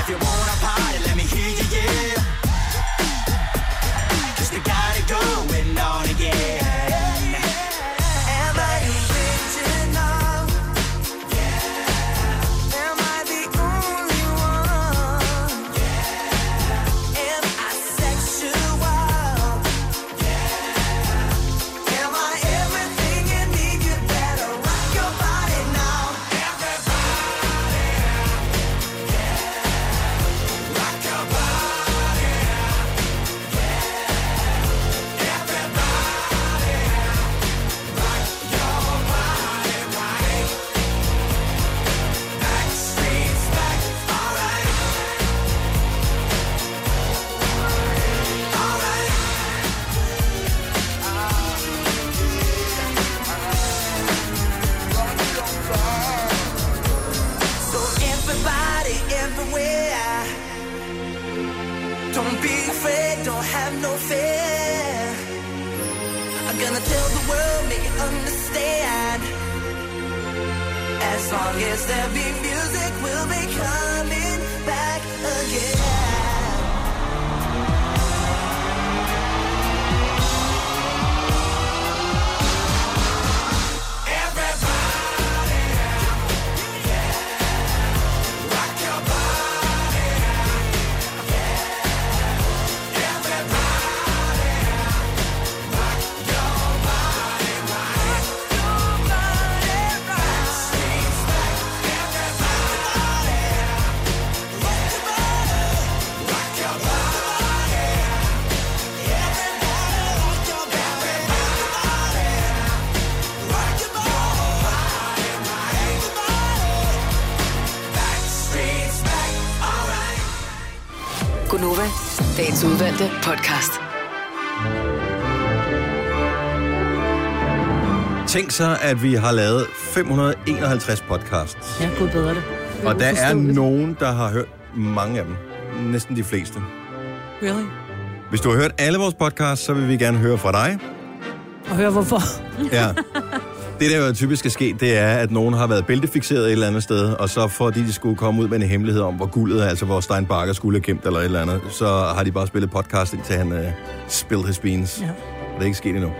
Speaker 9: If you wanna party, let me hear you, yeah. 'Cause we got it going on again. Am I original? Am I the only one? Am I sexual? Am I everything you need? You better rock your body now. Everybody, yeah. Rock your body, yeah. Everybody, rock your body right. Back streets back, alright. Alright. So everybody, everywhere. Don't be afraid, don't have no fear. I'm gonna tell the world, make it understand. As long as there be music, we'll be coming back again.
Speaker 8: Gunova, dagens udvalgte podcast.
Speaker 1: Tænk så, at vi har lavet 551 podcasts.
Speaker 2: Ja, gud bedre det.
Speaker 1: Og der er nogen, der har hørt mange af dem. Næsten de fleste.
Speaker 2: Really?
Speaker 1: Hvis du har hørt alle vores podcasts, så vil vi gerne høre fra dig.
Speaker 7: Og hør hvorfor.
Speaker 1: Ja. Det, der jo typisk er sket, det er, at nogen har været bæltefixeret et eller andet sted, og så fordi de skulle komme ud med en hemmelighed om, hvor guldet, altså hvor Stein Barker skulle have gemt eller et eller andet, så har de bare spillet podcast, indtil han uh, spilled his beans. Ja. Og det er ikke sket endnu.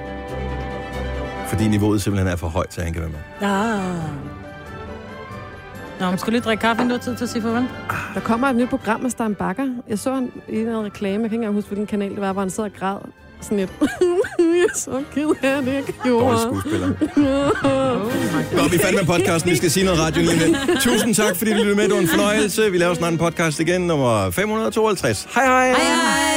Speaker 1: Fordi niveauet simpelthen er for højt, så han kan være med.
Speaker 7: Ah.
Speaker 2: Nå, man skulle lige drikke kaffe, inden du har tid til at sige farvel.
Speaker 6: Der kommer et nyt program af Stein Bakker. Jeg så en, i en eller anden reklame, jeg kan ikke engang huske, hvilken kanal det var, hvor han sad og græd. Sådan lidt, <laughs> jeg er så ked af det, jeg gjorde.
Speaker 1: Dårlig
Speaker 6: <laughs>
Speaker 1: skuespiller. Nå, vi fandt med podcasten. Vi skal sige noget radio lige om lidt. Tusind tak, fordi du lyttede med. Det var en fornøjelse. Vi laver snart en podcast igen, nummer 552. Hej hej! Hej hej!